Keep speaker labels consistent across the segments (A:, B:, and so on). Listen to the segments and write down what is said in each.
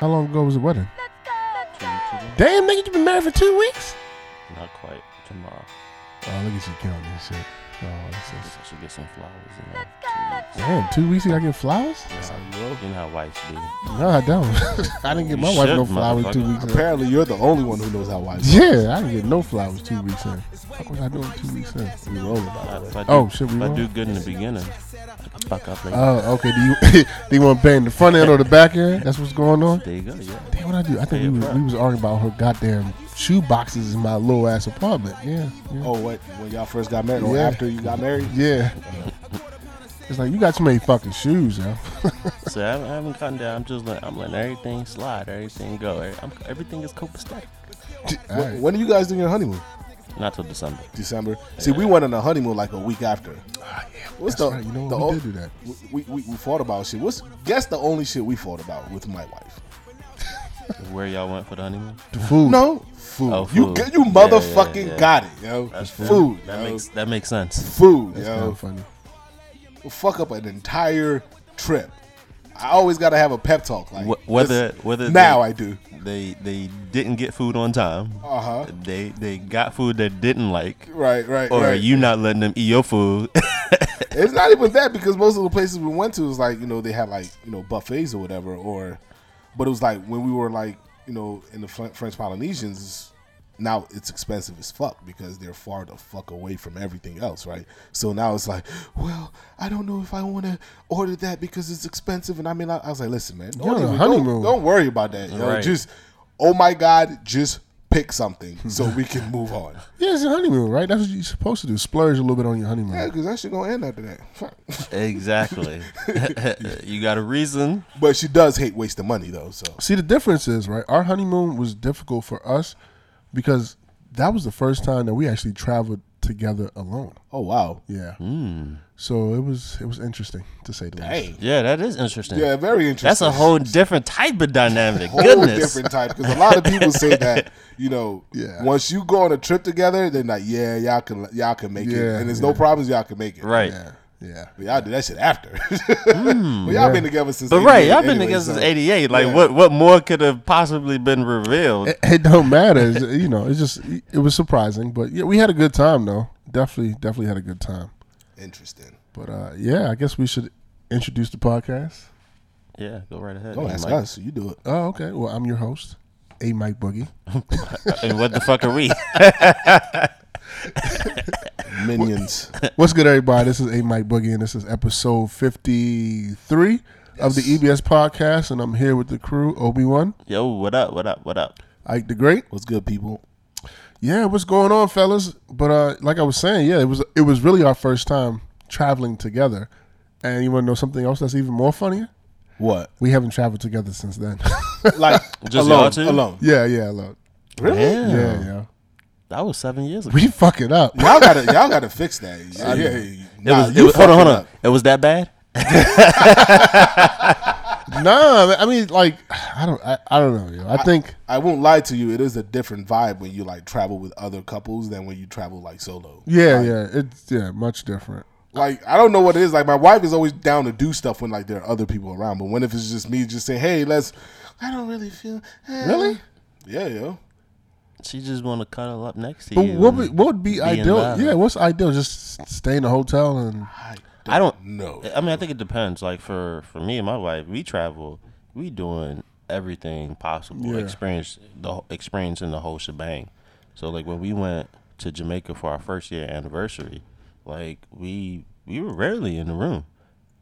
A: How long ago was the wedding? Damn, nigga, you been married for two weeks?
B: Not quite. Tomorrow.
A: Oh, look at you counting and shit. Oh, that's
B: I
A: that's-
B: should get some flowers. You know, two weeks.
A: Damn, two weeks you gotta get flowers?
B: That's how you look. You know how wives do.
A: No, I don't. I didn't get my
B: You
A: wife
B: should,
A: no flowers two
B: motherfucker.
A: weeks ago.
C: Apparently, you're the only one who knows how wives. work.
A: Yeah, I didn't get no flowers two weeks in. Fuck was I doing two weeks in?
C: We rolling by the way.
B: If I do,
A: Oh, shit, we
B: if I
A: wrong?
B: do good in the beginning, I can fuck up later.
A: Oh, okay. Do you do you want to bang the front end or the back end? That's what's going
C: Uh-huh.
A: on.
B: there you go. Yeah.
A: Damn, what I do? I think we was, we was arguing about her goddamn shoe boxes in my little ass apartment. Yeah, yeah.
C: Oh, what? When y'all first got married, or
A: Yeah.
C: after you got married?
A: yeah. It's like you got too many fucking shoes, yo.
B: So I, I haven't gotten down. I'm just letting, I'm letting everything slide, everything go. Every- I'm, everything is copacetic.
A: All
C: Wh-
A: right.
C: When are you guys doing your honeymoon?
B: Not till December.
C: December. See, we went on a honeymoon like a week after. What's
A: That's
C: the,
A: right. You know
C: the
A: what?
C: o-
A: We did do that.
C: We, we, we fought about shit. What's guess the only shit we fought about with my wife?
B: Where y'all went for the honeymoon?
A: The food.
C: No food.
B: Oh,
C: You
B: food.
C: get- you
B: Yeah,
C: motherfucking
B: yeah, yeah.
C: got it, yo.
B: true.
C: food.
B: That
C: yo.
B: makes that makes sense.
C: food,
A: That's kind
C: yo.
A: of funny.
C: Fuck up an entire trip. I always gotta have a pep talk. Like
B: Wh- whether
C: this-
B: whether they-
C: now I do.
B: they they didn't get food on time.
C: Uh huh.
B: They they got food they didn't like,
C: Right, right,
B: or
C: right.
B: you not letting them eat your food.
C: It's not even that because most of the places we went to was like you know they had like you know buffets or whatever or, but it was like when we were like you know in the Fl- French Polynesians, now it's expensive as fuck because they're far the fuck away from everything else, right? So now it's like, well, I don't know if I want to order that because it's expensive, and I mean I, I was like, listen, man, don't,
A: You're on a
C: even-
A: honeymoon.
C: don't, don't worry about that, yo.
B: Right.
C: Just, oh my God, just pick something so we can move on.
A: Yeah, it's a honeymoon, right? That's what you're supposed to do. Splurge a little bit on your honeymoon.
C: Yeah, because that shit gonna end after that. Fuck.
B: exactly. you got a reason.
C: But she does hate wasting money though. So
A: See, the difference is, right? Our honeymoon was difficult for us because that was the first time that we actually traveled together alone.
C: oh wow,
A: Yeah. So it was it was interesting to say the least.
B: Hmm. Yeah, that is interesting.
C: yeah, very interesting.
B: That's a whole different type of dynamic.
C: Whole
B: Goodness.
C: different type because a lot of people say that you know
A: Yeah.
C: once you go on a trip together, they're like yeah y'all can y'all can make
A: Yeah,
C: it and there's
A: yeah.
C: no problems y'all can make it
B: Right. Hmm.
A: Yeah. Yeah.
C: But y'all do that shit after. but y'all been together since.
B: But right,
C: 88
B: y'all been
C: anyway,
B: together
C: so-
B: since '88. Like,
C: Yeah. Eh.
B: what what more could have possibly been revealed?
A: It, it don't matter. It's, you know, it's just it was surprising, but yeah, we had a good time though. Definitely, definitely had a good time.
C: Interesting.
A: But uh, yeah, I guess we should introduce the podcast.
B: yeah, go right ahead.
C: Don't
B: And
C: ask
B: like-
C: us. You do it.
A: Oh, okay. Well, I'm your host, A Mike Boogie.
B: And what the fuck are we?
C: Minions.
A: What's good, everybody? This is A Mike Boogie, and this is episode 53 of the EBS podcast. And I'm here with the crew, Obi Wan,
B: Yo, what up? What up? What up?
A: Ike the Great.
C: What's good, people?
A: Yeah, what's going on, fellas? But uh, like I was saying, yeah, it was it was really our first time traveling together. And you want to know something else that's even more funnier?
C: What?
A: We haven't traveled together since then.
C: Like
B: Just y'all
C: alone?
B: two?
C: Alone?
A: yeah, yeah, look.
C: Really?
B: Damn.
A: Yeah, yeah.
B: That was seven years ago.
A: We fuck it up.
C: Y'all gotta y'all gotta fix that. Yeah, yeah.
B: It
C: Nah,
B: was, it
C: you
B: was, hold on, hold
C: fucking
B: on. It was that bad?
A: nah, man, I mean, like, I don't, I, I don't know. Yo. I think
C: I won't lie to you. It is a different vibe when you like travel with other couples than when you travel like solo.
A: Yeah, yeah, it's yeah, much different.
C: Like I don't know what it is. Like my wife is always down to do stuff when like there are other people around. But when if it's just me, just say, hey, let's. I don't really feel. eh.
A: Really?
C: Yeah, yo.
B: She just want to cuddle up next to
A: But
B: you.
A: what would, what would be ideal?
B: loud.
A: Yeah, what's ideal? Just stay in a hotel and
C: I
B: I don't
C: know.
B: I mean, I think it depends. Like for for me and my wife, we travel. We doing everything possible.
A: Yeah.
B: Experience the wh- experiencing the whole shebang. So like when we went to Jamaica for our first year anniversary, like we we were rarely in the room.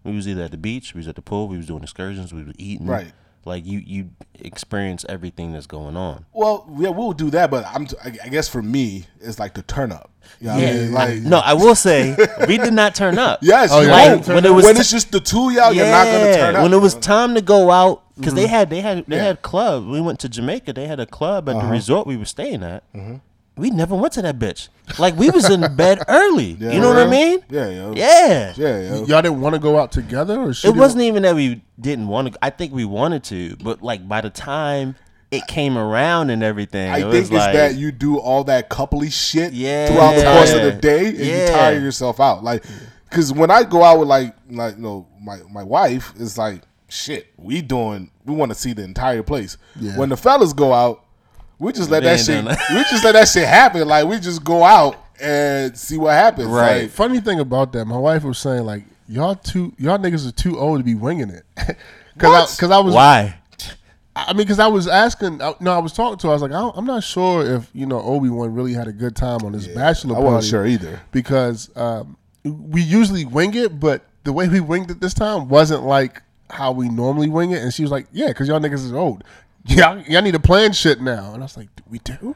B: We was either at the beach, we was at the pool, we was doing excursions, we was eating.
C: Right.
B: Like you you experience everything that's going on.
C: Well, yeah, we'll do that. But I'm. I I guess for me, it's like the turn up. You know what I mean?
B: I-
C: Like.
B: no, I will say we did not turn up.
C: Yes,
A: Oh,
C: you
A: yeah.
C: won't.
A: Like,
B: when it was
C: when
B: t-
C: it's just the two of y'all, you're not gonna turn up. Mm-hmm.
B: When it was time to go out, because they had they had they
C: Yeah. Uh-huh.
B: had club. We went to Jamaica. They had a club at the resort we were staying at.
C: Mm-hmm.
B: We never went to that bitch. Like we was in bed early. you know what I
C: Yeah.
B: mean?
C: yeah, yo.
B: Yeah.
C: yeah, yo.
A: y'all didn't want to go out together, or she
B: It
A: didn't-
B: wasn't even that we didn't want to. I think we wanted to, but like by the time it came around and everything,
C: I
B: it
C: think
B: was
C: it's
B: like,
C: that you do all that coupley shit
B: Yeah.
C: throughout the course of the day and
B: Yeah.
C: you tire yourself out. Like, because when I go out with like, like you know, my my wife, it's like shit, we doing. We want to see the entire place.
A: Yeah.
C: When the fellas go out, we just let
B: They
C: that
B: ain't
C: shit.
B: doing that.
C: we just let that shit happen. Like we just go out and see what happens.
B: Right.
C: Like,
A: Funny thing about that, my wife was saying like, y'all too, y'all niggas are too old to be winging it. Because
C: What?
A: I, 'cause I was
B: Why?
A: I mean, because I was asking, I, no, I was talking to her. I was like, I don't, I'm not sure if, you know, Obi Wan really had a good time on this bachelor
C: I
A: party.
C: wasn't sure either.
A: Because um, we usually wing it, but the way we winged it this time wasn't like how we normally wing it. And she was like, Yeah, because y'all niggas is old. Y'all, y'all need to plan shit now. And I was like, Do we do?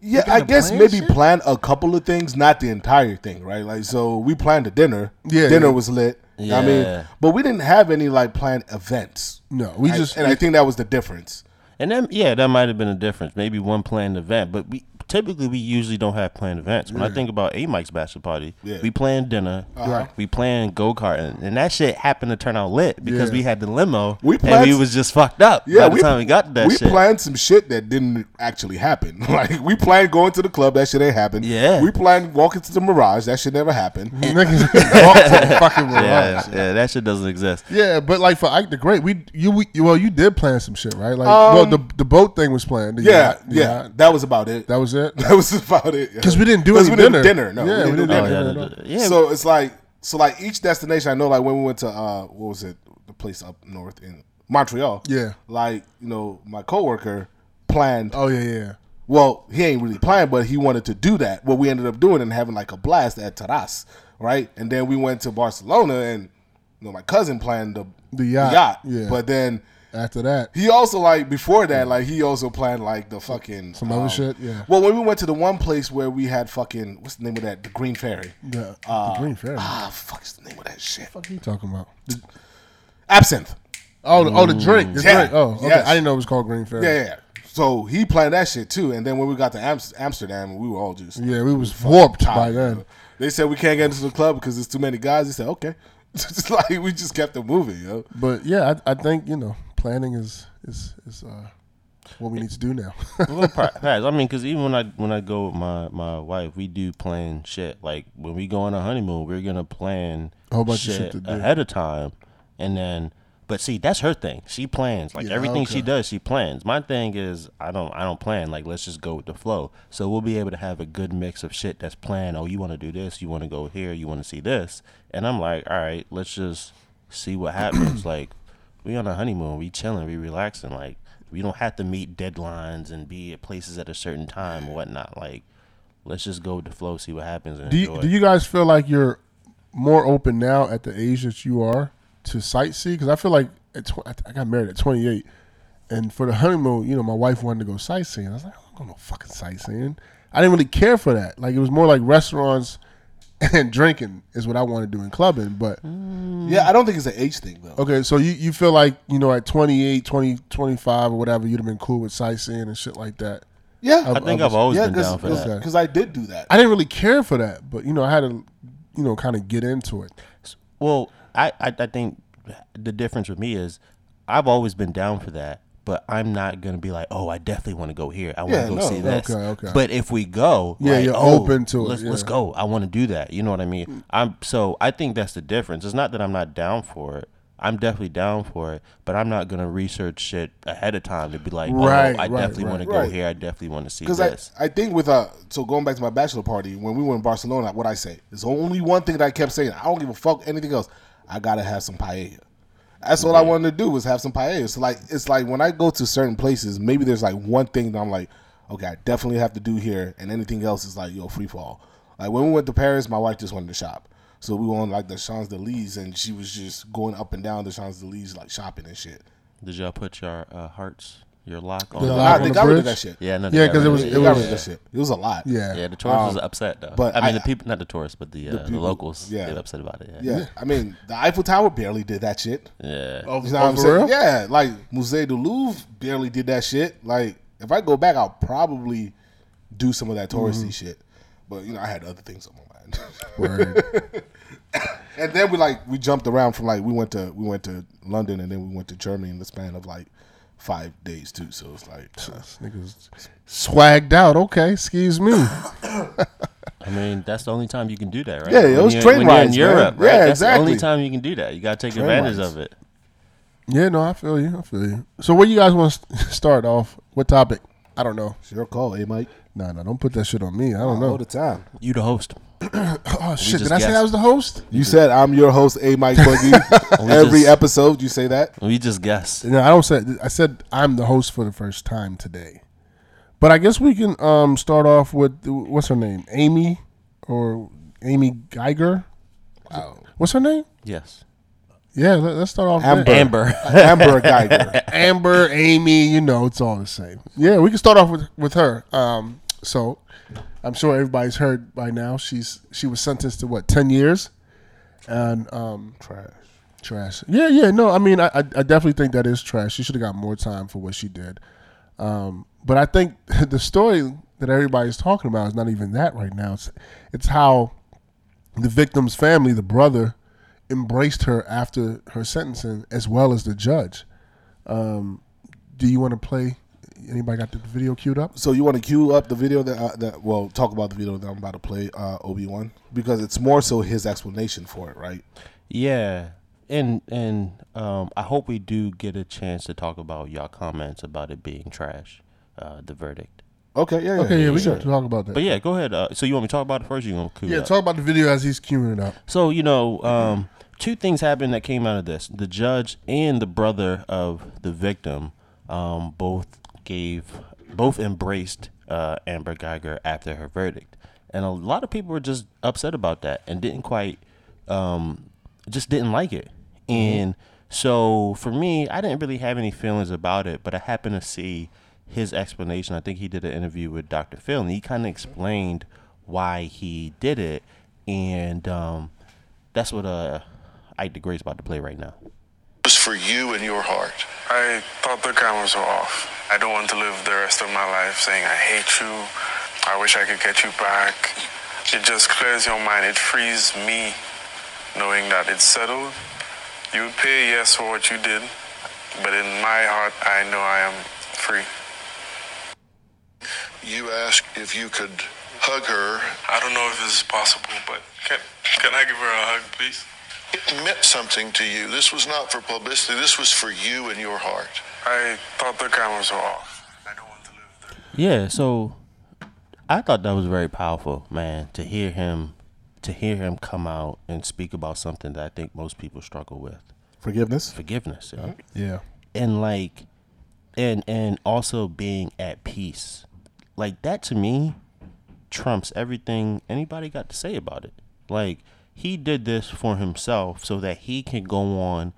C: Yeah,
A: Looking
C: I
A: to
C: guess
A: plan
C: maybe
A: shit?
C: plan a couple of things, not the entire thing, right? Like, so we planned a dinner.
A: Yeah,
C: dinner
A: yeah.
C: was lit. I mean,
B: Yeah.
C: but we didn't have any like planned events.
A: No, we
C: I-
A: just.
C: and I think that was the difference.
B: And then yeah, that might have been a difference. Maybe one planned event, but we typically we usually don't have planned events. When I think about A Mike's bachelor party,
C: Yeah.
B: we planned dinner,
A: Right.
B: we planned go karting, and that shit happened to turn out lit because
A: Yeah.
B: we had the limo
C: We
B: and we
C: planned-
B: was just fucked up
C: Yeah,
B: by the time we got to that
C: we
B: shit.
C: planned some shit that didn't actually happen. Like we planned going to the club, that shit ain't happened.
B: Yeah.
C: we planned walking to the Mirage, that shit never happened.
A: niggas walked to the fucking
B: yeah,
A: Mirage.
B: yeah, that shit doesn't exist.
A: Yeah, but like for Ike the Great, we you we, well you did plan some shit, right? Like,
C: Um,
A: well the the boat thing was planned. the
C: Yeah,
A: yacht- the
C: yeah,
A: yacht.
C: that was about it.
A: that was it.
C: That was about it.
A: 'Cause we didn't do
C: 'Cause
A: any
C: we didn't
A: dinner.
C: No,
A: Yeah,
C: we didn't do
A: Yeah,
B: Oh
C: dinner.
B: yeah,
A: yeah, no.
B: the- yeah.
C: So it's like so like each destination. I know like when we went to uh what was it the place up north in Montreal.
A: Yeah.
C: Like you know my coworker planned.
A: Oh yeah, yeah.
C: Well, he ain't really planned, but he wanted to do that. What we ended up doing and having like a blast at Taras, right? And then we went to Barcelona and you know my cousin planned the
A: The yacht, yeah.
C: But then
A: After that,
C: he also like before that like he also planned like the fucking um,
A: Some other shit, yeah.
C: Well, when we went to the one place where we had fucking what's the name of that? The Green Ferry.
A: the, the Green Fairy. What
C: Ah, fuck is the name of that shit?
A: are you talking about?
C: Absinthe.
A: Oh, the, oh, the drink. The
C: Yeah,
A: drink. Oh, okay.
C: yes.
A: I didn't know it was called Green Fairy.
C: Yeah, yeah. yeah. So he planned that shit too, and then when we got to Amst- Amsterdam, we were all just
A: Yeah, we was warped by
C: tired.
A: then.
C: They said we can't get into the club because there's too many guys. They said okay, just like we just kept it moving, yo.
A: But yeah, I, I think you know planning is is is uh, what we need to do now.
B: Well, pri- Facts. I mean, because even when I when I go with my my wife, we do plan shit. Like when we go on a honeymoon, we're gonna plan
A: A whole bunch of shit to do.
B: ahead of time, and then. But see, that's her thing. She plans. Like
A: Yeah,
B: everything she
A: okay.
B: does, she plans. My thing is, I don't, I don't plan. Like let's just go with the flow. So we'll be able to have a good mix of shit that's planned. Oh, you want to do this? You want to go here? You want to see this? And I'm like, all right, let's just see what happens. like we on a honeymoon, we chilling, we relaxing. Like we don't have to meet deadlines and be at places at a certain time or whatnot. Like let's just go with the flow, see what happens, and
A: do
B: enjoy.
A: you, do you guys feel like you're more open now at the age that you are to sightsee? Because I feel like at tw- I I got married at 28, and for the honeymoon, you know, my wife wanted to go sightseeing. I was like, I'm going to fucking sightseeing. I didn't really care for that. Like it was more like restaurants and drinking is what I want to do in clubbing. But
C: Yeah, I don't think it's an age thing though.
A: okay, so you, you feel like you know at 28, 20, 25 or whatever, you'd have been cool with sightseeing and shit like that.
C: Yeah,
B: I
A: Um,
B: think I've always been down for that.
C: because I did do that.
A: I didn't really care for that, but you know, I had to, you know, kind of get into it.
B: Well, I, I I think the difference with me is I've always been down for that, but I'm not gonna be like, oh, I definitely want to go here. I want to
C: Yeah,
B: go
C: no.
B: see this.
A: Okay, okay.
B: But if we go,
A: Yeah,
B: like,
A: you're
B: oh,
A: open to it,
B: Let's, let's
A: yeah.
B: go. I want to do that. You know what I mean? I'm so I think that's the difference. It's not that I'm not down for it. I'm definitely down for it, but I'm not gonna research shit ahead of time to be like,
A: Right,
B: oh, I
A: right,
B: definitely
A: right.
B: want to go
C: Right.
B: here. I definitely want to see
C: Because I,
B: this.
C: I think with uh so going back to my bachelor party when we were in Barcelona, what I say is only one thing that I kept saying. I don't give a fuck anything else. I gotta have some paella. That's all I wanted to do was have some paella. So like it's like when I go to certain places, maybe there's like one thing that I'm like, okay, I definitely have to do here, and anything else is like yo free fall. Like when we went to Paris, my wife just wanted to shop. So we were on like the Champs Elysees, and she was just going up and down the Champs Elysees like shopping and shit.
B: Did y'all put your uh, hearts, your lock on?
A: The
B: the-
A: lock.
C: Nah,
A: on
C: they
A: the
C: got rid of
A: bridge?
C: that shit.
B: Yeah, no,
A: Yeah,
B: they got
A: 'cause
B: rid
A: it
B: of
A: was-
C: they
A: it
C: got
A: was-
C: rid of that shit. It was a lot.
A: Yeah.
B: Yeah, the tourists was upset though.
C: Um, but
B: I mean,
C: I-
B: the people, not the tourists, but the, uh, the, locals,
C: yeah.
B: they were upset about it. Yeah.
C: Yeah, I mean, the Eiffel Tower barely did that shit.
B: Yeah.
C: You know what I'm
A: Oh, for
C: saying?
A: real?
C: Yeah, like Musée du Louvre barely did that shit. Like, if I go back, I'll probably do some of that touristy
A: Mm-hmm.
C: shit. But you know, I had other things on my mind.
A: Word.
C: and then we like we jumped around from like we went to we went to London and then we went to Germany in the span of like five days too. So it's like uh,
A: This nigga's swagged out. Okay, excuse me.
B: I mean, that's the only time you can do that, right?
C: Yeah, it
B: When
C: was
B: you're-
C: train
B: when you're
C: rides,
B: in Europe,
C: man.
B: right?
C: Yeah,
B: that's the only
C: exactly.
B: time you can do that. You got to take
C: Train
B: advantage
C: rides.
B: of it.
A: Yeah, no, I feel you. I feel you. So, where you guys want to start off? What topic? I don't know.
C: It's your call, eh, Mike?
A: Nah, nah, don't put that shit on me. I
C: All
A: don't know.
C: the time.
B: You the host.
A: Oh shit! Did
B: just
A: I say
B: guessed.
A: I was the host?
C: You said I'm your host, A Mike Buggy. Every
B: just-
C: episode, you say that.
B: We just guess.
A: No, I don't say. I said I'm the host for the first time today. But I guess we can um, start off with what's her name, Amy, or Amy Geiger.
C: Wow.
A: What's her name?
B: Yes.
A: Yeah, let, us start off.
C: Amber.
A: There.
B: Amber.
C: Amber Geiger.
A: Amber, Amy, you know, it's all the same. Yeah, we can start off with with her. Um, so I'm sure everybody's heard by now. She's she was sentenced to what ten years, and um,
C: Trash.
A: trash. Yeah, yeah. No, I mean, I I I definitely think that is trash. She should have got more time for what she did. Um, but I think the story that everybody's talking about is not even that right now. It's it's how the victim's family, the brother, embraced her after her sentencing, as well as the judge. Um, do you want to play? Anybody got the video queued up?
C: So you want to cue up the video that uh, that well talk about the video that I'm about to play uh, Obi Wan because it's more so his explanation for it, right?
B: Yeah, and and um, I hope we do get a chance to talk about y'all comments about it being trash, uh, the verdict.
C: Okay, yeah, yeah.
A: Okay, yeah, we
B: sure.
A: should talk about that.
B: But yeah, go ahead. Uh, so you want me to talk about it first? Or you want to
A: yeah, talk about the video as he's queuing it up.
B: So you know, um, two things happened that came out of this. The judge and the brother of the victim um, both gave, both embraced uh, Amber Geiger after her verdict, and a lot of people were just upset about that and didn't quite, um, just didn't like it. And so for me, I didn't really have any feelings about it, but I happened to see his explanation. I think he did an interview with Dr. Phil, and he kind of explained why he did it, and um, that's what uh, Ike the Great's about to play right now.
D: was for you and your heart.
E: I thought the cameras were off. I don't want to live the rest of my life saying I hate you. I wish I could get you back. It just clears your mind. It frees me knowing that it's settled. You pay yes for what you did, but in my heart, I know I am free.
D: You asked if you could hug her.
E: I don't know if this is possible, but can, can I give her a hug, please?
D: It meant something to you. This was not for publicity. This was for you and your heart.
E: I thought the cameras were off. I don't want to live the
B: Yeah, so I thought that was very powerful, man, to hear him to hear him come out and speak about something that I think most people struggle with.
C: Forgiveness.
B: Forgiveness. you know?
A: Yeah,
B: and like and and also being at peace like that to me trumps everything anybody got to say about it like he did this for himself so that he can go on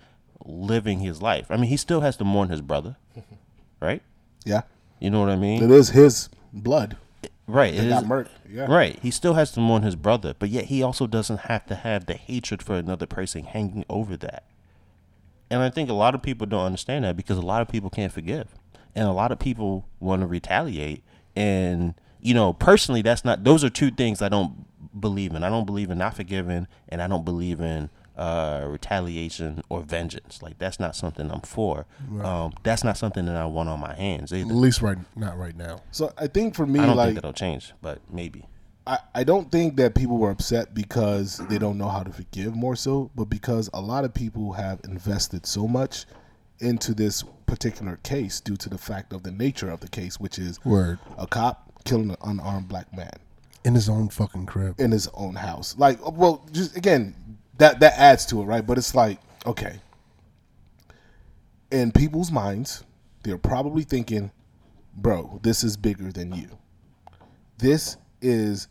B: living his life i mean he still has to mourn his brother right
C: Yeah,
B: you know what i mean
C: it is his blood.
B: right it
C: It got
B: is-
C: murked. Yeah,
B: Right. He still has to mourn his brother, but yet he also doesn't have to have the hatred for another person hanging over that. And I think a lot of people don't understand that because a lot of people can't forgive. And a lot of people want to retaliate. And, you know, personally, that's not, those are two things I don't believe in. I don't believe in not forgiving, and I don't believe in uh, retaliation or vengeance. Like, that's not something I'm for. Um, that's not something that I want on my hands either.
A: at least right not right now.
C: So I think for me,
B: I don't
C: like
B: think that'll change, but maybe.
C: I, I don't think that people were upset because they don't know how to forgive more so, but because a lot of people have invested so much into this particular case due to the fact of the nature of the case, which is
A: Word
C: a cop killing an unarmed black man
A: in his own fucking crib.
C: in his own house. Like, uh, well, just again, that that adds to it, right? But it's like, okay, in people's minds, they're probably thinking, "Bro, this is bigger than you. This is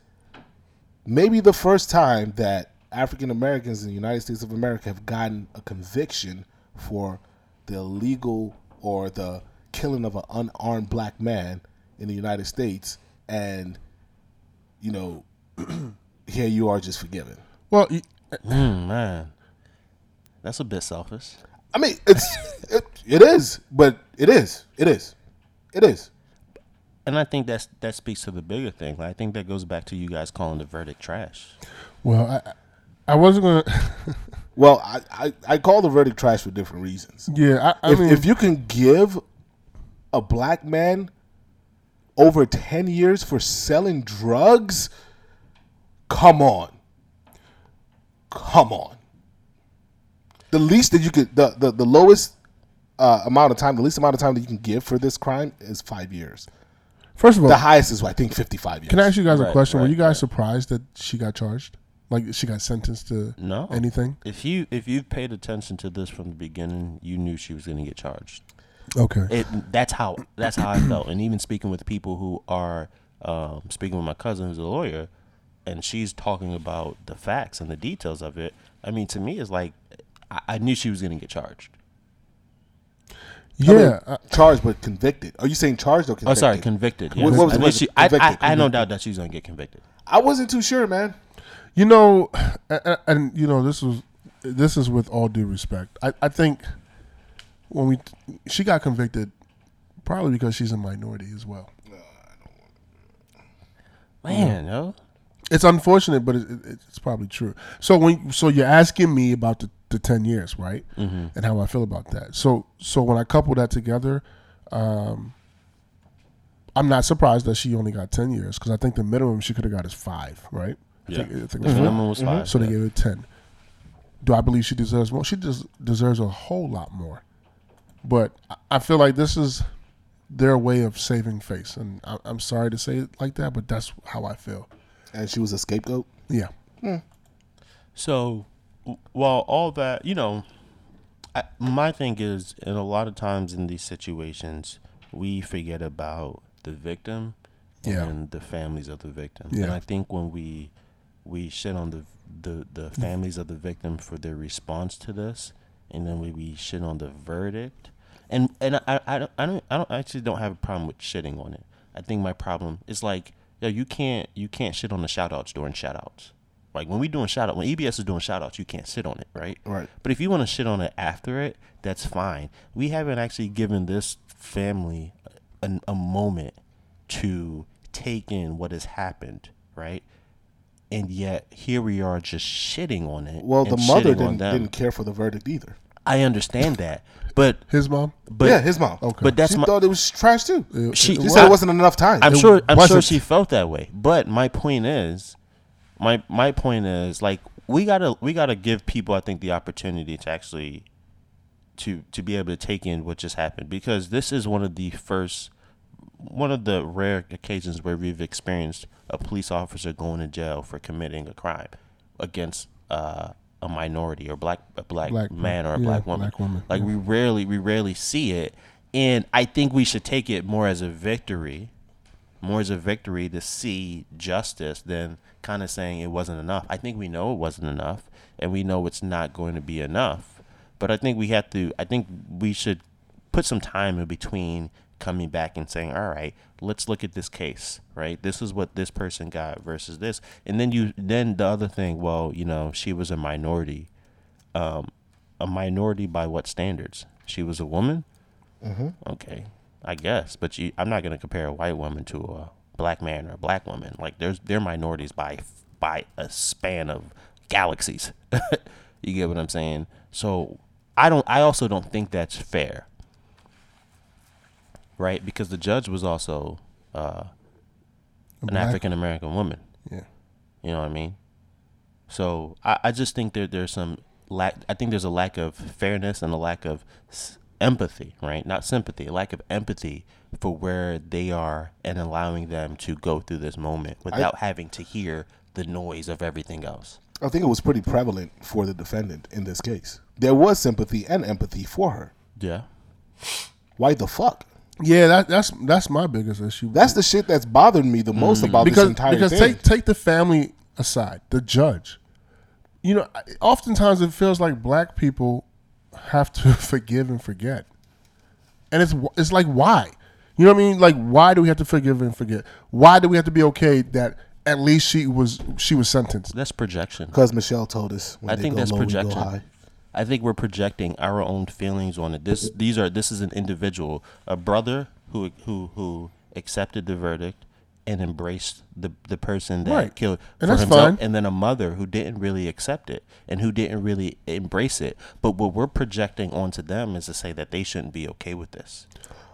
C: maybe the first time that African Americans in the United States of America have gotten a conviction for the illegal or the killing of an unarmed black man in the United States, and you know." here you are just forgiven.
A: Well, y-
B: Mm, man, that's a bit selfish.
C: I mean, it's it, it is, but it is, it is, it is.
B: And I think that's that speaks to the bigger thing. Like, I think that goes back to you guys calling the verdict trash.
A: well, I I wasn't gonna.
C: Well, I I, I call the verdict trash for different reasons.
A: Yeah, I, I
C: if,
A: mean,
C: if you can give a black man over ten years for selling drugs, come on, come on. The least that you could, the the, the lowest uh, amount of time, the least amount of time that you can give for this crime is five years.
A: First of all,
C: The highest is I think fifty-five years.
A: can I ask you guys a
B: Right,
A: question? Were
B: right,
A: you guys surprised that she got charged? Like she got sentenced to
B: No.
A: anything?
B: If you if you paid attention to this from the beginning, you knew she was going to get charged.
A: Okay.
B: It that's how that's how I felt. And even speaking with people who are um, speaking with my cousin who's a lawyer, and she's talking about the facts and the details of it. I mean, to me, it's like I, I knew she was going to get charged.
A: yeah. I-
C: charged but convicted. Are you saying charged or
B: Oh,
C: convicted?
B: sorry, convicted.
C: What-
B: yes.
C: what
B: I,
C: was the
B: knew
C: word?
B: she, I,
C: Convicted,
B: I, I no
C: convicted.
B: doubt that she's going to get convicted.
C: I wasn't too sure, man.
A: You know, and, and you know this was this is with all due respect. I, I think when we she got convicted, probably because she's a minority as well.
B: Man, yo.
A: It's unfortunate, but it, it, it's probably true. So when so you're asking me about the, the ten years, right? Mm-hmm. And how I feel about that. So so when I couple that together, um, I'm not surprised that she only got ten years because I think the minimum she could have got is five, right? I think, I think it was
B: The
A: five.
B: Mm-hmm. minimum was five.
A: Mm-hmm. So they
B: yeah.
A: gave it ten. Do I believe she deserves more? She des- deserves a whole lot more. But I- I feel like this is their way of saving face, and I- I'm sorry to say it like that, but that's how I feel.
C: And she was a scapegoat.
A: Yeah,
B: So, w- while all that, you know, I, my thing is, and a lot of times in these situations, we forget about the victim
A: Yeah.
B: and the families of the victim. And
A: Yeah.
B: I think when we we shit on the the the
A: Mm.
B: families of the victim for their response to this, and then we, we shit on the verdict. And and I, I don't I don't I don't I actually don't have a problem with shitting on it. I think my problem is like yo, you can't you can't shit on the shout outs during shout outs. Like when we doing shout out when EBS is doing shout outs, you can't sit on it, right?
C: Right.
B: But if you want to shit on it after it, that's fine. We haven't actually given this family a, a moment to take in what has happened, right? And yet here we are just shitting on it.
C: Well, the
B: and
C: mother
B: shitting on
C: didn't,
B: them.
C: didn't care for the verdict either.
B: I understand that, but
A: his mom.
B: but
C: yeah, his mom.
A: Okay.
B: but that's
C: she
B: my.
C: thought it was trash too.
B: She-
C: she said
B: I-
C: it wasn't enough time.
B: I'm
A: uh, It
B: sure. I'm sure
A: wasn't.
B: she felt that way. But my point is, my my point is like we gotta we gotta give people I think the opportunity to actually to to be able to take in what just happened because this is one of the first one of the rare occasions where we've experienced a police officer going to jail for committing a crime against uh, a minority or black a black,
A: Black-
B: man or a
A: yeah,
B: black woman.
A: black woman,
B: Like we rarely we rarely see it, and I think we should take it more as a victory, more as a victory to see justice than kind of saying it wasn't enough. I think we know it wasn't enough, and we know it's not going to be enough. But I think we have to. I think we should put some time in between coming back and saying, "All right, let's look at this case, right? This is what this person got versus this." And then you, then the other thing, well, you know, she was a minority, um, a minority by what standards? She was a woman. Mm-hmm. Okay, I guess, but you, I'm not gonna compare a white woman to a black man or a black woman. Like, there's they're minorities by by a span of galaxies. you get what I'm saying? So. I don't. I also don't think that's fair right? Because the judge was also uh, an
A: black-
B: African American woman.
A: Yeah,
B: You know what I mean? So I, I just think that there's some lack. I think there's a lack of fairness and a lack of s- empathy, right? Not sympathy, a lack of empathy for where they are and allowing them to go through this moment without having to hear the noise of everything else.
C: I think it was pretty prevalent for the defendant in this case. There was sympathy and empathy for her.
B: Yeah.
C: Why the fuck?
A: yeah. That, that's that's my biggest issue.
C: That's the shit that's bothered me the most
B: Mm.
C: about this
A: because
C: entire
A: because
C: thing.
A: take take the family aside, the judge. You know, I- oftentimes it feels like black people have to forgive and forget, and it's wh- it's like why, you know what I mean? Like why do we have to forgive and forget? Why do we have to be okay that at least she was she was sentenced?
B: That's projection.
C: Because Michelle told us when
B: I
C: they
B: think
C: go
B: that's
C: low, we go
B: projection.
C: high.
B: I think we're projecting our own feelings on it. This these are this is an individual, a brother who who who accepted the verdict and embraced the the person that
A: Right.
B: killed
A: And
B: for
A: that's
B: himself,
A: fine.
B: and then a mother who didn't really accept it and who didn't really embrace it. But what we're projecting onto them is to say that they shouldn't be okay with this.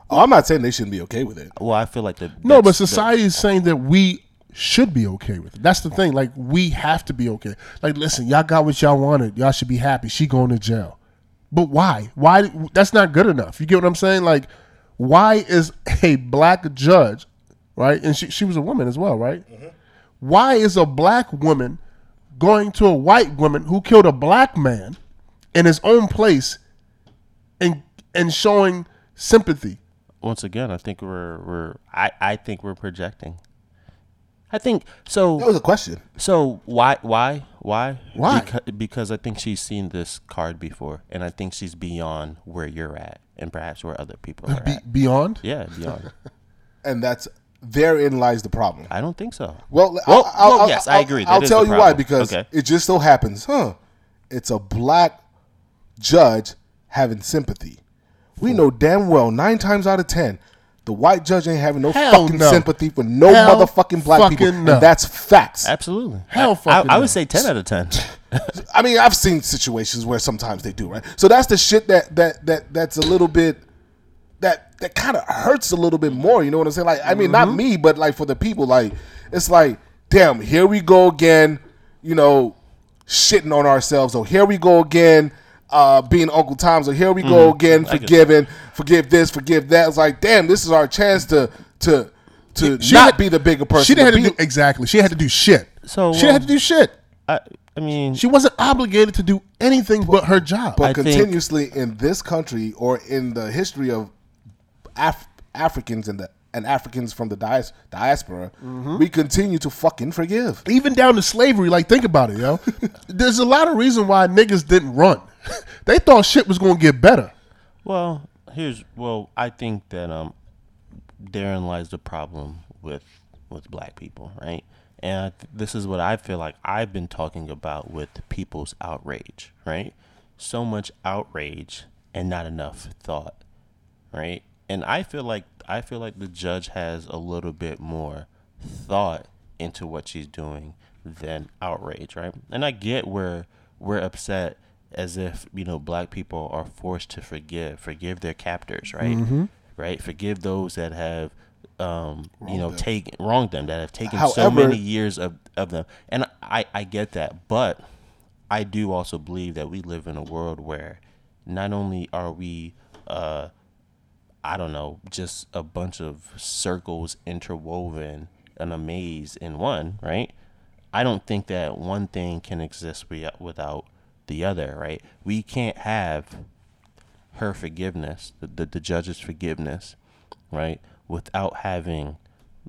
C: Oh, I'm not saying they shouldn't be okay with it.
B: Well, I feel like the
A: No, but
B: that's the-
A: society is saying that we should be okay with it. That's the thing. Like we have to be okay. Like listen, y'all got what y'all wanted. Y'all should be happy. She going to jail. but why? Why? That's not good enough. You get what I'm saying? Like, why is a black judge, right? And she, she was a woman as well, right?
B: Mm-hmm.
A: Why is a black woman going to a white woman who killed a black man in his own place and and showing sympathy?
B: Once again, I think we're we're I, I think we're projecting. I think so.
C: That was a question.
B: So why why why
A: Why?
B: Beca- because I think she's seen this card before, and I think she's beyond where you're at, and perhaps where other people are
A: Be,
B: at.
A: beyond?
B: Yeah, beyond.
C: And that's therein lies the problem.
B: I don't think so.
C: Well,
B: Well,
C: I'll, I'll,
B: well,
C: I'll-
B: yes, I
C: I'll-
B: agree. That
C: I'll
B: is
C: tell
B: the
C: you why
B: problem.
C: because
B: Okay.
C: it just so happens, huh? It's a black judge having sympathy. We know damn well nine times out of ten, the white judge ain't having no
A: Hell
C: fucking
A: no.
C: sympathy for no
A: Hell
C: motherfucking black people,
A: fucking no.
C: and that's facts.
B: Absolutely.
A: Hell
B: I-
A: fucking
B: I, I
A: no.
B: would say ten out of ten.
C: I mean, I've seen situations where sometimes they do, right? So that's the shit that that that that's a little bit that that kind of hurts a little bit more. You know what I'm saying? Like, I
A: Mm-hmm.
C: mean, not me, but like for the people, like it's like, damn, here we go again. You know, shitting on ourselves. Oh, here we go again. Uh, being Uncle Tom's, or here we go
A: Mm-hmm.
C: again,
B: I get
C: forgiving, forgive this, forgive that. It's like, damn, this is our chance to to to not
A: had-
C: be the bigger person.
A: She didn't
C: to
A: have to do
C: be-
A: exactly. She had to do shit.
B: So,
A: she didn't have to
B: um,
A: do shit.
B: I, I mean,
A: She wasn't obligated to do anything but her job.
C: but
B: I think-
C: continuously in this country or in the history of Af- Africans and the and Africans from the dias- diaspora,
B: Mm-hmm.
C: we continue to fucking forgive.
A: even down to slavery, like think about it, yo. There's a lot of reason why niggas didn't run. they thought shit was gonna get better.
B: well, here's well, I think that um, therein lies the problem with with black people, right? And I th- this is what I feel like I've been talking about with people's outrage, right? So much outrage and not enough thought, right? And I feel like I feel like the judge has a little bit more thought into what she's doing than outrage, right? And I get where we're upset as if you know black people are forced to forgive, forgive their captors, right? Right, forgive those that have. Um, you know, take wronged them that have taken so
C: However-
B: many years of, of them, and I I get that, but I do also believe that we live in a world where not only are we uh I don't know, just a bunch of circles interwoven and a maze in one, right? I don't think that one thing can exist wi- without the other, right? We can't have her forgiveness, the, the, the judge's forgiveness, right, without having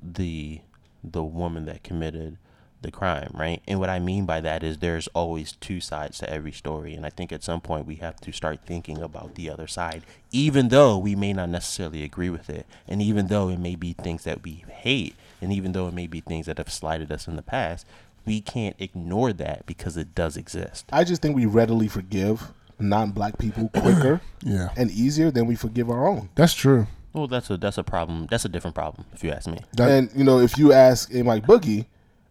B: the the woman that committed the crime, right? And what I mean by that is there's always two sides to every story, and I think at some point we have to start thinking about the other side, even though we may not necessarily agree with it, and even though it may be things that we hate, and even though it may be things that have slighted us in the past, we can't ignore that because it does exist.
C: I just think we readily forgive non-black people quicker
A: Yeah.
C: and easier than we forgive our own.
A: That's true.
B: Well, that's a that's a problem. That's a different problem, if you ask me.
A: That-
C: and you know, if you ask a Mike Boogie,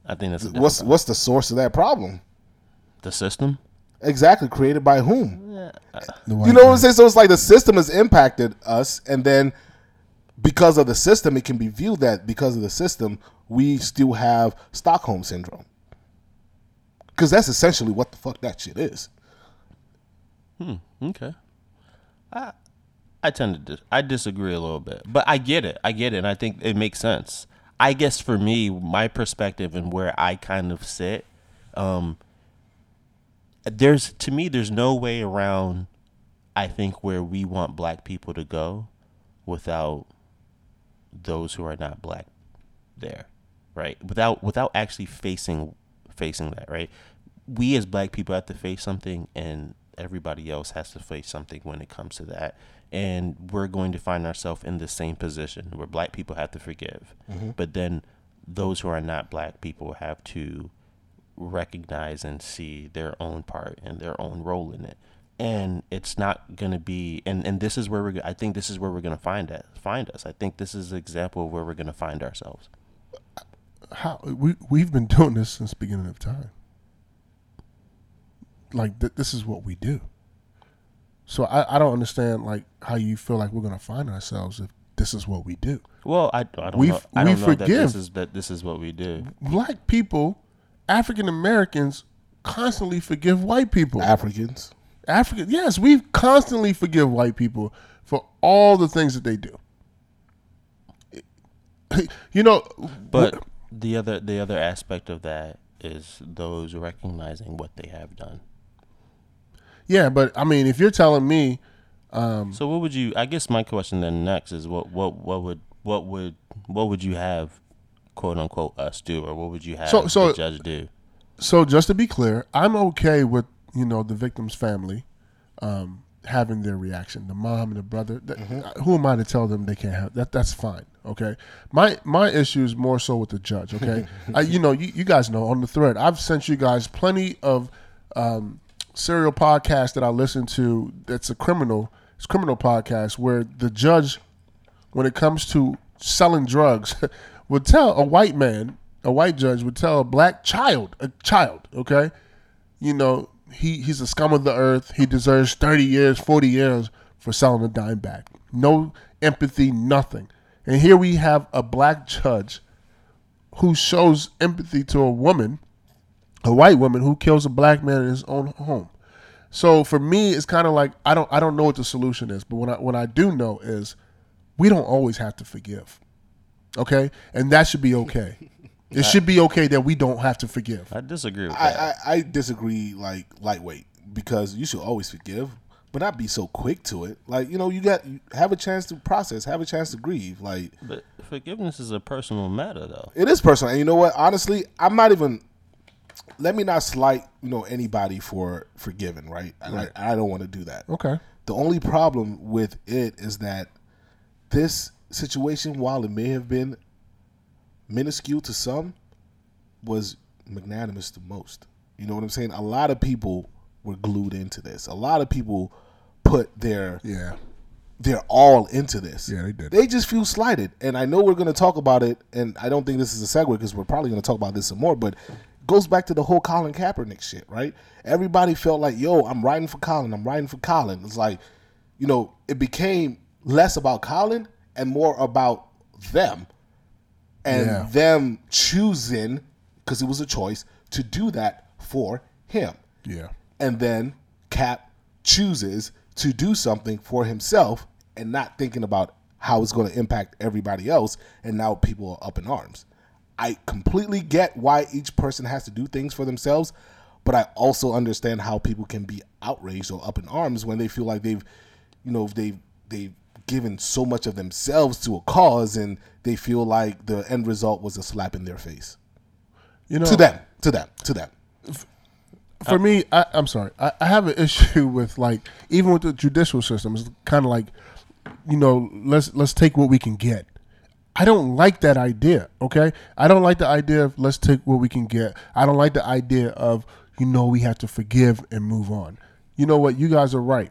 B: I think that's a different
C: what's
B: problem.
C: what's the source of that problem?
B: the system.
C: Exactly, created by whom?
A: The
C: You
A: white
C: know what I'm
A: man.
C: saying? So it's like the system has impacted us, and then because of the system, it can be viewed that because of the system, we still have Stockholm syndrome. Because that's essentially what the fuck that shit is.
B: Okay. I I tend to dis- I disagree a little bit, but I get it. I get it, and I think it makes sense. I guess for me, my perspective and where I kind of sit, um, there's to me, there's no way around. I think where we want black people to go, without those who are not black there right without without actually facing facing that right we as black people have to face something and everybody else has to face something when it comes to that and we're going to find ourselves in the same position where black people have to forgive but then those who are not black people have to recognize and see their own part and their own role in it and it's not going to be and and this is where we're go- i think this is where we're going to find that find us i think this is an example of where we're going to find ourselves
A: How we we've been doing this since the beginning of time. Like th- this is what we do. So I, I don't understand like how you feel like we're gonna find ourselves if this is what we do.
B: well i, I don't
A: We
B: know
A: f-
B: i
A: we
B: don't know that
A: forgive.
B: this is that this is what we do
A: Black people, African Americans, constantly forgive white people.
C: Africans.
A: African, yes, we constantly forgive white people for all the things that they do. You know,
B: But the other the other aspect of that is those recognizing what they have done.
A: yeah, but I mean, if you're telling me,
B: So what would you? I guess my question then next is what what what would what would what would you have, quote unquote, us do, or what would you have
A: So- so-
B: the judge do?
A: so just to be clear, I'm okay with you know the victim's family um, having their reaction, the mom and the brother. That, uh, Who am I to tell them they can't have that? That's fine. Okay, my my issue is more so with the judge. Okay, I, you know you, you guys know on the thread I've sent you guys plenty of um, serial podcasts that I listen to. That's a criminal it's criminal podcast where the judge when it comes to selling drugs would tell a white man, a white judge would tell a black child, a child, okay, you know, he, he's a scum of the earth. He deserves 30 years, 40 years for selling a dime bag. No empathy, nothing. And here we have a black judge who shows empathy to a woman, a white woman who kills a black man in his own home. So for me, it's kind of like I don't I don't know what the solution is, but when I when I do know is we don't always have to forgive. Okay? And that should be okay. It should be okay that we don't have to forgive.
B: I disagree with
C: I,
B: that.
C: I, I disagree like lightweight because you should always forgive, but not be so quick to it. Like you know, you got you have a chance to process, have a chance to grieve. Like
B: but forgiveness is a personal matter, though.
C: it is personal, and you know what? Honestly, I'm not even. Let me not slight you know anybody for forgiving, right? And I, I don't want to do that.
A: Okay.
C: The only problem with it is that this situation, while it may have been minuscule to some, was magnanimous to most. You know what I'm saying? A lot of people were glued into this. A lot of people put their
A: Yeah.
C: they're all into this.
A: Yeah, they did.
C: They just feel slighted, and I know we're going to talk about it. And I don't think this is a segue because we're probably going to talk about this some more. But it goes back to the whole Colin Kaepernick shit, right? Everybody felt like, "Yo, I'm riding for Colin. I'm riding for Colin." It's like, you know, it became less about Colin and more about them and
A: Yeah.
C: them choosing because it was a choice to do that for him
A: Yeah.
C: and then Cap chooses to do something for himself and not thinking about how it's going to impact everybody else, and now people are up in arms. I completely get why each person has to do things for themselves, but I also understand how people can be outraged or up in arms when they feel like they've, you know, they've they've given so much of themselves to a cause and they feel like the end result was a slap in their face.
A: You know,
C: To them, to them, to them.
A: for me, I, I'm sorry. I, I have an issue with like even with the judicial system. It's kind of like, you know, let's let's take what we can get. I don't like that idea. Okay, I don't like the idea of let's take what we can get. I don't like the idea of you know we have to forgive and move on. You know what? You guys are right.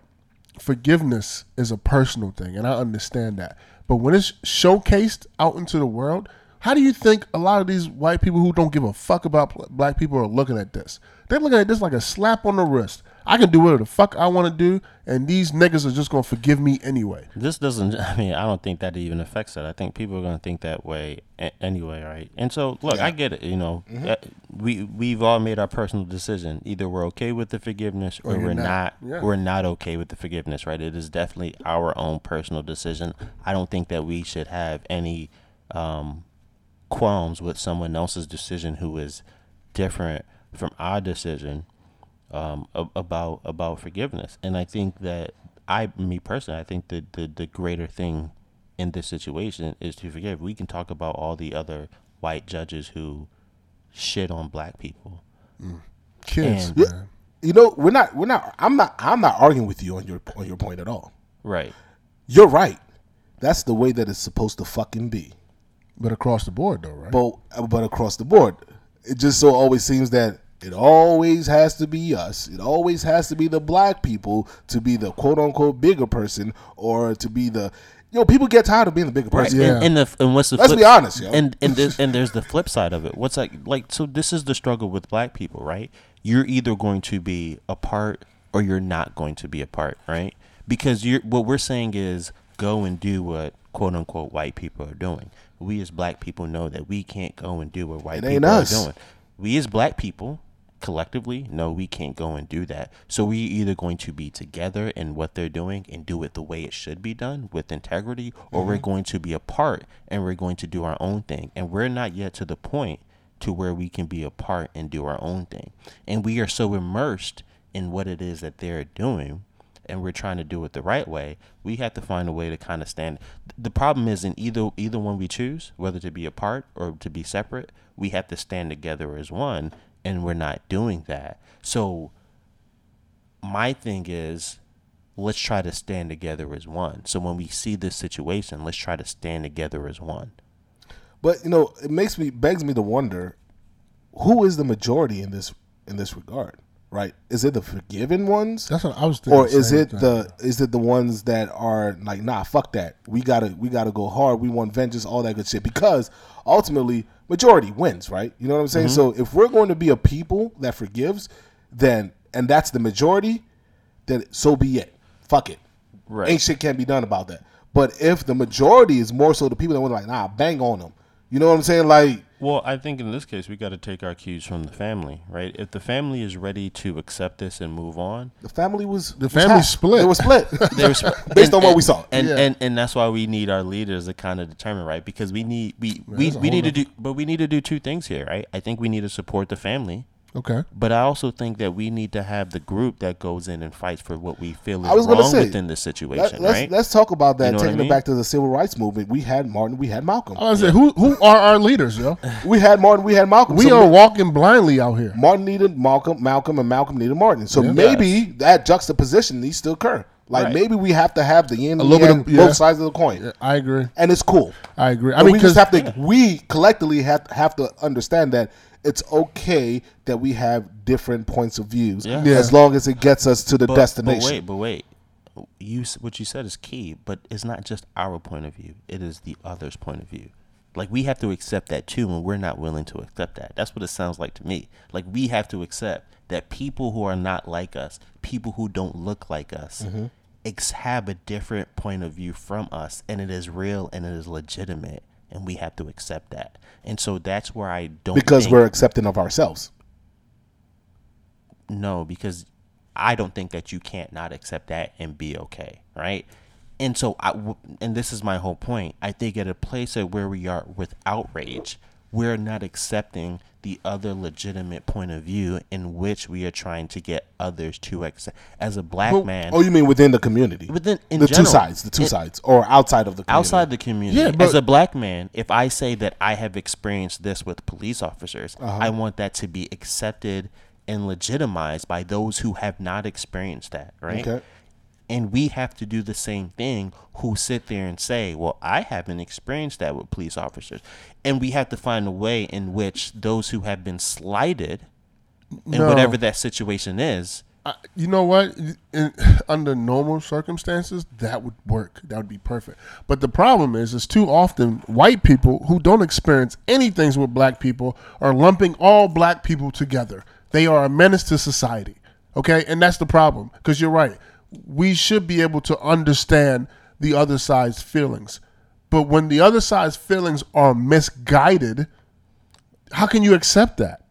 A: Forgiveness is a personal thing, and I understand that. But when it's showcased out into the world, how do you think a lot of these white people who don't give a fuck about pl- black people are looking at this? They're looking at this like a slap on the wrist. I can do whatever the fuck I want to do, and these niggas are just gonna forgive me anyway.
B: This doesn't. I mean, I don't think that even affects that. I think people are going to think that way a- anyway, right? And so, look, I get it. You know,
A: Mm-hmm.
B: Uh, we we've all made our personal decision. Either we're okay with the forgiveness, or,
A: you're
B: we're
A: not.
B: not.
A: Yeah.
B: We're not okay with the forgiveness, right? It is definitely our own personal decision. I don't think that we should have any um, qualms with someone else's decision who is different from our decision um, a- about about forgiveness. And I think that I, me personally, I think that the the greater thing in this situation is to forgive. We can talk about all the other white judges who shit on black people.
A: Kids,
B: And-
A: man.
C: you know we're not we're not i'm not i'm not arguing with you on your on your point at all
B: Right.
C: you're right that's the way that it's supposed to fucking be
A: But across the board, though, right?
C: but but across the board it just so always seems that it always has to be us it always has to be the black people to be the quote unquote bigger person or to be the you know people get tired of being the bigger person
A: Yeah.
B: And, and the and what's the
C: Let's
B: flip,
C: be honest, yo.
B: And and there's, and there's the flip side of it. What's like like so this is the struggle with black people, right? You're either going to be a part or you're not going to be a part, right? Because you're what we're saying is go and do what quote unquote white people are doing. We as black people know that we can't go and do what white
C: It ain't
B: people
C: us.
B: are doing. We as black people collectively, no, we can't go and do that. So we either going to be together in what they're doing and do it the way it should be done with integrity, or we're going to be apart and we're going to do our own thing. And we're not yet to the point to where we can be apart and do our own thing. And we are so immersed in what it is that they're doing and we're trying to do it the right way, we have to find a way to kind of stand. The problem is in either either one we choose, whether to be apart or to be separate, we have to stand together as one, and we're not doing that. So my thing is let's try to stand together as one. So when we see this situation, let's try to stand together as one.
C: But you know, it makes me begs me to wonder who is the majority in this in this regard, right? Is it the forgiven ones?
A: That's what I was thinking.
C: or is
A: same
C: it
A: thing.
C: the is it the ones that are like nah fuck that we gotta we gotta go hard we want vengeance all that good shit because ultimately majority wins right you know what i'm saying
B: Mm-hmm.
C: so if we're going to be a people that forgives then and that's the majority then so be it fuck it
B: Right.
C: ain't shit can't be done about that but if the majority is more so the people that were like nah bang on them you know what i'm saying like
B: Well, I think in this case we got to take our cues from the family, right? If the family is ready to accept this and move on,
C: the family was the
A: family split.
C: it was split
B: they was-
C: Based
B: and-
C: on what
B: and-
C: we saw.
B: and,
A: Yeah.
B: and and that's why we need our leaders to kind of determine, right? Because we need we we,
A: that's a
B: we
A: whole
B: need to do, but we need to do two things here, right? I think we need to support the family,
A: okay.
B: but I also think that we need to have the group that goes in and fights for what we feel is
C: I was gonna
B: wrong
C: say,
B: within the
C: Let,
B: situation,
C: us
B: right?
C: let's talk about that.
B: know what I
C: taking
B: mean?
C: it back to the civil rights movement, we had Martin, we had Malcolm,
A: I was gonna say who who are our leaders, yo?
C: we had Martin, we had Malcolm.
A: We
C: So
A: are
C: ma-
A: walking blindly out here.
C: Martin needed Malcolm, Malcolm, and Malcolm needed Martin. So maybe that juxtaposition needs to occur. Like
B: Right.
C: maybe we have to have the yin and
A: little bit
C: yang,
A: of- yeah.
C: both sides of the coin,
A: I agree.
C: and it's cool.
A: I agree. I
C: But
A: mean,
C: we just
A: 'cause-
C: have to. We collectively have have to understand that it's okay that we have different points of views,
B: Yeah.
A: Yeah.
C: as long as it gets us to the destination.
B: But wait, but wait. You s- what you said is key, but it's not just our point of view; it is the other's point of view. Like we have to accept that too, and we're not willing to accept that. That's what it sounds like to me. Like we have to accept that people who are not like us, people who don't look like us,
C: Mm-hmm.
B: ex- have a different point of view from us, and it is real and it is legitimate, and we have to accept that. And so that's where I don't
C: because
B: think-
C: we're accepting of ourselves.
B: no, because I don't think that you can't not accept that and be okay, right? And so I, w- and this is my whole point. I think at a place of where we are with outrage, we're not accepting the other legitimate point of view in which we are trying to get others to accept. As a black man,
C: Oh, you mean within the community?
B: Within- in
C: the
B: general.
C: two sides, the two
B: In-
C: sides, or outside of the community.
B: outside the community.
A: Yeah, but-
B: As a black man, if I say that I have experienced this with police officers,
C: Uh-huh.
B: I want that to be accepted and legitimized by those who have not experienced that, right?
C: Okay.
B: And we have to do the same thing who sit there and say, Well, I haven't experienced that with police officers. And we have to find a way in which those who have been slighted in
A: No.
B: whatever that situation is,
A: I, you know what? In, under normal circumstances, that would work. That would be perfect. But the problem is, is too often white people who don't experience anything with black people are lumping all black people together. They are a menace to society. Okay, and that's the problem. Because you're right, we should be able to understand the other side's feelings. But when the other side's feelings are misguided, how can you accept that?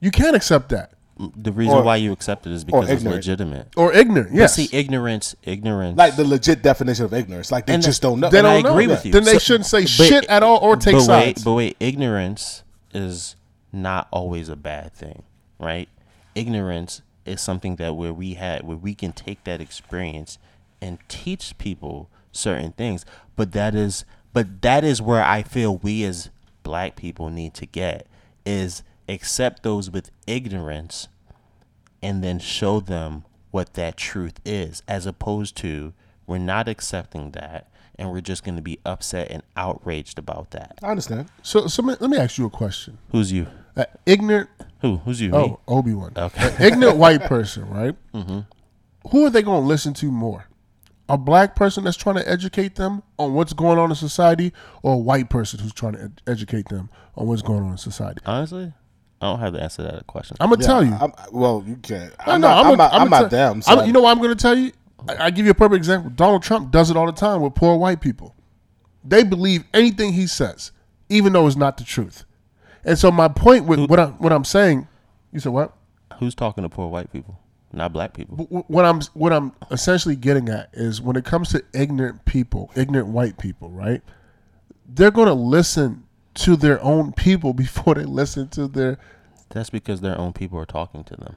A: You can't accept that.
B: the reason
C: Or-
B: why you accept it is because it's
C: ignorant.
B: legitimate.
A: Or ignorant,
B: But
A: yes.
B: see, ignorance, ignorance.
C: like the legit definition of ignorance. Like they
B: And
C: just
B: the-
C: don't know.
A: They
B: And
A: don't
B: I
A: know.
B: agree with you.
A: Then they
B: So-
A: shouldn't say
B: but-
A: shit at all or take
B: but
A: sides.
B: Wait, but wait, ignorance is not always a bad thing, right? Ignorance is something that where we had where we can take that experience and teach people certain things. But that is but that is where I feel we as black people need to get is accept those with ignorance and then show them what that truth is, as opposed to we're not accepting that and we're just going to be upset and outraged about that.
C: I understand.
A: so, so let me- let me ask you a question.
B: Who's you?
A: An ignorant,
B: Who? Who's you? Me?
A: oh Obi Wan,
B: Okay. Mm-hmm.
A: an ignorant white person, right? Who are they going to listen to more? A black person that's trying to educate them on what's going on in society, or a white person who's trying to ed- educate them on what's going on in society?
B: Honestly, I don't have the answer to that question.
A: I'm gonna tell you.
C: I'm, well, you can't.
A: I
C: I'm
A: know,
C: not. I'm,
A: gonna-
C: not. I'm,
A: gonna
C: not
A: tell-
C: them. So
A: I'm- you know what I'm going to tell you? I, I give you a perfect example. Donald Trump does it all the time with poor white people. They believe anything he says, even though it's not the truth. And so my point with what I'm what I'm saying, you said what?
B: Who's talking to poor white people? Not black people.
A: Wh- what I'm what I'm essentially getting at is when it comes to ignorant people, ignorant white people, right? They're going to listen to their own people before they listen to their.
B: That's because their own people are talking to them.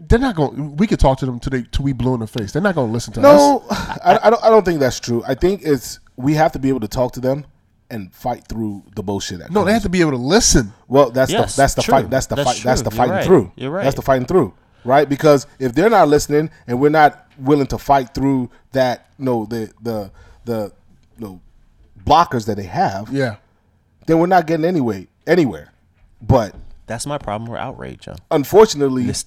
A: They're not going. We could talk to them today till we blew in the face. They're not going to listen to us.
C: No, I, I don't. I don't think that's true. I think it's we have to be able to talk to them and fight through the bullshit. That
A: No,
C: comes.
A: they have to be able to listen.
C: Well, that's
B: Yes,
C: the that's the
B: true.
C: fight. That's the
B: That's
C: fight. That's
B: true. You're
C: the fighting
B: right.
C: through.
B: You're right.
C: That's the fighting through. Right? Because if they're not listening and we're not willing to fight through that, no, the the the you know, blockers that they have,
A: Yeah,
C: then we're not getting anyway anywhere. But
B: That's my problem with outrage, John.
C: unfortunately,
B: This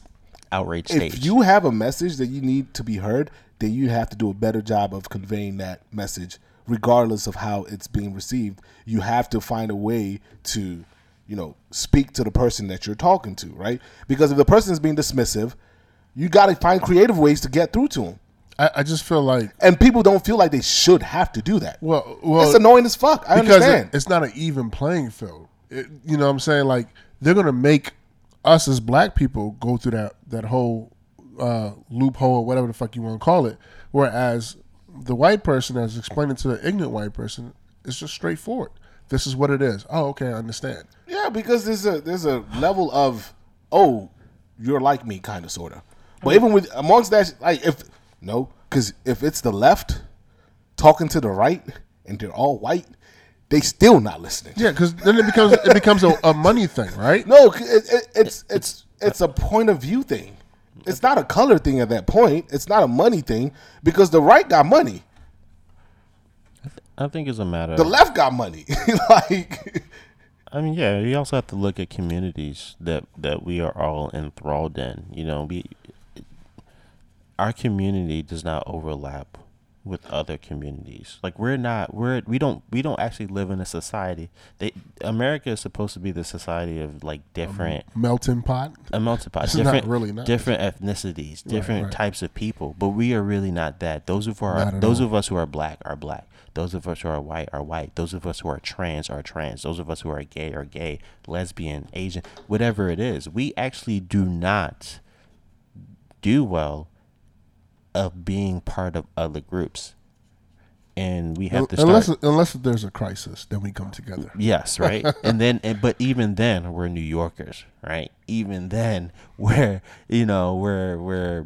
B: outrage
C: if
B: stage.
C: you have a message that you need to be heard, then you have to do a better job of conveying that message, regardless of how it's being received. You have to find a way to, you know, speak to the person that you're talking to, right? Because if the person is being dismissive, you got to find creative ways to get through to them.
A: I, I just feel like
C: And people don't feel like they should have to do that.
A: well, well,
C: it's annoying as fuck. I
A: because
C: understand.
A: it- it's not an even playing field. It- you know what I'm saying? Like they're gonna make us as black people go through that that whole uh, loophole or whatever the fuck you want to call it. Whereas the white person that's explaining to the ignorant white person, it's just straightforward. This is what it is. Oh, okay, I understand.
C: Yeah, because there's a there's a level of oh, you're like me, kind of sorta. But even with amongst that, like if no, because if it's the left talking to the right and they're all white, they still not listening.
A: Yeah, because then it becomes it becomes a, a money thing, right?
C: No, c- it, it, it's it's it's a point of view thing. It's not a color thing at that point. It's not a money thing because the right got money,
B: I think it's a matter.
C: the left got money. like
B: I mean, yeah, you also have to look at communities that that we are all enthralled in. You know, we our community does not overlap with other communities. Like we're not we're we don't we don't actually live in a society. They America is supposed to be the society of like different
A: Melting pot.
B: emulsified.
A: It's not
B: Different,
A: really not.
B: different ethnicities, different
A: right.
B: types of people, but we are really not that. Those of our,
A: Not at
B: those
A: all.
B: of us who are black are black. Those of us who are white are white. Those of us who are trans are trans. Those of us who are gay are gay, lesbian, Asian, whatever it is. We actually do not do well of being part of other groups, and we have to start.
A: Unless unless there's a crisis, then we come together.
B: Yes, right. and then, and, but even then, we're New Yorkers, right? Even then, we're you know we're we're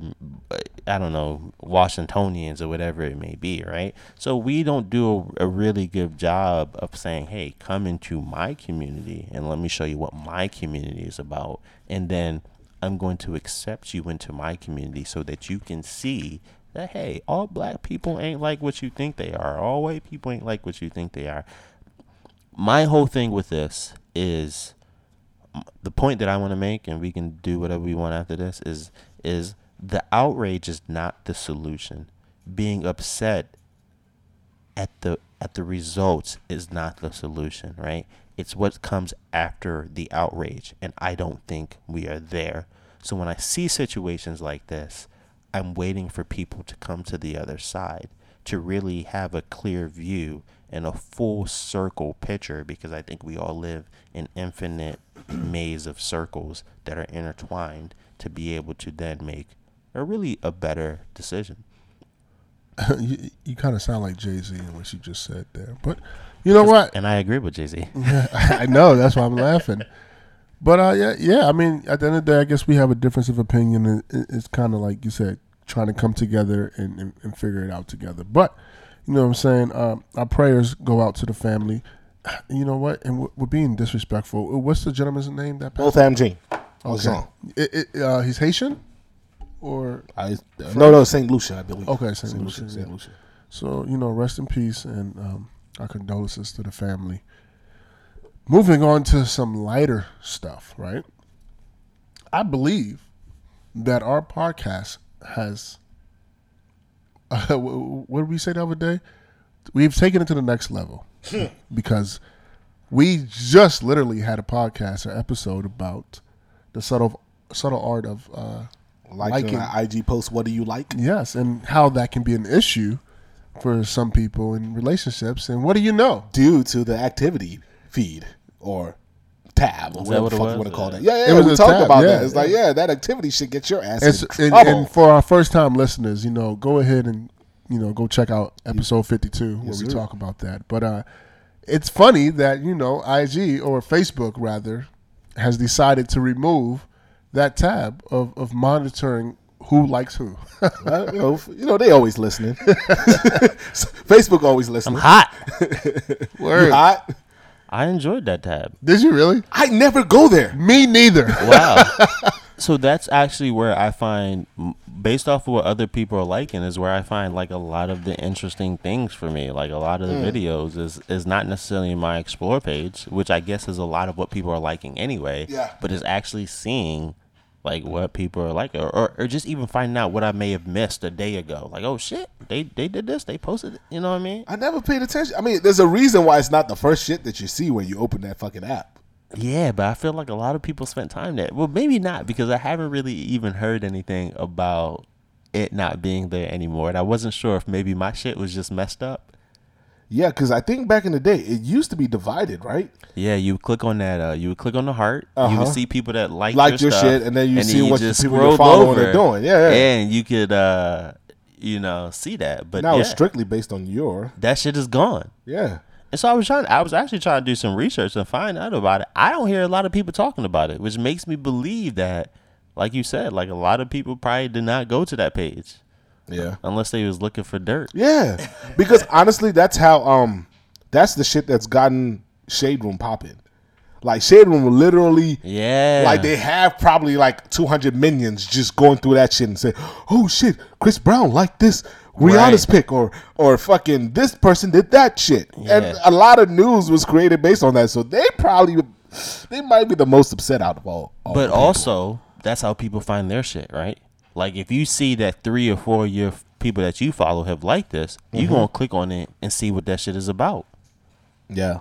B: I don't know Washingtonians or whatever it may be, right? So we don't do a, a really good job of saying, hey, come into my community and let me show you what my community is about, and then I'm going to accept you into my community so that you can see that hey, all black people ain't like what you think they are. All white people ain't like what you think they are my whole thing with this is the point that I want to make, and we can do whatever we want after this, is is the outrage is not the solution. Being upset at the at the results is not the solution, right? It's what comes after the outrage, and I don't think we are there. So when I see situations like this, I'm waiting for people to come to the other side to really have a clear view and a full circle picture because I think we all live in infinite maze of circles that are intertwined to be able to then make a really a better decision.
A: you you kind of sound like Jay Z in what you just said there, but you know what?
B: And I agree with Jay Z.
A: I know that's why I'm laughing. But uh, yeah, yeah. I mean, at the end of the day, I guess we have a difference of opinion, and it- it's kind of like you said, trying to come together and, and, and figure it out together. But you know what I'm saying? Um, our prayers go out to the family. You know what? And we're, we're being disrespectful. What's the gentleman's name that passed?
C: both Amgen. Okay.
A: It, it, uh, he's Haitian, or
C: I, no, no, Saint Lucia, I believe.
A: Okay, Saint Lucia,
C: Saint
A: yeah.
C: Lucia.
A: So you know, rest in peace, and um, our condolences to the family. Moving on to some lighter stuff, right? I believe that our podcast has. Uh, wh- wh- what did we say the other day? We've taken it to the next level because we just literally had a podcast or episode about the subtle subtle art of uh,
C: Liking,
A: Liking.
C: an IG post, what do you like?
A: Yes, and how that can be an issue for some people in relationships. And what do you know?
C: due to the activity feed or tab or whatever
B: what
C: the
B: it
C: fuck
B: was?
C: you want to call
B: Yeah.
C: that. Yeah, yeah,
A: It was
C: we
A: a
C: talked
A: tab,
C: about
A: yeah,
C: that. It's like, yeah, that activity should get your ass
A: And,
C: in
A: so- and,
C: trouble.
A: and for our first time listeners, you know, go ahead and you know go check out episode fifty two where we
C: sir.
A: talk about that. But uh, it's funny that you know IG or Facebook rather has decided to remove that tab of, of monitoring who likes who.
C: Uh, you, know, f- you know, they always listening. Facebook always listening.
B: Hot.
C: You hot?
B: I enjoyed that tab.
A: Did you really?
C: I never go there.
A: Me neither.
B: Wow. so that's actually where I find, m- based off of what other people are liking, is where I find like a lot of the interesting things for me. Like a lot of the videos is is not necessarily my explore page, which I guess is a lot of what people are liking anyway.
C: Yeah.
B: But it's actually seeing. Like what people are like, or, or, or just even finding out what I may have missed a day ago. Like, oh shit, they they did this, they posted it. You know what I mean?
C: I never paid attention. I mean, there's a reason why it's not the first shit that you see when you open that fucking app.
B: Yeah, but I feel like a lot of people spent time there. Well, maybe not because I haven't really even heard anything about it not being there anymore, and I wasn't sure if maybe my shit was just messed up.
C: Yeah, because I think back in the day, it used to be divided, right?
B: Yeah, you would click on that. Uh, you would click on the heart. You
C: Uh-huh.
B: would see people that like
C: Like your
B: stuff,
C: shit, and then you see
B: you
C: what the
B: just
C: people you're
B: scroll
C: following
B: over,
C: are doing. Yeah, yeah.
B: and you could uh, you know see that, but
C: Now
B: yeah,
C: it's strictly based on your.
B: that shit is gone.
C: Yeah.
B: And so I was trying. I was actually trying to do some research and find out about it. I don't hear a lot of people talking about it, which makes me believe that, like you said, like a lot of people probably did not go to that page
C: Yeah.
B: unless they was looking for dirt.
C: Yeah, because honestly, that's how um, that's the shit that's gotten Shade Room popping. Like Shade Room will literally,
B: Yeah,
C: like they have probably like two hundred minions just going through that shit and say, "Oh shit, Chris Brown like this Rihanna's
B: Right.
C: pick," or or fucking this person did that shit,
B: Yeah.
C: and a lot of news was created based on that. So they probably, they might be the most upset out of all. all
B: But
C: people.
B: also, that's how people find their shit, right? Like if you see that three or four year f- people that you follow have liked this, you
C: Mm-hmm.
B: gonna click on it and see what that shit is about.
C: Yeah.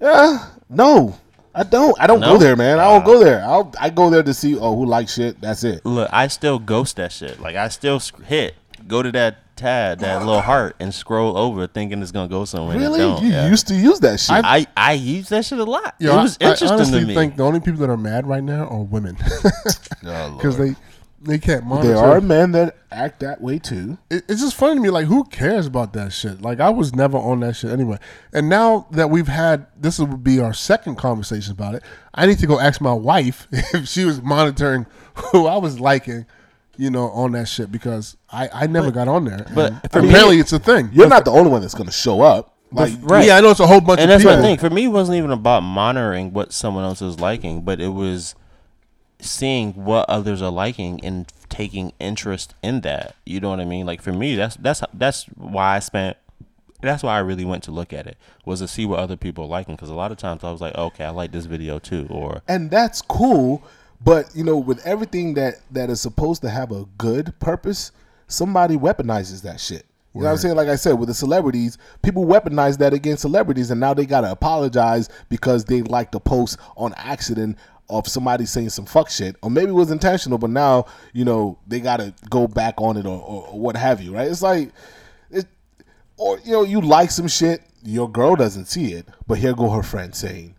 C: Yeah. No, I don't. I don't
B: No?
C: go there, man. I don't go there. I'll, I go there to see oh who likes shit. That's it.
B: Look, I still ghost that shit. Like I still sc- hit go to that tab, that little heart, and scroll over, thinking it's gonna go somewhere. and it
C: Really?
B: don't.
C: You
B: Yeah.
C: used to use that shit.
B: I, I use that shit a lot.
A: Yo,
B: it was
A: I,
B: interesting
A: I honestly
B: to me.
A: think the only people that are mad right now are women because they they can't monitor.
C: there are men that act that way too.
A: it, it's just funny to me. Like, who cares about that shit? Like, I was never on that shit anyway. And now that we've had this, would be our second conversation about it. I need to go ask my wife if she was monitoring who I was liking, you know, on that shit because I I never got on there.
B: but
A: And
B: for me-
A: apparently, it's a thing.
C: You're not the only one that's gonna show up. Like
B: Right.
A: Yeah, I know it's a whole bunch
B: and
A: of
B: that's
A: people.
B: my thing. For me, it wasn't even about monitoring what someone else is liking, but it was seeing what others are liking and taking interest in that. You know what I mean? Like for me, that's that's that's why I spent. That's why I really went to look at it was to see what other people are liking. Because a lot of times I was like, okay, I like this video too, or
C: and that's cool but you know with everything that that is supposed to have a good purpose somebody weaponizes that shit you know what i'm saying like i said with the celebrities people weaponize that against celebrities and now they gotta apologize because they liked a post on accident of somebody saying some fuck shit or maybe it was intentional but now you know they gotta go back on it or, or, or what have you right it's like it, or you know you like some shit your girl doesn't see it but here go her friend saying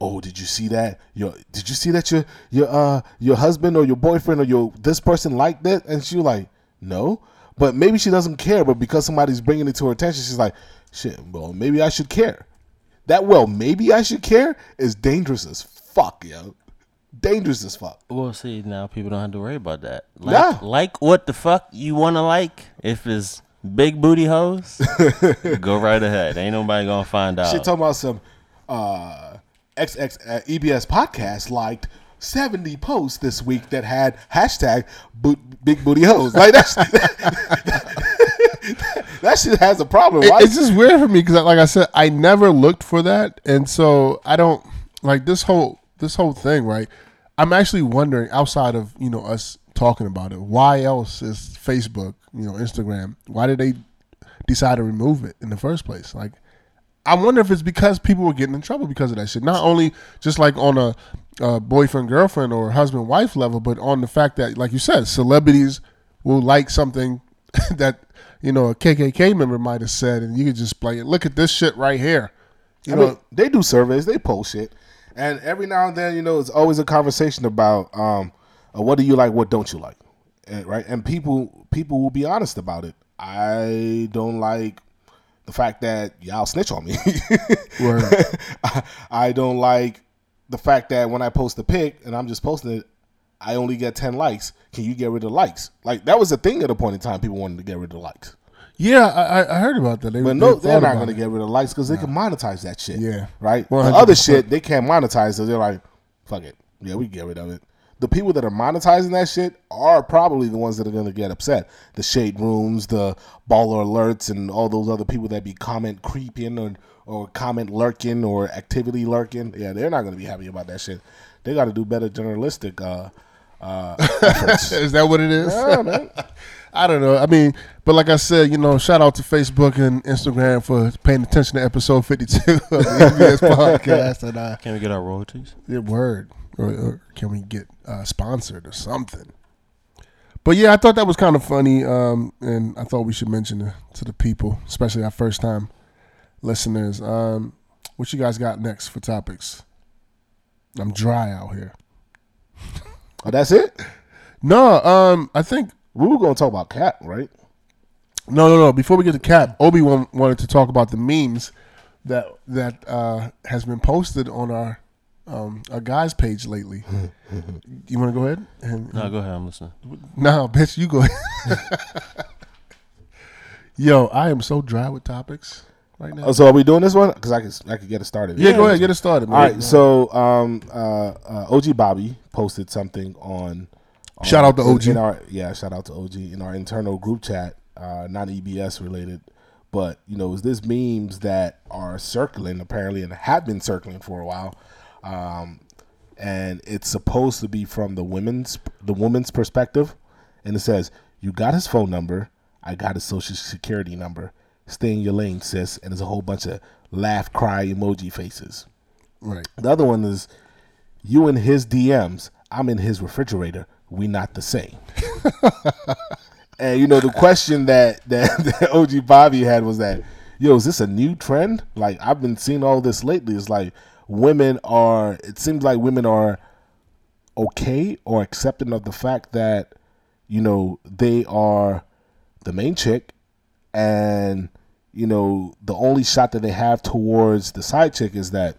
C: oh did you see that your did you see that your your uh your husband or your boyfriend or your this person liked that and she like no but maybe she doesn't care but because somebody's bringing it to her attention she's like shit well maybe i should care that well maybe i should care is dangerous as fuck yo dangerous as fuck
B: Well, see, now people don't have to worry about that. Like,
C: Yeah.
B: like what the fuck you want to like? If it's big booty hoes, go right ahead. Ain't nobody gonna find out.
C: Shit talking about some uh, XX uh, EBS podcast liked 70 posts this week that had hashtag boot, big booty hoes. Like that's that shit has a problem.
A: It-
C: right?
A: it's just weird for me because, like I said, I never looked for that, and so I don't like this whole this whole thing. Right? I'm actually wondering, outside of you know us talking about it, why else is Facebook, you know, Instagram? Why did they decide to remove it in the first place? Like, I wonder if it's because people were getting in trouble because of that shit. Not only just like on a, uh boyfriend girlfriend or husband wife level, but on the fact that, like you said, celebrities will like something that you know a KKK member might have said, and you could just play it. Look at this shit right here. You
C: I
A: know,
C: mean, they do surveys, they post shit. And every now and then, you know, it's always a conversation about um, uh, what do you like, what don't you like, and, right? And people people will be honest about it. I don't like the fact that y'all snitch on me.
A: Word.
C: I, I don't like the fact that when I post a pic and I'm just posting it, I only get ten likes. Can you get rid of likes? Like that was a thing at a point in time. People wanted to get rid of likes,
A: yeah, I, I- I heard about that. They,
C: but no,
A: they
C: they're
A: thought
C: not
A: about
C: going to
A: it.
C: get rid of likes because they can monetize that shit.
A: Yeah.
C: right. The
A: 100%.
C: other shit they can't monetize, so they're like, fuck it. Yeah, we can get rid of it. The people that are monetizing that shit are probably the ones that are going to get upset. The shade rooms, the baller alerts, and all those other people that be comment creeping or or comment lurking or activity lurking. Yeah, they're not going to be happy about that shit. They got to do better journalistic. Uh, uh, efforts.
A: Is that what it is? I don't know. I mean, but like I said, you know, shout out to Facebook and Instagram for paying attention to episode 52 of the NBS podcast. And uh,
B: Can we get our royalties?
A: yeah, word. Or, or can we get uh, sponsored or something? But yeah, I thought that was kind of funny. Um, and I thought we should mention it to the people, especially our first time listeners. Um, what you guys got next for topics? I'm dry out here.
C: oh, that's it.
A: No, um, I think
C: We were going to talk about cat, right?
A: No, no, no. Before we get to cap, Obi Wan wanted to talk about the memes that that uh, has been posted on our um, our guys page lately. you want to go ahead? And,
B: No, go ahead. I'm listening.
A: no, bitch, you go ahead. Yo, I am so dry with topics right now.
C: Oh, so are we doing this one? Because I could I could get it started.
A: yeah, go ahead, get it started. Man.
C: All right, so um, uh, uh, OG Bobby posted something on. on-
A: Shout out to
C: in-
A: OG.
C: in our- yeah, shout out to OG in our internal group chat, uh, not EBS related, but you know, is this memes that are circling apparently and have been circling for a while, um, and it's supposed to be from the women's the woman's perspective, and it says you got his phone number, I got his social security number. Stay in your lane, sis. And there's a whole bunch of laugh, cry emoji faces.
A: right.
C: The other one is you in his DMs, I'm in his refrigerator. We not the same. and you know the question that, that that OG Bobby had was that, yo, is this a new trend? Like I've been seeing all this lately. It's like women are. It seems like women are okay or accepting of the fact that you know they are the main chick and you know the only shot that they have towards the side chick is that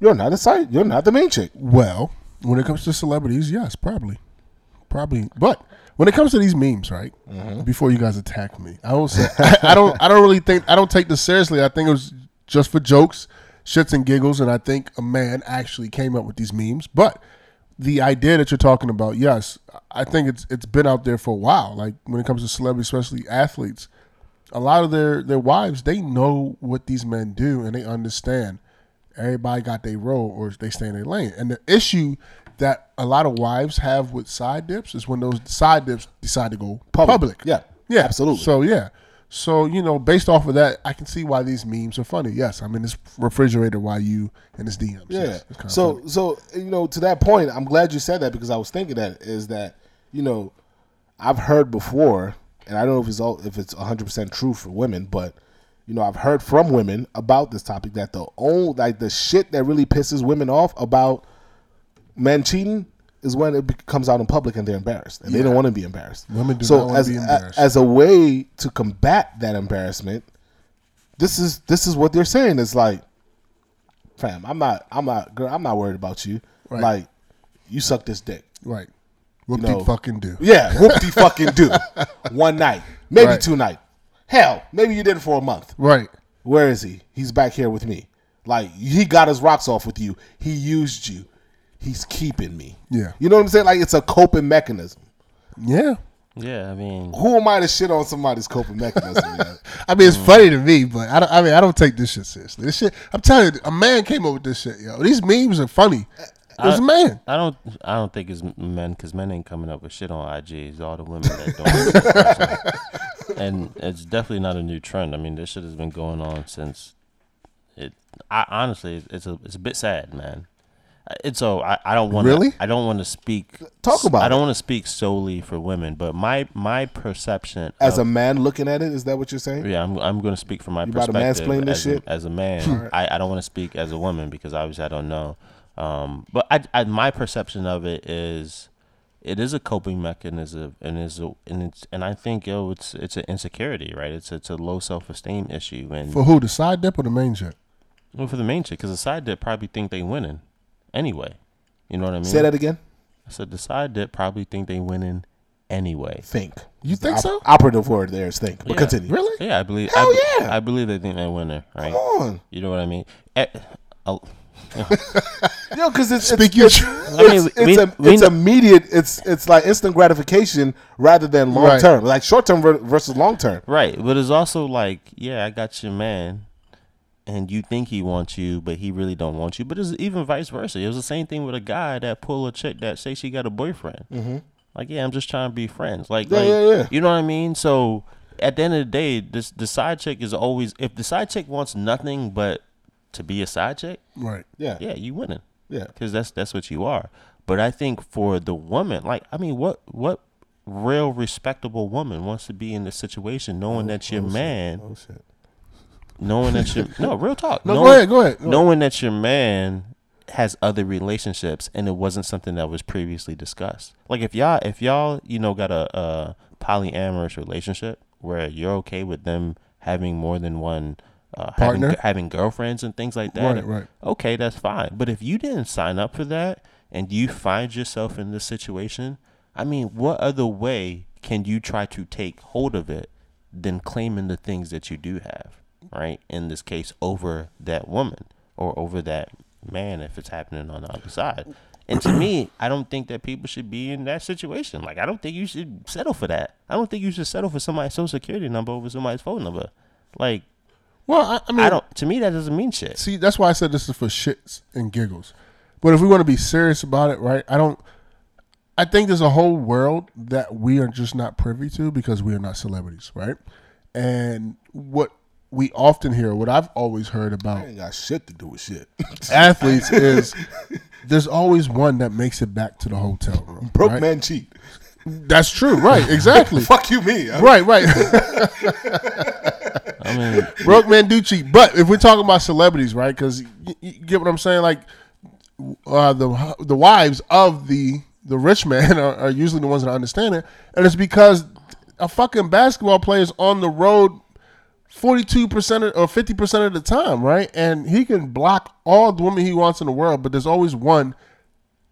C: you're not a side you're not the main chick
A: Well, when it comes to celebrities, yes, probably, probably. But when it comes to these memes, right? Before you guys attack me, I don't say I, I don't. I don't really think I don't take this seriously. I think it was just for jokes, shits and giggles, and I think a man actually came up with these memes. But the idea that you're talking about, yes, I think it's it's been out there for a while. Like when it comes to celebrities, especially athletes, a lot of their their wives they know what these men do and they understand everybody got their role or they stay in their lane and the issue that a lot of wives have with side dips is when those side dips decide to go public,
C: Public. Yeah.
A: yeah
C: Absolutely.
A: so yeah so you know based off of that i can see why these memes are funny yes i'm in this refrigerator while you in this dms
C: yeah
A: Yes, it's kinda
C: so
A: funny.
C: so you know to that point i'm glad you said that because i was thinking that is that you know i've heard before and i don't know if it's all if it's 100% true for women but you know i've heard from women about this topic that the old like the shit that really pisses women off about men cheating is when it be- comes out in public and they're embarrassed and they don't want to be embarrassed
A: Women do not wanna
C: as,
A: be
C: a-
A: embarrassed.
C: as a way to combat that embarrassment this is this is what they're saying it's like fam, I'm not, I'm not, girl, I'm not worried about you.
A: Right.
C: Like, you suck this dick.
A: right what
C: know-
A: the fucking do
C: Yeah, whoop the fucking do. One night, maybe
A: Right.
C: two night. Hell, maybe you did it for a month.
A: right
C: Where is he? He's back here with me. Like he got his rocks off with you. He used you. He's keeping me.
A: Yeah.
C: you know what I'm saying? Like it's a coping mechanism.
A: yeah
B: Yeah, I mean,
C: Who am I to shit on somebody's coping mechanism? man?
A: I mean, it's funny to me, but I, don't, I mean, I don't take this shit seriously. This shit, I'm telling you, a man came up with this shit, yo. These memes are funny. It was a man.
B: I don't, I don't think it's men because men ain't coming up with shit on IG. It's all the women that don't. and it's definitely not a new trend. I mean, this shit has been going on since it. I honestly, it's a, it's a bit sad, man. And so I, I don't want
A: Really?
B: I don't want to speak.
C: Talk about
B: I don't
C: it.
B: want to speak solely for women, but my my perception
C: As
B: of-
C: a man looking at it, is that what you're saying?
B: yeah, I'm I'm going to speak from my
C: You about to
B: perspective
C: mansplain this
B: as,
C: shit?
B: A, as a man. I, I don't want to speak as a woman because obviously I don't know. Um, but I, I my perception of it is it is a coping mechanism and is a, and it's and I think yo it's it's an insecurity right it's it's a low self esteem issue and
A: For who? The side dip or the main jet?
B: well, for the main chick because the side dip probably think they winning anyway you know what I mean
C: Say that again.
B: I said the side dip probably think they winning anyway
C: Think.
A: You think so?
C: Operative word there is think. But continue.
A: Really?
B: yeah I believe
C: Hell
B: I, be-
C: yeah.
B: I believe they think they winning right
C: Come on.
B: you know what I mean. Eh, I'll-
C: Yo, because it's, it's,
A: Speak your
C: it's,
A: truth.
B: I mean,
C: it's, it's,
B: we-
C: a-
B: we
C: it's
B: kn-
C: immediate. It's it's like instant gratification rather than long
A: Right.
C: term. Like short term ver- versus long term.
B: Right, but it's also like, yeah, I got your man, and you think he wants you, but he really don't want you. But it's even vice versa. It was the same thing with a guy that pull a chick that say she got a boyfriend. Mm-hmm. Like, yeah, I'm just trying to be friends. Like,
C: Yeah,
B: like,
C: yeah, yeah.
B: you know what I mean? So at the end of the day, this the side chick is always if the side chick wants nothing but to be a side chick,
A: Right.
C: Yeah.
B: yeah, you winning.
C: Yeah.
B: because that's that's what you are. But I think for the woman, like I mean, what what real respectable woman wants to be in this situation, knowing that your man,
C: Oh shit.
B: knowing that your no real talk,
A: No,
B: knowing,
A: go ahead. Go ahead. No.
B: knowing that your man has other relationships and it wasn't something that was previously discussed. Like if y'all if y'all you know got a, a polyamorous relationship where you're okay with them having more than one. Uh, having,
A: Partner?
B: having girlfriends and things like that
A: Right, right.
B: okay, that's fine. But if you didn't sign up for that and you find yourself in this situation, I mean, what other way can you try to take hold of it than claiming the things that you do have, right? In this case, over that woman or over that man if it's happening on the other side. And to me, I don't think that people should be in that situation. Like, I don't think you should settle for that. I don't think you should settle for somebody's social security number over somebody's phone number. Like,
A: Well, I, I mean,
B: I don't, to me, that doesn't mean shit.
A: see that's why I said this is for shits and giggles. But if we want to be serious about it, right? I don't I think there's a whole world that we are just not privy to because we are not celebrities, right? And what we often hear, what I've always heard about
C: Ain't got shit to do with shit.
A: athletes is there's always one that makes it back to the hotel room.
C: Broke
A: right?
C: man cheat.
A: That's true, right? Exactly.
C: Fuck you, me. I-
A: right, right.
B: I mean,
A: Broke man do cheat. But if we're talking about celebrities, right? Because you, get what I'm saying. Like uh, the the wives of the the rich man are, are usually the ones that understand it, and it's because a fucking basketball player is on the road. 42% or 50% of the time, right? And he can block all the women he wants in the world, but there's always one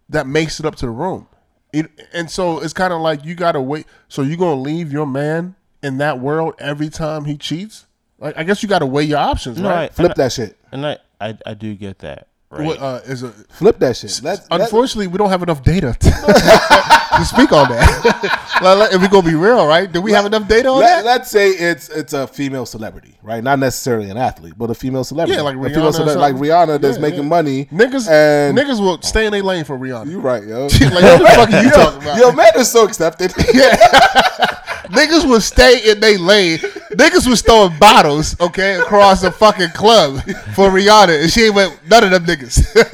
A: that makes it up to the room. It, and so it's kind of like you gotta wait. So you gonna leave your man in that world every time he cheats? Like I guess you gotta weigh your options,
B: No,
A: right?
B: I-
C: Flip that shit.
B: And I, I, I do get that. Right.
A: What, uh, is a,
C: Flip that shit. Let, let,
A: unfortunately, we don't have enough data to, to speak on that. like, like, if we gonna be real, right? Do we have enough data on that?
C: let, us say it's it's a female celebrity, right? Not necessarily an athlete, but a female celebrity.
A: Yeah, like
C: A
A: Rihanna
C: female
A: or
C: cele-
A: something.
C: like Rihanna that's
A: Yeah,
C: making
A: yeah.
C: money.
A: niggas,
C: and
A: niggas will stay in their lane for Rihanna.
C: you right, yo.
A: like what the fuck are you talking about?
C: Yo, man is so accepted.
A: Niggas would stay in they lane. Niggas was throwing bottles, okay, across the fucking club for Rihanna, and she ain't went none of them niggas.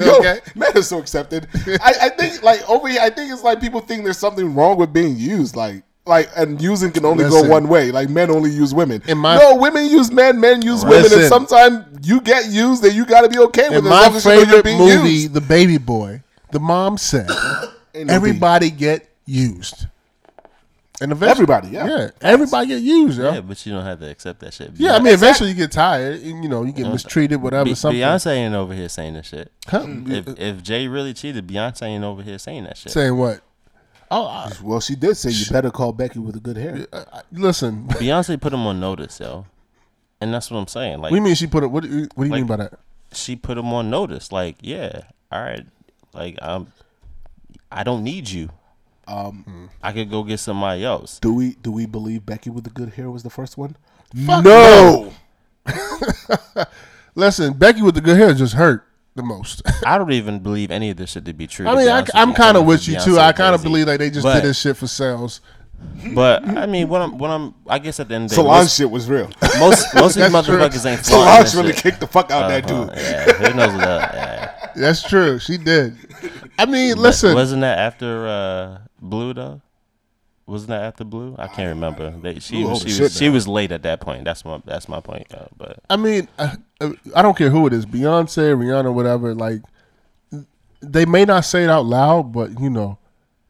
C: Yo,
A: okay,
C: man is so accepted. I, I think like over here, I think it's like people think there's something wrong with being used, like like and using can only
A: Listen.
C: go one way. Like men only use women.
A: In my-
C: no, women use men, men use women, and
A: Listen.
C: sometimes you get used and you got to be okay with
A: in
C: it.
A: my
C: as long as you know you're
A: favorite
C: being
A: movie,
C: used.
A: The Baby Boy, the mom said,
C: Ain't no
A: "Everybody get used." And eventually,
C: Everybody, yeah.
A: everybody get used, yo.
B: yeah,
A: Yeah,
B: but you don't have to accept that shit.
A: I mean, eventually you get tired, and, you know, you get mistreated, whatever.
B: Uh-huh. Be-
A: something.
B: Beyonce ain't over here saying that shit.
A: Huh?
B: If, if Jay really cheated, Beyonce ain't over here saying that shit.
A: Saying what? Oh, I,
C: Well, she did say you better call Becky with a good hair.
A: Uh, I, listen.
B: Beyonce put him on notice, yo. And that's what I'm saying. Like
A: We mean she put it. What, do you- what do you
B: Like-
A: mean by that?
B: she put him on notice. Like, yeah, all right. Like I'm I don't need you. Um I could go get somebody else.
C: Do we do we believe Becky with the good hair was the first one?
A: Fuck Listen, Becky with the good hair just hurt the most.
B: I don't even believe any of this shit to be true.
A: I
B: to
A: mean,
B: be
A: I,
B: honest
A: I'm
B: you.
A: kind of
B: Coming
A: with
B: from
A: you
B: Beyonce
A: too. I kind of
B: Crazy.
A: believe like they just
B: But-
A: did this shit for sales.
B: But I mean, what I'm, what I'm, I guess at the end of the day,
C: Solange
B: most,
C: shit was real.
B: most, most of these
A: That's true.
B: motherfuckers ain't flying.
C: Solange
B: this
C: really
B: shit.
C: kicked the fuck out
B: Uh-huh,
C: that dude.
B: Yeah, who knows what that?
A: That's true. She did. I mean, listen.
B: Wasn't that after uh, Blue though? Wasn't that after Blue? I can't remember. They, she
C: Blue
B: was,
C: old
B: she,
C: as
B: was
C: shit
B: she
C: now.
B: was late at that point. That's my that's my point. Uh, but
A: I mean, I, I don't care who it is, Beyonce, Rihanna, whatever. Like, they may not say it out loud, but you know,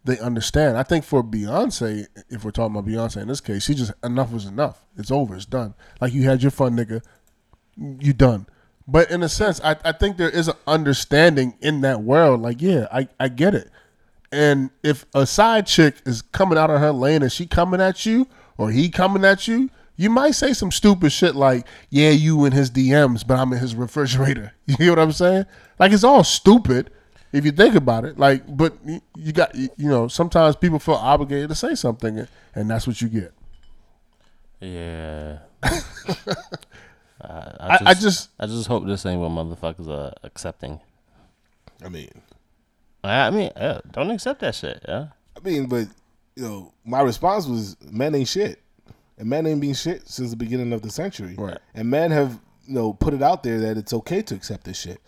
A: they understand. I think for Beyonce, if we're talking about Beyonce in this case, she just enough is enough. It's over. It's done. Like you had your fun, nigga. You done. But in a sense, I, I think there is an understanding in that world. Like, yeah, I, I get it. And if a side chick is coming out of her lane and she coming at you or he coming at you, you might say some stupid shit like, "Yeah, you in his DMs, but I'm in his refrigerator." You hear what I'm saying? Like it's all stupid if you think about it. Like, but y- you got y- you know sometimes people feel obligated to say something, and- and that's what you get.
B: yeah, I,
A: I, I just
B: I just hope this ain't what motherfuckers are accepting.
C: I mean,
B: I I mean, uh, don't accept that shit. Yeah,
C: I mean, but you know, my response was, "Men ain't shit," and men ain't been shit since the beginning of the century.
A: Right.
C: And men have you know put it out there that it's okay to accept this shit.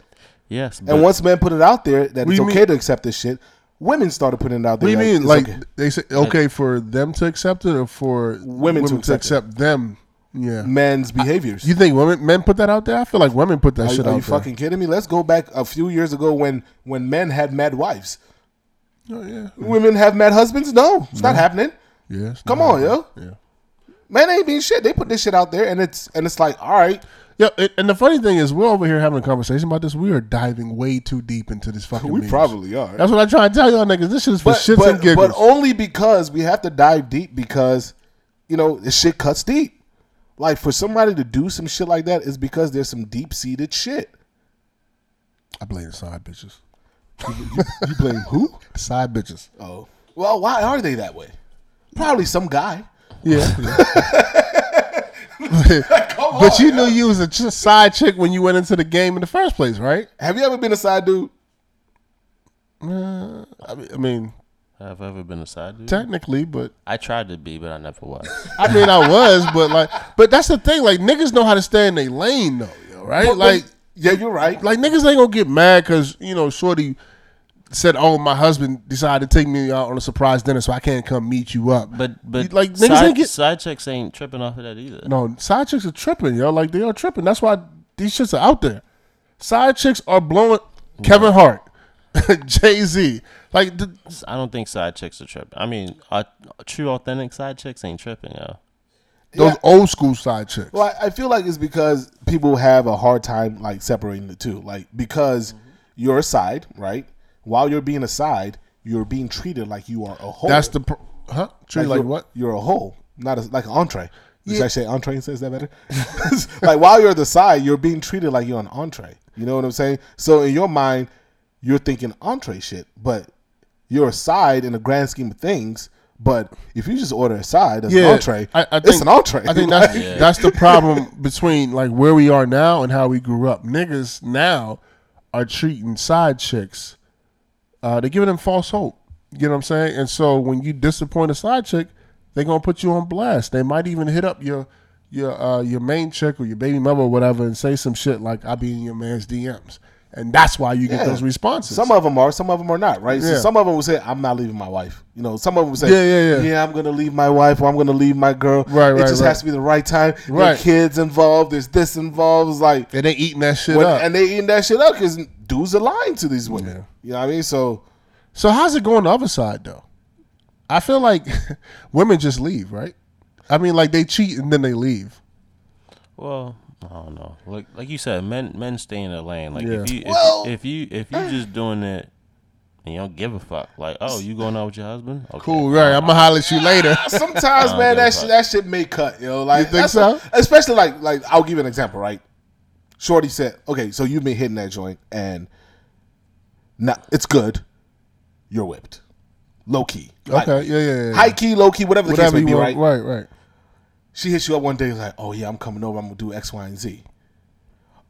B: yes.
C: And
B: but-
C: once men put it out there that
A: do
C: it's
A: you
C: okay
A: mean?
C: to accept this shit, women started putting it out
A: what
C: there.
A: do you mean?
C: it's
A: Like
C: okay.
A: they say, okay for them to accept it, or for
C: Women to accept it.
A: them? Yeah.
C: men's behaviors.
A: You think women men put that out there? I feel like women put that
C: Are,
A: shit
C: are
A: out
C: you
A: there.
C: fucking kidding me? Let's go back a few years ago when when men had mad wives.
A: Oh, yeah.
C: Women have mad husbands? No, it's not happening.
A: Yeah. it's
C: Come
A: not-
C: on, yo.
A: Yeah.
C: Men ain't being shit. They put this shit out there, and it's and it's like, all right,
A: Yeah, and- and the funny thing is, we're over here having a conversation about this. We are diving way too deep into this fucking.
C: we
A: memes.
C: probably are.
A: That's what I try to tell y'all niggas. This shit is for
C: but,
A: shits and
C: but,
A: giggles.
C: but only because we have to dive deep because you know this shit cuts deep. Like for somebody to do some shit like that is because there's some deep seated shit.
A: I blame the side bitches.
C: You blame who?
A: The side bitches.
C: Oh, well, why are they that way? Probably some guy.
A: Yeah. but you knew you was a ch- side chick when you went into the game in the first place, right?
C: Have you ever been a side dude?
A: I mean, I mean
B: Have I ever been a side dude?
A: technically, but
B: I tried to be, but I never was.
A: I mean, I was, but like, but that's the thing. Like, niggas know how to stay in their lane, though, yo, right?
C: But- but-
A: like,
C: yeah, you're right.
A: like niggas ain't gonna get mad because you know Shorty said, "Oh, my husband decided to take me out on a surprise dinner, so I can't come meet you up."
B: But but
A: like niggas
B: side,
A: ain't get
B: side chicks ain't tripping off of that either.
A: no side chicks are tripping, yo. Like they are tripping. That's why these shits are out there. Side chicks are blowing Kevin Hart, Jay Z. Like the,
B: I don't think side chicks are tripping. I mean, uh, true authentic side chicks ain't tripping, yo.
A: those old school side chicks.
C: Well, I I feel like it's because people have a hard time like separating the two. Like because
A: Mm-hmm.
C: you're a side, right? While you're being a side, you're being treated like you are a whole.
A: That's the pro- huh? True. Like,
C: you're-
A: what?
C: You're a whole, not a, like an entree. Does I say entree and says that better? like while you're the side, you're being treated like you're an entree. You know what I'm saying? So in your mind, you're thinking entree shit, but you're a side in the grand scheme of things. But if you just order a side as an entree,
A: I, I
C: it's an entree.
A: I think that's
C: Like-
A: that's the problem between like where we are now and how we grew up. Niggas now are treating side chicks. Uh, they're giving them false hope. You know what I'm saying? And so when you disappoint a side chick, they're gonna put you on blast. They might even hit up your your uh, your main chick or your baby mother or whatever and say some shit like "I be in your man's DMs," and that's why you get
C: Yeah.
A: those responses.
C: Some of them are, some of them are not, right?
A: Yeah.
C: So some of them will say, "I'm not leaving my wife." You know, some of them will say,
A: Yeah, yeah, yeah.
C: I'm going to leave my wife, or I'm going to leave my girl."
A: Right,
C: it
A: right,
C: just
A: right.
C: has to be the right time. There are
A: Right.
C: kids involved. There's this involved. It's like,
A: and they eating that shit
C: when-
A: up.
C: and they eating that shit up because dudes are lying to these women. You know what I mean? So
A: So how's it going the other side though? I feel like women just leave, right? I mean, like they cheat and then they leave.
B: Well, I don't know. Like like you said, men men stay in their lane. Like
A: Yeah.
B: if you if,
C: Well-
B: if you if you just doing it and you don't give a fuck, like oh you going out with your husband? Okay.
A: Cool, right? I'm gonna holler at you later.
C: sometimes,
B: give
C: man,
B: a
C: that
B: fuck.
C: shit, that shit may cut. Yo, like
A: think
C: that's-
A: so?
C: Especially like like I'll give you an example, right? Shorty said, "Okay, so you've been hitting that joint, and now it's good. You're whipped, low key. Like,
A: okay, yeah, yeah, yeah.
C: high key, low key, whatever the
A: Whatever
C: case
A: you
C: may be,
A: want,
C: right?
A: right, right.
C: She hits you up one day, like, oh yeah, I'm coming over. I'm gonna do X, Y, and Z.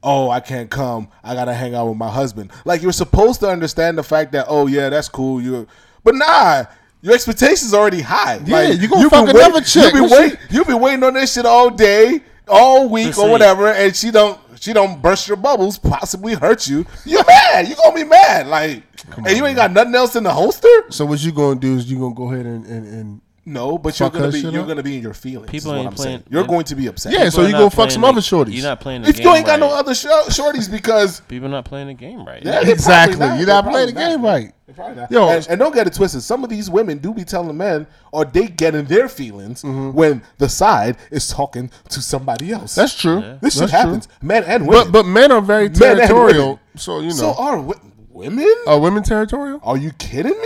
C: Oh, I can't come. I gotta hang out with my husband. Like you're supposed to understand the fact that, oh yeah, that's cool. You, but nah, your expectations already high.
A: Yeah,
C: like,
A: you gonna
C: you've
A: fuck
C: been
A: another
C: wait-
A: chick.
C: You've been
A: What
C: wait, you've been waiting on this shit all day, all week
B: Just
C: or
B: say-
C: whatever, and she don't. She don't burst your bubbles, possibly hurt you. You're mad. You gonna be mad. Like, and you ain't got nothing else in the holster.
A: So what you gonna do is you gonna go ahead and, and, and
C: No, but you're
A: Fuck
C: gonna
A: her
C: be
A: shit
C: you're
A: up.
C: gonna be in your feelings.
B: People
C: is what
B: ain't
C: I'm
B: playing-
C: saying. You're
B: they-
C: going to be upset.
A: Yeah, so
B: People are
A: you
B: not
A: gonna fuck
B: playing
A: some
B: the-
A: other shorties.
B: You're not playing the
C: If
B: game
C: you ain't
B: right.
C: got no other sh- shorties because
B: People not playing the game right.
C: Yeah, they're
A: Exactly.
C: probably
A: You're
C: They're
A: not
C: probably
A: playing the game right.
C: They're probably not.
A: Yo.
C: and, and don't get it twisted. Some of these women do be telling men, or they get in their feelings when the side is talking to somebody else.
A: Mm-hmm. That's true.
C: this shit
A: That's
C: happens,
A: True.
C: men and
A: But
C: women.
A: but men are very
C: Men and
A: territorial.
C: women.
A: So you know, Oh.
C: so are w- women.
A: are women territorial?
C: are you kidding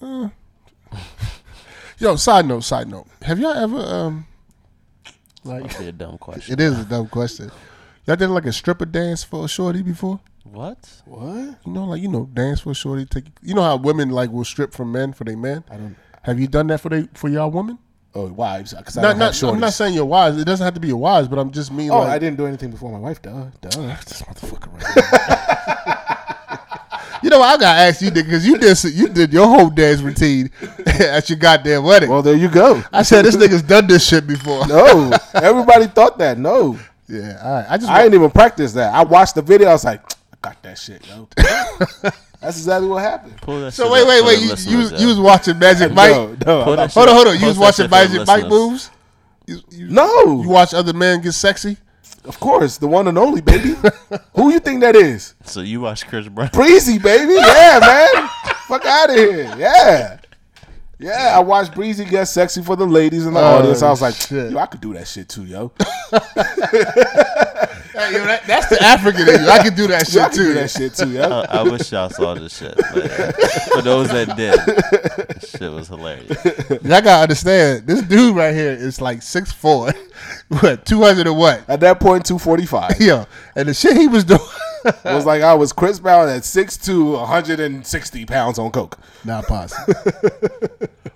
C: me?
A: Yo, side note, side note. Have y'all ever um like
B: That'd be a dumb question.
A: it is a dumb question. Y'all did like a stripper dance for a shorty before?
B: What?
C: What?
A: You know, like you know, dance for a shorty. Take you know how women like will strip for men for their men. I
C: don't-
A: Have you done that for they for y'all women?
C: Oh, wives. Because I
A: Not,
C: don't have
A: not, I'm not
C: shorties.
A: saying your wives. It doesn't have to be your wives, but I'm just mean
C: Oh,
A: like
C: I didn't do anything before my wife. Duh, duh.
A: this motherfucker right now. You know, what? I gotta ask you, nigga, because you did you did your whole dance routine at your goddamn wedding.
C: Well, there you go.
A: I said this nigga's done this shit before.
C: No, everybody thought that. No,
A: Yeah, all right. I just
C: I didn't even practice that. I watched the video. I was like, I got that shit, yo. That's exactly what happened.
B: Pull that
A: so
B: shit
A: wait,
B: up
A: wait,
B: for the
A: wait. You, you,
B: listeners,
A: was-
B: yo.
A: you was watching Magic Mike.
C: No, no,
B: Pull that
C: I'm not-
A: Hold
B: shit-
A: on, hold on. You
B: post
A: was
B: that
A: watching
B: shit for
A: Magic
B: the
A: Mike moves.
B: listeners.
A: You, you-
C: no.
A: You watch other men get sexy.
C: Of course, the one and only, baby. Who you think that is?
B: So you watch Chris Brown?
C: Breezy, baby. Yeah, man. Fuck out of here. Yeah. Yeah, I watched Breezy get sexy for the ladies in the
A: Oh,
C: audience. I was like,
A: shit.
C: yo, I could do that shit too, yo.
A: Hey, yo, that- that's the African in you. I can do that
C: Yo, I
A: shit
C: could do
A: too.
C: that shit too, yo.
B: I wish y'all saw this shit. But, uh, for those that did, this shit was hilarious.
A: Y'all gotta understand. This dude right here is like six four, what two hundred and what?
C: At that point, 245.
A: Yo, and the shit he was doing.
C: It was like I was Chris Brown at 6'2", 160 pounds on coke.
A: Not possible.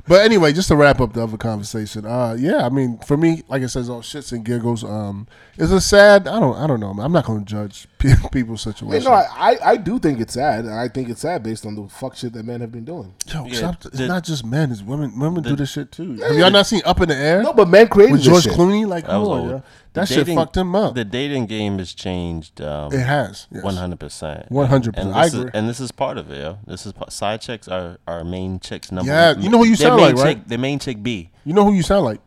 A: but anyway, just to wrap up the other conversation. Uh, yeah, I mean, for me, like it says, all shits and giggles. Um, it's a sad. I don't. I don't know. man. I'm not going to judge pe- people's
C: You
A: situation.
C: know, I, I, I do think it's sad. and I think it's sad based on the fuck shit that men have been doing.
A: Yo,
B: Yeah,
A: stop- it's
B: the-
A: not just men. It's women. Women do this shit too. Have y'all not seen Up in the Air?
C: No, but men created
A: with
C: this
A: George
C: shit.
A: Clooney. Like,
B: That
A: come
B: was
A: on,
B: old.
A: yo. Oh,
B: The
A: that shit
B: dating-
A: fucked him up.
B: The dating game has changed. Um,
A: it has. Yes.
B: One hundred percent.
A: 100%.
B: And
A: I
B: this is-
A: agree.
B: And this is part of it. Yo. This is part, side chicks are our main chicks number.
A: Yeah,
B: one-
A: you know who you
B: their
A: sound
B: main
A: like, right?
B: chick- Their main chick B.
A: You know who you sound like?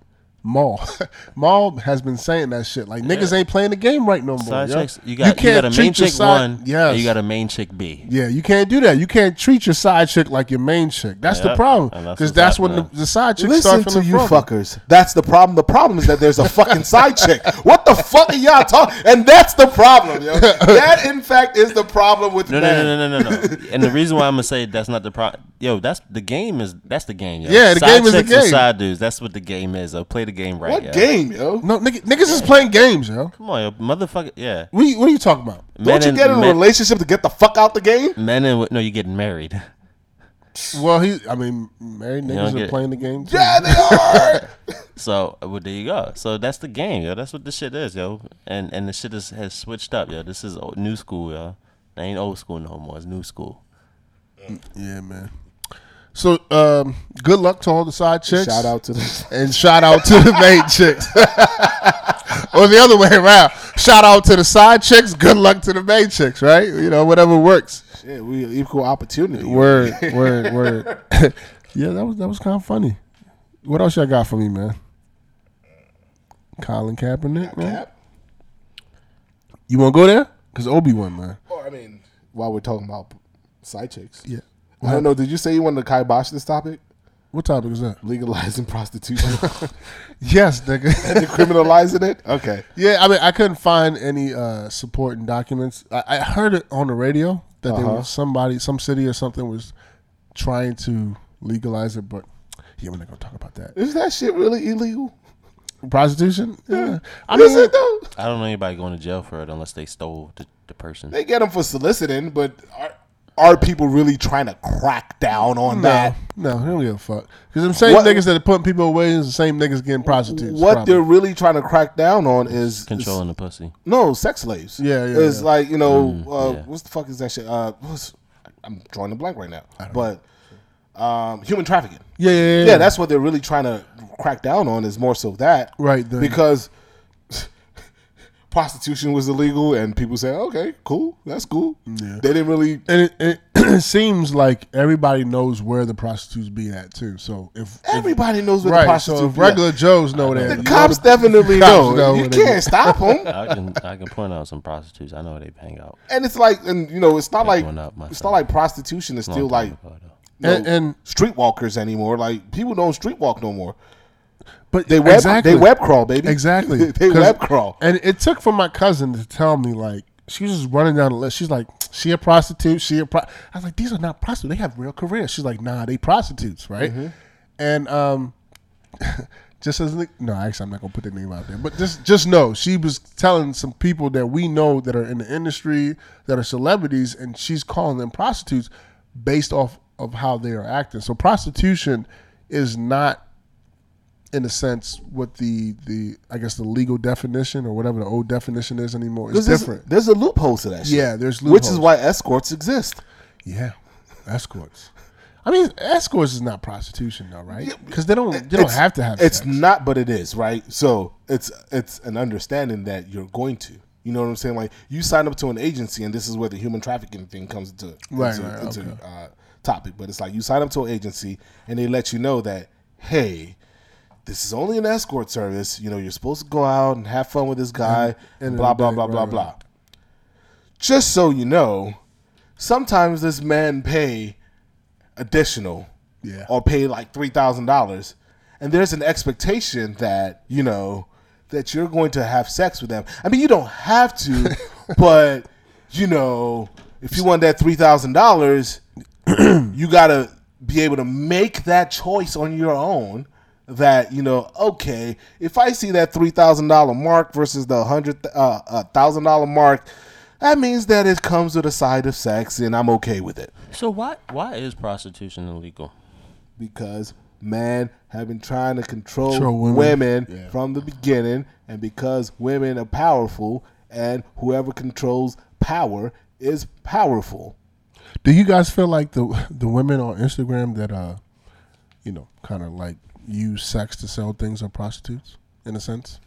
A: Maul. Maul has been saying that shit. Like niggas ain't playing the game right no more.
B: Side
A: yo.
B: chicks. You got you, got a main
A: treat your
B: chick
A: side-
B: one. Yeah.
A: Yes.
B: You got a main chick B.
A: Yeah, you can't do that. You can't treat your side chick like your main chick. That's the
B: Yep.
A: problem.
B: And that's
A: Because
B: what's
A: that's when the,
B: happening.
A: the side chick
C: Listen
A: start
C: to
A: feeling
C: you
A: froggy.
C: fuckers. That's the problem. The problem is that there's a fucking side chick. What the fuck are y'all talking? And that's the problem, yo. That in fact is the problem with
B: No,
C: men.
B: no, no, no, no, no, no. and the reason why I'm gonna say that's not the pro. Yo, that's the game is that's the game. Yo.
A: Yeah, the
B: side
A: game is the
B: chicks and
A: game.
B: Side dudes. That's what the game is. Yo. Play the game right.
C: What
B: yo.
C: game, yo?
A: No, nigga, niggas is playing games, yo.
B: Come on, yo, motherfucker. Yeah.
A: What, you- what are you talking about?
B: Men
C: Don't you
B: and-
C: get in a
B: men-
C: relationship to get the fuck out the game?
B: Men and no, you're getting married.
A: Well, he, I mean, married niggas
B: don't
A: are
B: get-
A: playing the game. Too.
C: Yeah, they are.
B: So well, there you go. So that's the game, yo. That's what this shit is, yo. And and the shit is, has switched up, yo. This is old, new school, yo. It ain't old school no more. It's new school.
A: Yeah, man. So, um, good luck to all the side chicks.
C: Shout out to the
A: And shout out to the main chicks. or the other way around. Shout out to the side chicks. Good luck to the main chicks, right? You know, whatever works.
C: shit. We equal opportunity.
A: Word, word, word. yeah, that was that was kind of funny. What else y'all got for me, man? Colin Kaepernick, man.
C: Cap?
A: You want to go there? Cause Obi Wan, man.
C: Or I mean, while we're talking about side chicks,
A: Yeah.
C: I don't know. Did you say you wanted to kibosh this topic?
A: What topic is that?
C: Legalizing prostitution
A: Yes, nigga.
C: and criminalizing it? Okay.
A: yeah, I mean, I couldn't find any uh, supporting documents. I, I heard it on the radio that
C: Uh-huh.
A: there was somebody, some city or something, was trying to legalize it, but yeah, we're not gonna talk about that.
C: Is that shit really illegal?
A: Prostitution? Yeah. I
C: Is
A: mean,
C: it though?
B: I don't know anybody going to jail for it unless they stole the, the person.
C: They get them for soliciting, but are, are people really trying to crack down on
A: No,
C: that?
A: no, he don't give a fuck. Because them same
C: What-
A: niggas that are putting people away is the same niggas getting prostitutes.
C: What
A: probably.
C: they're really trying to crack down on is
B: Controlling the pussy.
C: is- no sex slaves.
A: Yeah, yeah,
C: It's
A: yeah.
C: like you know uh,
B: yeah.
C: what's the fuck is that shit? Uh, what's, I'm drawing a blank right now, but um, human trafficking.
A: Yeah, yeah, yeah.
C: Yeah, that's what they're really trying to crack down on is more so that
A: Right, the-
C: because prostitution was illegal, and people said, "Okay, cool, that's cool." They didn't really.
A: And it, it, it seems like everybody knows where the prostitutes be at too. So if if-
C: Everybody knows what the
A: right,
C: prostitute.
A: so if regular Joes know
C: the
A: that you know
C: cops definitely
A: cops
C: know.
A: know
C: You
A: what they-
C: can't stop them.
B: I can I can point out some prostitutes. I know they hang out.
C: And it's like, and you know, it's not like
B: going up
C: it's
B: myself.
C: not like prostitution is
B: Long
C: still
B: time
C: like
B: ago, though.
C: you know,
A: And- and-
C: streetwalkers anymore. Like people don't streetwalk no more.
A: But
C: They web
A: exactly.
C: they web crawl, baby.
A: Exactly.
C: they
A: 'Cause-
C: web crawl.
A: And it took for my cousin to tell me like she was just running down the list. She's like, she a prostitute. She a pro. I was like, these are not prostitutes. They have real careers. She's like, nah, they prostitutes, right?
C: Mm-hmm.
A: And um, just as an- no, actually, I'm not gonna put the name out there. But just just know she was telling some people that we know that are in the industry that are celebrities, and she's calling them prostitutes based off of how they are acting. So prostitution is not in a sense what the the I guess the legal definition or whatever the old definition is anymore. It's
C: There's-
A: different.
C: There's a loophole to that. Shit,
A: Yeah, there's
C: which is
A: loopholes.
C: why escorts exist.
A: yeah, escorts. I mean, escorts is not prostitution though, right? Because they don't they don't
C: It's-
A: have to have.
C: It's
A: sex.
C: not, but it is right. So it's it's an understanding that you're going to. You know what I'm saying? Like you sign up to an agency, and this is where the human trafficking thing comes into
A: Right,
C: into,
A: right,
C: into,
A: okay.
C: uh, topic. But it's like you sign up to an agency, and they let you know that hey. This is only an escort service. You know, you're supposed to go out and have fun with this guy, and
A: end
C: blah,
A: of the
C: blah,
A: day,
C: blah,
A: right,
C: blah,
A: right.
C: blah. Just so you know, sometimes this man pay additional
A: Yeah.
C: or pay like $3,000 and there's an expectation that, you know, that you're going to have sex with them. I mean, you don't have to, but you know, if you want that $3,000, you got to be able to make that choice on your own that, you know, okay, if I see that $3,000 mark versus the $100,000 uh, uh, $1,000 mark, that means that it comes with a side of sex and I'm okay with it
B: So why why is prostitution illegal?
C: because men have been trying to control,
A: Control
C: women,
A: women.
C: from the beginning, and because women are powerful, and whoever controls power is powerful.
A: Do you guys feel like the the women on Instagram that uh, you know, kind of like use sex to sell things are prostitutes in a sense?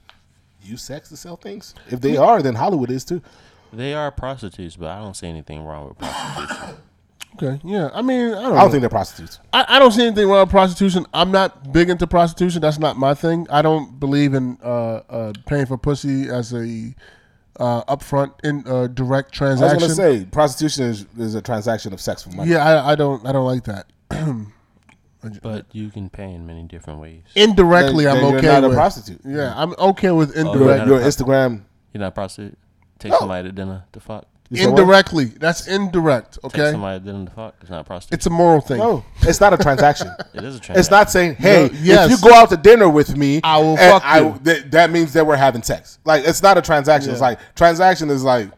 C: Use sex to sell things. If they are, then Hollywood is too.
B: They are prostitutes, but I don't see anything wrong with prostitution.
A: Okay, yeah. I mean, I don't.
C: I
A: know.
C: don't think they're prostitutes.
A: I, I don't see anything wrong with prostitution. I'm not big into prostitution. That's not my thing. I don't believe in uh, uh, paying for pussy as a uh, upfront in uh, direct
C: I was
A: transaction.
C: going to say prostitution is, is a transaction of sex for money.
A: yeah, I, I don't. I don't like that.
B: but you can pay in many different ways.
A: Indirectly,
C: Then-
A: I'm
C: then you're
A: okay
C: not a
A: with
C: prostitute.
A: Yeah, I'm okay with
B: Oh, you're
A: indirect.
B: not a
C: Your Instagram.
B: You're not a prostitute. Take somebody to dinner to fuck.
C: you said what?
A: indirectly, that's indirect.
B: Take
A: Okay,
B: somebody to dinner to fuck. It's not a prostitute.
A: it's a moral thing.
C: No, it's not a transaction.
B: it is a transaction.
C: It's not saying, "Hey,
A: yes.
C: if you go out to dinner with me,
A: I will
C: and
A: fuck you.
C: th- that means that we're having sex. Like it's not a transaction. It's like transaction is like,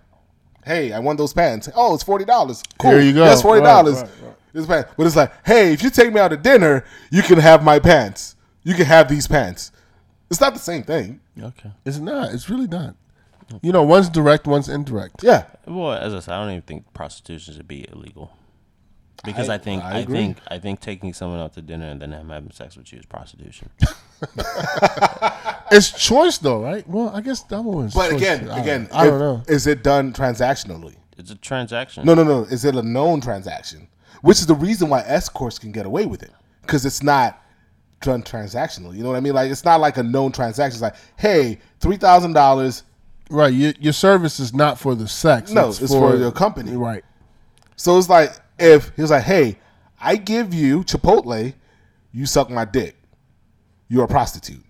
C: "Hey, I won those pants. Oh, it's forty dollars. Cool.
A: Here you go.
C: That's forty dollars.
A: Right, right,
C: This pants. But it's like, hey, if you take me out to dinner, you can have my pants. You can have these pants. It's not the same thing.
B: okay.
A: It's not. It's really not. You know, one's direct, one's indirect.
C: Yeah.
B: Well, as I said, I don't even think prostitution should be illegal. Because I, think I,
C: I agree.
B: think I think taking someone out to dinner and then them having sex with you is prostitution.
A: It's choice though, right? Well, I guess that one is.
C: But
A: choice.
C: again,
A: I-
C: again,
A: I don't
C: if-
A: know.
C: Is it done transactionally?
B: It's a transaction.
C: No, no, no. Is it a known transaction? Which is the reason why escorts can get away with it because it's not done transactional. You know what I mean? Like it's not like a known transaction. It's like, hey, three thousand dollars.
A: Right, your, your service is not for the sex.
C: No, it's for your company.
A: Right.
C: So it's like if he was like, hey, I give you Chipotle, you suck my dick. You're a prostitute.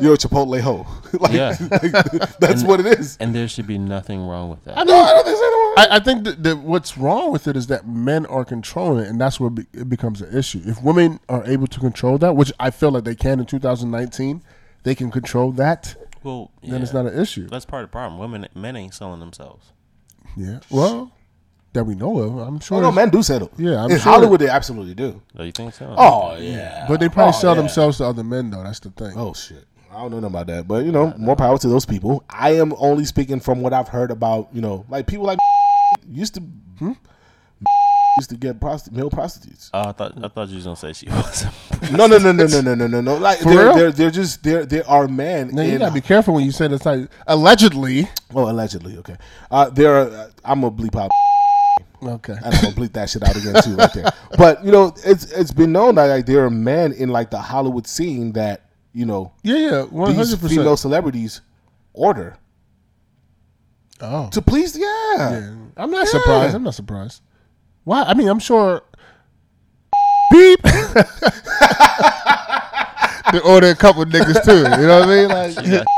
C: You're a Chipotle hoe. like,
B: Yeah.
C: like, that's what it is.
B: And there should be nothing wrong with that.
C: No, I don't think so.
A: I, I think that, that what's wrong with it is that men are controlling it, and that's where it be- it becomes an issue. If women are able to control that, which I feel like they can in 2019, they can control that.
B: Well,
A: Then it's
B: yeah.
A: not an issue.
B: That's part of the problem. Women, men ain't selling themselves.
A: Yeah. Well, that we know of, I'm sure.
C: Oh, no, men do settle.
A: Yeah, I'm
C: in
A: sure.
C: Hollywood they absolutely do.
B: Do you think so?
C: Oh yeah.
A: But they probably
C: Oh,
A: sell
C: yeah.
A: themselves to other men, though. That's the thing.
C: Oh shit. I don't know nothing about that, but you know, more power to those people. I am only speaking from what I've heard about, you know, like people like used to hmm, used to get prosti- male prostitutes.
B: Oh, I thought I thought you was gonna say she wasn't.
C: No, no, no, no, no, no, no, no, no. Like they're,
A: real?
C: they're they're just they're they are men.
A: Now you
C: in-
A: gotta be careful when you say that's like allegedly.
C: well, allegedly, okay. Uh, there are. I'm gonna bleep out.
A: Okay.
C: and I'm gonna bleep that shit out again too, right there. But you know, it's it's been known that like there are men in like the Hollywood scene that you know
A: Yeah, yeah, one
C: these
A: hundred
C: female
A: percent.
C: celebrities order
A: Oh,
C: to please. Yeah,
A: yeah. I'm not surprised. I'm not surprised. Why? I mean, I'm sure. Beep. they order a couple niggas too. You know what I mean? Like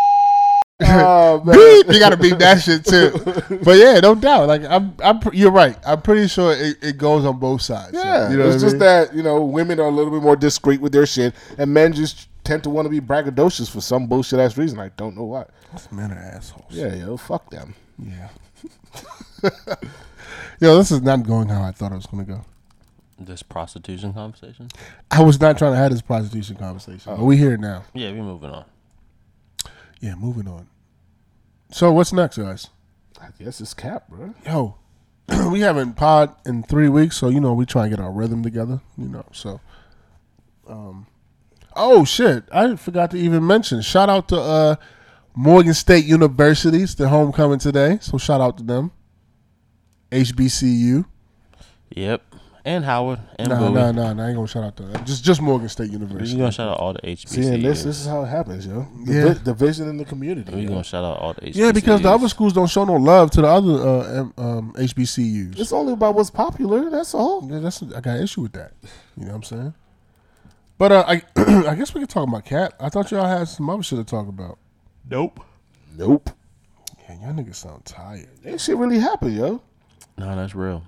C: Oh, man.
A: beep. You gotta beep that shit too. But yeah, no doubt. Like I'm, I'm. pr- You're right. I'm pretty sure it, it goes on both sides.
C: Yeah,
A: you know
C: it's
A: what I
C: just
A: mean?
C: that you know women are a little bit more discreet with their shit, and men just tend to want to be braggadocious for some bullshit ass reason. I don't know why.
A: Men are assholes.
C: Yeah, yo, fuck them.
A: Yeah. Yo, this is not going how I thought it was gonna go.
B: this prostitution conversation.
A: I was not trying to have this prostitution conversation, but we here now.
B: Yeah, we moving on.
A: Yeah, moving on. So what's next, guys?
C: I guess it's cap, bro.
A: Yo, we haven't pod in three weeks, so you know we trying to get our rhythm together. You know, so. Um, oh shit! I forgot to even mention. Shout out to uh, Morgan State University's the homecoming today. So shout out to them. HBCU.
B: Yep, and Howard and
A: Nah,
B: Bowie.
A: nah, nah, nah. I ain't gonna shout out to them. Just, just Morgan State
B: We
A: University.
B: gonna shout out all the HBCUs.
C: Seeing this, this is how it happens, yo. The
A: Yeah.
C: vi- division in the community.
B: we
C: yo.
B: gonna shout out all the HBCUs.
A: Yeah, because the other schools don't show no love to the other uh, um, um, HBCUs.
C: It's only about what's popular. That's all.
A: Yeah, that's I got an issue with that. You know what I'm saying? But uh, I I guess we could talk about cat. I thought y'all had some other shit to talk about.
B: Nope.
C: Nope.
A: Man, y'all niggas sound tired.
C: That shit really happened, yo.
B: No, that's real.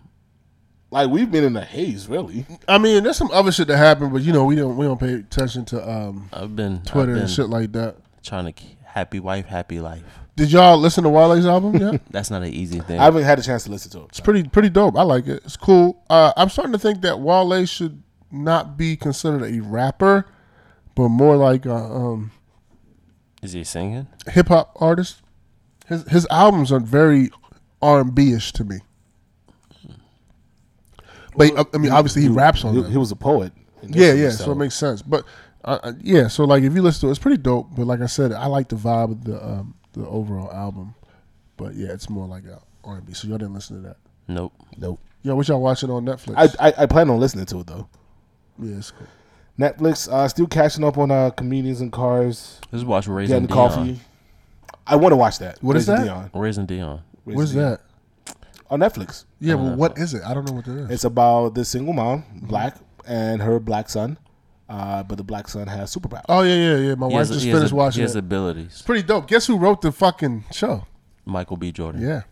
C: Like we've been in a haze, really.
A: I mean, there's some other shit that happened, but you know we don't we don't pay attention to um,
B: I've been
A: Twitter
B: I've been
A: and shit like that.
B: trying to k- happy wife, happy life.
A: Did y'all listen to Wale's album yet?
B: That's not an easy thing.
C: I haven't had a chance to listen to it.
A: It's pretty pretty dope. I like it. It's cool. Uh, I'm starting to think that Wale should not be considered a rapper, but more like a um,
B: is he singing?
A: hip hop artist. His his albums are very R and B ish to me. But I- I mean, obviously he raps on
C: He,
A: them.
C: he was a poet. in this
A: yeah,
C: one,
A: yeah. So, it makes sense. But uh, uh, yeah, so like if you listen to it, it's pretty dope. But like I said, I like the vibe of the um, the overall album. But yeah, it's more like a R and B. So y'all didn't listen to that.
B: Nope.
C: nope.
A: Yo, what y'all watching on Netflix?
C: I, I I plan on listening to it though.
A: yeah, it's cool.
C: Netflix uh, still catching up on uh, comedians and cars
B: Let's watch Raising
C: getting
B: Dion.
C: coffee. I want to watch that.
A: What is
C: Raising
A: that?
C: Dion.
B: Raising Dion.
A: What is that?
C: On Netflix.
A: Yeah, well, what is Uh, it? I don't know what that is.
C: It's about this single mom, black, and her black son. Uh, but the black son has superpowers.
A: Oh yeah, yeah, yeah. My wife just
B: he
A: finished
B: a-
A: watching
B: He has
A: it.
B: abilities.
A: Pretty dope. Guess who wrote the fucking show?
B: Michael B. Jordan.
A: Yeah,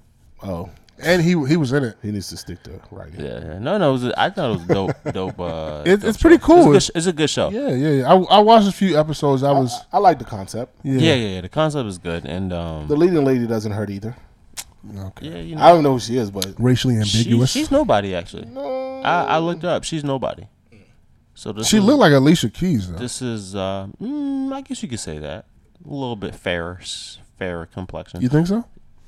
C: Oh,
A: and he he was in it.
C: he needs to stick to writing.
B: Yeah, yeah. No, no. It was, I thought it was dope. dope. Uh,
A: It,
B: dope
A: it's pretty
B: show. It's a,
A: cool.
B: good, sh- it's a good show. Yeah.
A: yeah, yeah, yeah. I, I watched a few episodes. I was
C: I, I like the concept.
A: yeah,
B: yeah, yeah, The concept is good, and um,
C: The leading lady doesn't hurt either.
A: Okay.
B: yeah, you know,
C: I don't know who she is, but
A: racially
B: she-
A: ambiguous. She,
B: she's nobody actually. I, I looked her up. She's nobody. So this is,
A: looked like Alicia Keys though.
B: This is, uh, mm, I guess you could say that a little bit fairer, s- fairer complexion.
A: you think so?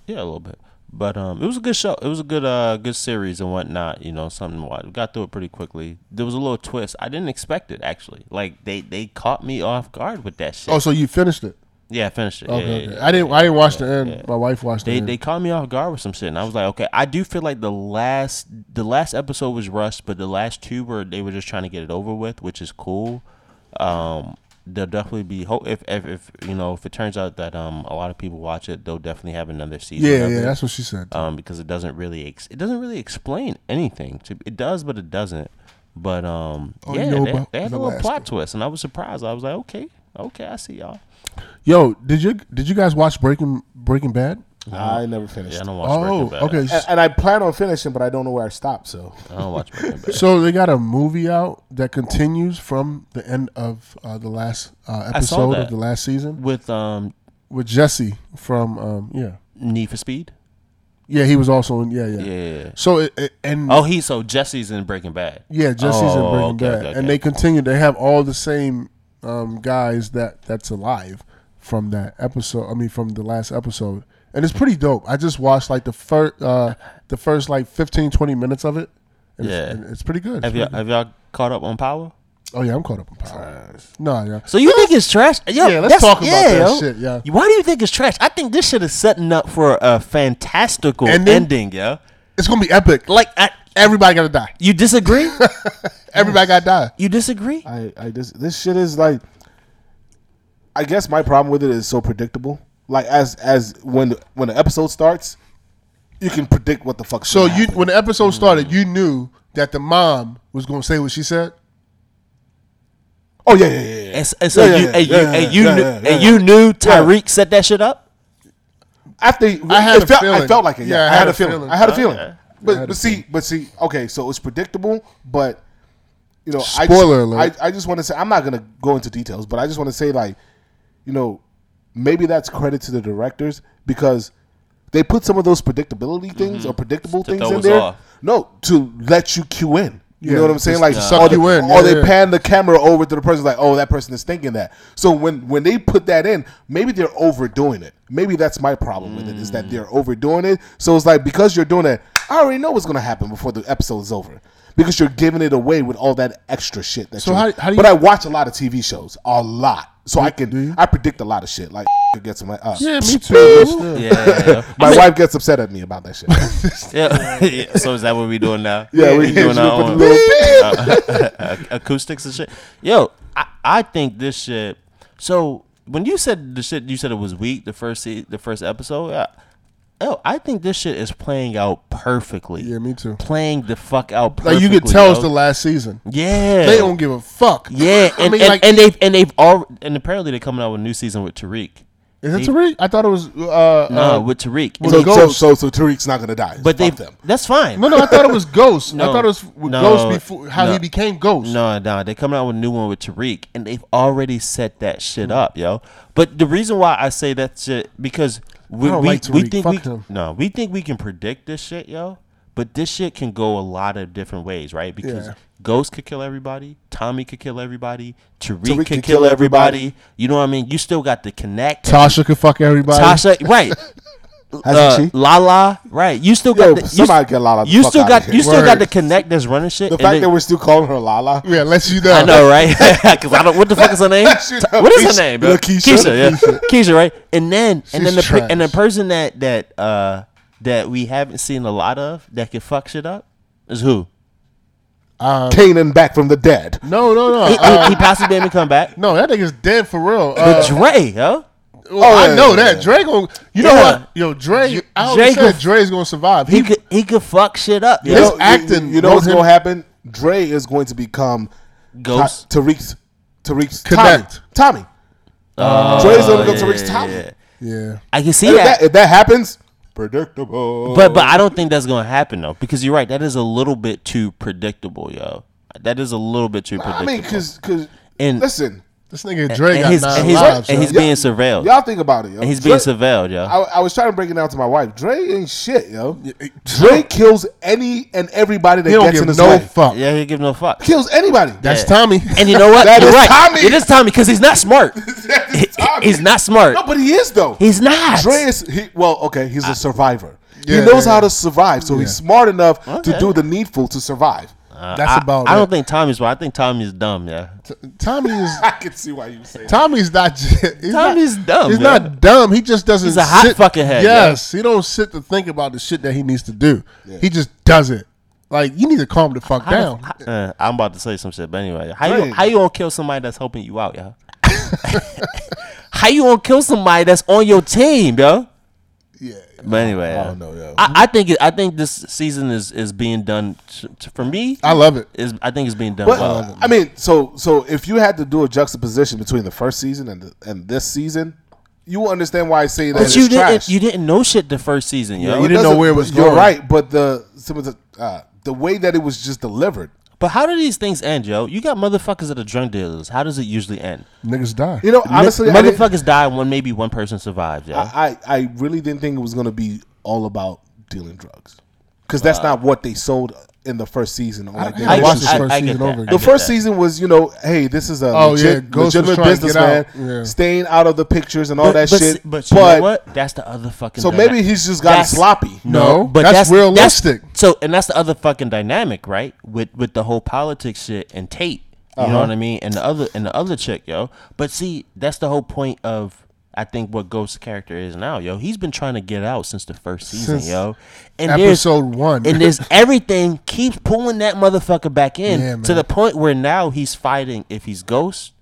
B: Yeah, a little bit. But um, it was a good show. It was a good uh, good series and whatnot. You know, something to watch. We got through it pretty quickly. There was a little twist. I didn't expect it actually. Like they they caught me off guard with that shit.
A: Oh, so you finished it?
B: yeah, I finished it. Yeah,
A: Okay,
B: yeah,
A: okay.
B: yeah.
A: I didn't. I didn't watch the end. My wife watched
B: They
A: the
B: they
A: end.
B: caught me off guard with some shit, and I was like, okay, I do feel like the last the last episode was rushed, but the last two were they were just trying to get it over with, which is cool. Um, they'll definitely be ho- if, if if you know if it turns out that um a lot of people watch it, they'll definitely have another season.
A: yeah,
B: of
A: yeah.
B: it
A: That's what she said.
B: um, because it doesn't really ex- it doesn't really explain anything. To, it does, but it doesn't. But um,
A: All Oh, you
B: yeah,
A: know
B: they,
A: about
B: they had
A: is
B: a little
A: Alaska.
B: plot twist, and I was surprised. I was like, okay, okay, I see y'all.
A: Yo, did you did you guys watch Breaking Breaking Bad?
C: I never finished.
B: Yeah, I
C: it.
B: don't watch
A: Oh,
B: Breaking Bad.
A: okay.
C: and, and I plan on finishing, but I don't know where I stopped. So
B: I don't watch Breaking Bad.
A: So they got a movie out that continues from the end of uh, the last uh,
B: I saw
A: episode of
B: that.
A: the last season
B: With um,
A: with Jesse from um, yeah
B: Need for Speed.
A: yeah he was also in yeah yeah.
B: Yeah.
A: So it, it, and
B: Oh, he so Jesse's in Breaking Bad.
A: Yeah, Jesse's
B: Oh,
A: in Breaking
B: okay,
A: Bad,
B: okay,
A: and
B: okay.
A: they continue. They have all the same um, guys that that's alive from that episode. I mean, from the last episode, and it's pretty dope. I just watched like the first uh, the first like 15, 20 minutes of it, And
B: Yeah.
A: it's, and it's pretty good. It's
B: Have y'all,
A: pretty good.
B: have y'all caught up on Power?
A: Oh yeah, I'm caught up on power. No, yeah.
B: So you think it's trash? Yo,
A: Yeah, let's
B: that's-
A: talk about
B: yeah,
A: that
B: yo.
A: shit, yeah.
B: Why do you think it's trash? I think this shit is setting up for a fantastical
A: Ending?
B: ending, yo.
A: It's gonna be epic.
B: Like, I,
A: Everybody gotta die.
B: you disagree?
A: Everybody gotta die.
B: you disagree?
C: I, I this this shit is like. I guess my problem with it is so predictable. Like as as when the, when the episode starts, you can predict what the fuck.
A: So you, when the episode started, you knew that the mom was gonna say what she said.
C: oh yeah yeah yeah, yeah.
B: And, s- and so
C: Yeah, yeah,
B: you,
C: yeah,
B: and you,
C: yeah,
B: and you,
C: yeah,
B: knew,
C: yeah, yeah.
B: and you knew Tyreek set that shit up.
C: After
A: I had
C: it
A: a
C: felt, I
A: feeling.
C: felt like it. Yeah, I, had, a feeling. I had a feeling.
A: I
C: But,
A: had a
C: but see, but see, okay, so it's predictable, but you know,
A: Spoiler
C: I
A: alert.
C: just, I, I just want to say I'm not gonna go into details, but I just want to say like, you know, maybe that's credit to the directors because they put some of those predictability things or predictable
B: Mm-hmm. To
C: things
B: throw
C: in
B: us
C: there.
B: off.
C: No, to let you cue in. You
A: Yeah,
C: know what I'm saying?
A: just
C: Like
A: to
C: or
A: suck
C: they-
A: you in.
C: or
A: Yeah,
C: they
A: yeah.
C: pan the camera over to the person, like, oh, that person is thinking that. So when when they put that in, maybe they're overdoing it. Maybe that's my problem with it is that they're overdoing it. So it's like because you're doing that, I already know what's gonna happen before the episode's over because you're giving it away with all that extra shit. That
A: So
C: you-
A: how- how do
C: But
A: you-
C: I watch a lot of TV shows, a lot, so I can I predict a lot of shit. Like gets my uh,
A: Yeah, me too.
B: Yeah.
C: my wife gets upset at me about that shit.
B: yeah. yeah. So is that what we doing now?
C: Yeah, we-
B: doing
C: we
B: our
C: put
B: own
C: the
B: uh, acoustics and shit. Yo, I, I think this shit. So when you said the shit, you said it was weak. The first se- the first episode. I, yo, I think this shit is playing out perfectly.
A: Yeah, me too.
B: Playing the fuck
A: Like
B: out. Perfectly,
A: you could tell
B: yo.
A: it's the last season.
B: yeah.
A: They don't give a fuck.
B: Yeah,
A: I
B: and,
A: mean,
B: and,
A: like,
B: and they've and they've all and apparently they're coming out with a new season with Tariq.
A: is it Tariq? I thought it was. Uh,
B: No,
A: uh,
B: with Tariq.
A: with
C: so,
A: the
C: so,
A: ghost.
C: so so Tariq's not gonna die.
B: but they
C: Fuck them.
B: that's fine.
A: no, no, I thought it was Ghost. I
B: No.
A: thought it was with
B: No.
A: Ghost before how
B: No.
A: he became Ghost.
B: No, no, they coming out with a new one with Tariq, and they've already set that shit up, yo. But the reason why I say that shit because we
A: I don't
B: we,
A: like
B: we
A: Tariq.
B: think
A: Fuck
B: we
A: him.
B: no, we think we can predict this shit, yo. But this shit can go a lot of different ways, right? Because
A: Yeah.
B: Ghost could kill everybody, Tommy could kill everybody, Tariq,
C: Tariq
B: could,
C: could
B: kill,
C: kill
B: everybody. You know what I mean? You still got the connect.
A: Tasha could fuck everybody.
B: Tasha, right?
C: Hasn't
B: Uh,
C: she?
B: Lala, right? You still got
C: Yo,
B: the, you,
C: somebody get Lala the
B: You
C: fuck
B: still
C: outta
B: got
C: here.
B: you still got
A: Word.
B: the connect that's running shit.
C: The
B: and
C: fact
B: then-
C: that we're still calling her Lala.
A: Yeah, lets you know.
B: I know, right? Because I don't. What the fuck is her name?
C: She know
B: what is
C: Keisha.
B: her name, bro?
C: Look, Keisha.
B: yeah, Keisha, right? And then, and then the
A: She's
B: per- and the
A: trash.
B: person that that uh that we haven't seen a lot of that can fuck shit up is who?
A: Um,
C: Canaan back from the dead.
A: No, no, no.
B: He,
A: Uh,
B: he possibly didn't come back.
A: no, that nigga's dead for real. Uh,
B: But Dre, yo,
A: Well,
C: Oh,
A: I
C: yeah,
A: know
C: yeah,
A: that
C: yeah.
A: Dre gon' You know
B: Yeah.
A: what? Yo, Dre. I always
B: Dre
A: said
B: could-
A: Dre's gonna survive.
B: he
A: He,
B: could he could fuck shit up.
C: You
A: His
B: Yo.
C: know-
A: acting
C: You, you know
A: wrote
C: what's
A: him-
C: gonna happen? Dre is going to become
B: Ghost.
C: Ta- Tariq's Tariq's
A: Connect.
C: Tommy. Tommy. Dre's gonna go
B: Uh, yeah,
C: Tariq's
B: yeah,
C: Tommy.
B: yeah.
A: yeah,
B: I can see
C: And If,
B: that.
C: that, if that happens, predictable.
B: But but I don't think that's gonna happen though, because you're right. That is a little bit too predictable, yo. That is a little bit too
C: I
B: predictable.
C: mean, cause cause
B: And-
C: listen,
A: this nigga Dre
B: and
A: got
B: his
A: nine
B: and his,
A: lives.
B: and
A: yo.
B: he's
C: yo.
B: being surveilled.
C: y'all think about it, yo.
B: and he's being
C: Dre-
B: surveilled, yo.
C: I, I was trying to break it down to my wife. Dre ain't shit, yo. Dre kills any and everybody that
A: he don't
C: gets in
A: give
C: his
A: no
C: way.
A: fuck.
B: Yeah, he give no fuck.
C: Kills anybody.
A: That's
B: Yeah.
A: Tommy.
B: And you know what?
C: That
B: You're
C: is
B: right.
C: Tommy.
B: It is Tommy because he's not smart.
C: That is
B: He-
C: Tommy.
B: he's not smart.
C: No, but he is though.
B: he's not.
C: Dre is he, well, okay,
B: Ah.
C: he's a survivor.
A: Yeah,
C: he knows
A: yeah,
C: how
A: yeah.
C: to survive, so he's
A: Yeah.
C: smart enough
B: Okay.
C: to do the needful to survive.
A: That's
B: I,
A: about.
B: I
A: it.
B: don't think Tommy's smart. I think Tommy's dumb. Yeah.
A: T- Tommy is.
C: I can see why you say that.
A: Tommy's not. He's
B: Tommy's
A: not,
B: dumb,
A: He's
B: yo.
A: not dumb. He just doesn't.
B: He's a hot
A: sit-
B: fucking head, yo.
A: Yes, he don't sit to think about the shit that he needs to do. He just does it. Like you need to calm the fuck down.
B: Uh, I'm about to say some shit, but anyway, how
C: Dre-
B: you how you gonna kill somebody that's helping you out, yo? how you gonna kill somebody that's on your team, yo?
A: yeah,
B: But anyway, I
C: don't know, yo.
B: I, I think it, I think this season is is being done t- t- for me.
A: I love it.
B: is I think it's being done
C: But
B: well.
C: I mean, so so if you had to do a juxtaposition between the first season and the, and this season, you will understand why I say that
B: But
C: it's
B: you didn't
C: trash.
B: you didn't know shit the first season, yo.
A: you didn't know
C: doesn't-
A: where it was
C: you're
A: going.
C: right, but the some of the uh, the way that it was just delivered,
B: But how do these things end, yo? You got motherfuckers that are drug dealers. How does it usually end?
A: Niggas die.
C: you know, honestly, I, didn't-
B: motherfuckers die when maybe one person survives, yo.
C: I I really didn't think it was going to be all about dealing drugs. because that's not what they sold in the first season. Like, they
A: I
C: were-
A: watched this
B: I-
A: first
B: I get
A: season
B: that.
A: over
B: I
A: again.
C: the
B: get
C: first
B: that.
C: season was, you know, hey, this is a
A: Oh,
C: legit,
A: yeah, Ghost was
C: legitimate
A: trying to get
C: businessman
A: out. Yeah.
C: staying out of the pictures and all that
B: but,
C: shit.
B: But, you know what? That's the other fucking.
C: so
B: dyna-
C: maybe he's just gotten
B: That's-
C: sloppy.
A: No, that's realistic.
B: so, and that's the other fucking dynamic, right? With with the whole politics shit and Tate. You
C: Uh-huh.
B: know what I mean? And the other and the other chick, yo. But see, that's the whole point of I think what Ghost's character is now, yo. He's been trying to get out since the first season,
A: Since
B: yo. And there's-
A: Episode one.
B: and there's everything keeps pulling that motherfucker back in
A: Yeah,
B: to
A: man.
B: the point where now he's fighting if he's Ghost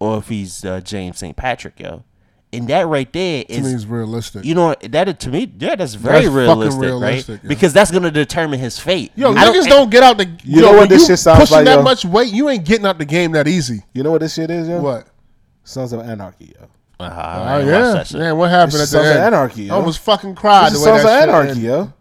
B: or if he's uh, James St. Patrick, yo. And that right there
A: to me
B: is
A: is realistic.
B: you know that to me, yeah, that's very
A: fucking
B: realistic, right?
A: realistic, yeah.
B: Because that's gonna determine his fate.
A: Yo,
B: I
A: niggas don't get out the. You,
C: know what
A: when
C: this
A: you
C: shit sounds
A: pushing
C: like,
A: that
C: yo?
A: much weight, you ain't getting out the game that easy.
C: You know what this shit is, yo?
A: What?
C: Sons of Anarchy, yo.
B: Uh-huh,
A: Oh
B: I ain't watched
A: yeah,
B: that shit.
A: man. What happened
C: This
A: at
C: is
A: the
C: Sons of
A: end?
C: Anarchy, yo.
A: I almost fucking cried.
C: This
A: the
C: is
A: way
C: Sons of
A: that shit
C: Anarchy,
A: ended.
C: yo.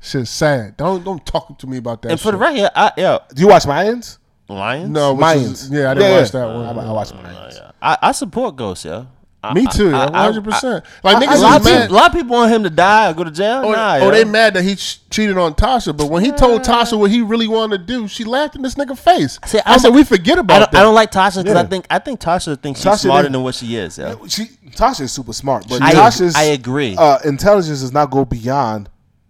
A: Shit's sad. Don't don't talk to me about that.
B: And for the
A: shit.
B: record, I, yo,
C: Do you watch Mayans?
B: Lions.
A: no, which is,
C: Mayans.
A: yeah, I didn't watch that
C: I,
A: one.
C: I watched Mayans.
B: I, I support Ghost, yo. I,
A: Me too, yeah,
B: I- I-
A: 100%. Like,
B: I-
A: niggas
B: a
A: is
B: lot of
A: mad.
B: people- lot of people want him to die or go to jail.
A: Oh,
B: nah,
A: oh,
B: yo.
A: they mad that he ch- cheated on Tasha, but when he told Tasha what he really wanted to do, she laughed in this nigga face.
B: See,
A: I
B: I'm-
A: said, we forget
B: I
A: about
B: don't,
A: that.
B: I don't like Tasha because
C: Yeah.
B: I think I think Tasha thinks she's
C: Tasha
B: smarter
C: didn't-
B: than what she is. Yo.
C: She Tasha is super smart, but
B: I-
C: Tasha's
B: I agree.
C: Uh, intelligence does not go beyond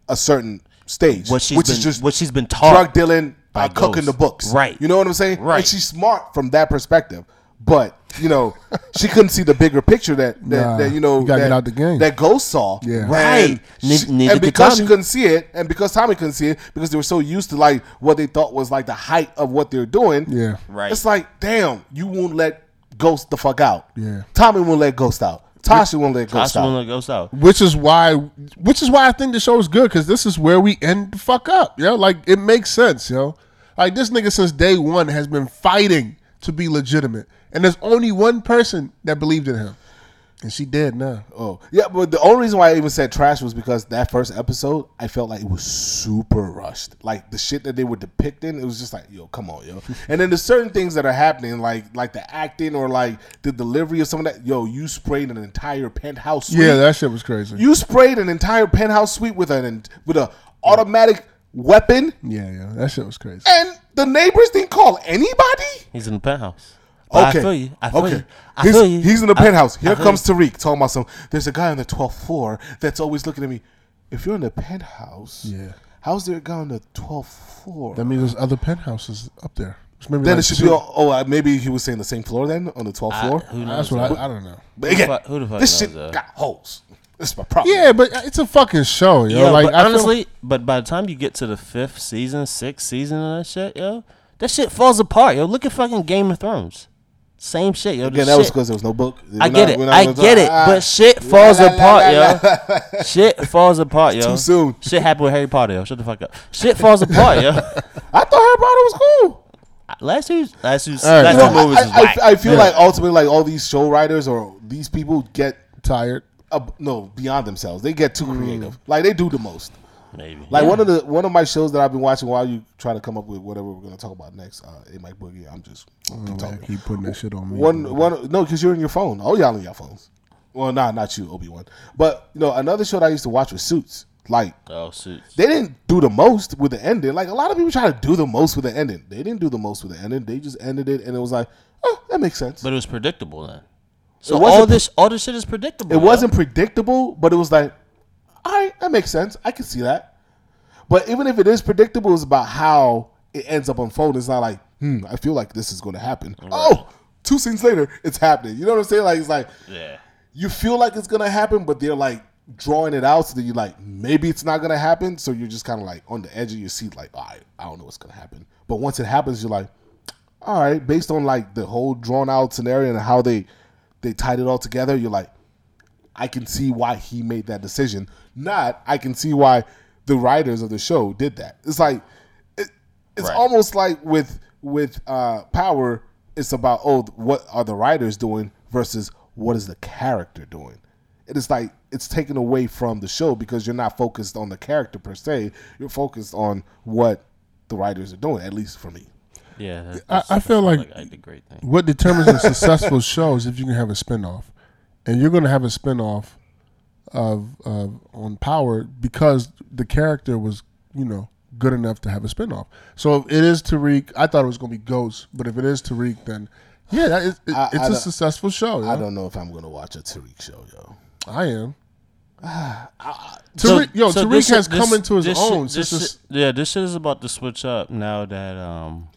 C: a certain stage,
B: What she's
C: which
B: been
C: is just
B: what she's been taught.
C: drug dealing by,
B: by
C: cooking
B: ghosts.
C: the books,
B: Right.
C: You know what I'm saying?
B: Right.
C: And she's smart from that perspective, but you know she couldn't see the bigger picture that that,
A: Nah,
C: that you know
A: you gotta
C: that,
A: get out the game.
C: that Ghost saw,
A: Yeah.
B: Right.
C: And,
B: Ne-
C: she-
B: neither
C: and
B: could
C: because she
B: Tommy.
C: couldn't see it, and because Tommy couldn't see it, because they were so used to like what they thought was like the height of what they're doing,
A: Yeah.
B: Right.
C: It's like, damn, you won't let Ghost the fuck out.
A: Yeah.
C: Tommy won't let Ghost out. Tasha won't let Ghost
B: Tasha
C: out.
B: won't let Ghost out.
A: which is why, which is why I think the show is good because this is where we end the fuck up. Yo, like it makes sense, yo. Like this nigga since day one has been fighting to be legitimate, and there's only one person that believed in him, and she dead now.
C: oh, yeah. But the only reason why I even said trash was because that first episode, I felt like it was super rushed. Like the shit that they were depicting, it was just like, yo, come on, yo. and then there's certain things that are happening, like like the acting or like the delivery of some of that. Yo, you sprayed an entire penthouse. Suite.
A: Yeah, that shit was crazy.
C: you sprayed an entire penthouse suite with an with a automatic weapon,
A: yeah, yeah, that shit was crazy.
C: and the neighbors didn't call anybody.
B: He's in the penthouse. But I feel you. I feel you. I
C: he's,
B: feel you.
C: he's in the
B: I-
C: penthouse.
B: I
C: Here
B: feel
C: comes Tariq talking about some. There's a guy on the 12th floor that's always looking at me. If you're in the penthouse,
A: Yeah.
C: how's there a guy on the 12th floor?
A: That means there's other penthouses up there. It's maybe
C: then
A: like
C: it should
A: two.
C: be. All, oh, uh, maybe he was saying the same floor then on the 12th floor.
B: Who
A: That's
B: knows?
A: what I, I don't know.
C: But again,
B: fuck- who the fuck
C: this
B: knows,
C: shit
B: uh?
C: got holes. That's my problem.
A: Yeah, but uh, it's a fucking show, yo.
B: Yeah,
A: like
B: but
A: I feel-
B: honestly, but by the time you get to the fifth season, sixth season of that shit, yo, that shit falls apart, yo. Look at fucking Game of Thrones. Same shit, yo.
C: Again,
B: Again,
C: that was because there was no book.
B: I get
C: We're not-
B: it.
C: we're not
B: I
C: gonna talk-
B: get it.
C: Ah,
B: But shit
C: la,
B: falls
C: la, la,
B: apart,
C: la,
B: yo. shit falls apart, yo.
C: too soon.
B: Shit happened with Harry Potter, yo. Shut the fuck up. Shit falls apart, yo.
C: I thought Harry Potter was cool.
B: Last year's last year's
A: right.
B: last
A: You
B: two
A: know,
B: movies is
C: I,
B: whack.
C: I- I feel like ultimately, like all these show writers or these people get
A: tired.
C: ab- no beyond themselves. They get too creative. Like they do the most.
B: Maybe.
C: Like one of the one of my shows that I've been watching while you try to come up with whatever we're gonna talk about next. Uh, it might boogie. I'm just keep talking.
A: Oh, Keep putting that shit on me.
C: One one no, because you're in your phone. Oh y'all on your phones. Well, nah, not you, Obi Wan. But you know, another show that I used to watch was Suits. Like
B: Oh suits.
C: they didn't do the most with the ending. Like a lot of people try to do the most with the ending. They didn't do the most with the ending. They just ended it, and it was like, oh, that makes sense.
B: But it was predictable then. So
C: wasn't
B: all
C: pre-
B: this all this shit is predictable.
C: It
B: yo.
C: wasn't predictable, but it was like, all right, that makes sense. I can see that. But even if it is predictable, it's about how it ends up unfolding. It's not like, hmm, I feel like this is going to happen. Oh, two scenes later, it's happening. You know what I'm saying? Like, it's like,
B: Yeah.
C: you feel like it's going to happen, but they're like drawing it out so that you're like, maybe it's not going to happen. So you're just kind of like on the edge of your seat, like, all right, I don't know what's going to happen. But once it happens, you're like, all right, based on like the whole drawn out scenario and how they they tied it all together, you're like, I can see why he made that decision. Not I can see why the writers of the show did that. It's like it, it's
B: Right.
C: almost like with with uh, power, it's about oh what are the writers doing versus what is the character doing. It is like it's taken away from the show because you're not focused on the character per se. You're focused on what the writers are doing. At least for me.
B: Yeah. that-
A: I,
B: that's-
A: I feel like
B: I did great thing.
A: what determines a successful show is if you can have a spinoff, and you're going to have a spinoff of, of on Power because the character was you know good enough to have a spinoff. So if it is Tariq. I thought it was going to be Ghost, but if it is Tariq, then yeah, that is, it,
C: I- I
A: it's a
C: don't-
A: successful show. yo.
C: I don't know if I'm gonna watch a Tariq show, yo.
A: I am.
B: So-
A: Tariq, yo,
B: so
A: Tariq
B: this-
A: has
B: this-
A: come into his
B: this
A: own.
B: shit- this
A: since this,
B: shit- yeah, this shit is about to switch up now that um,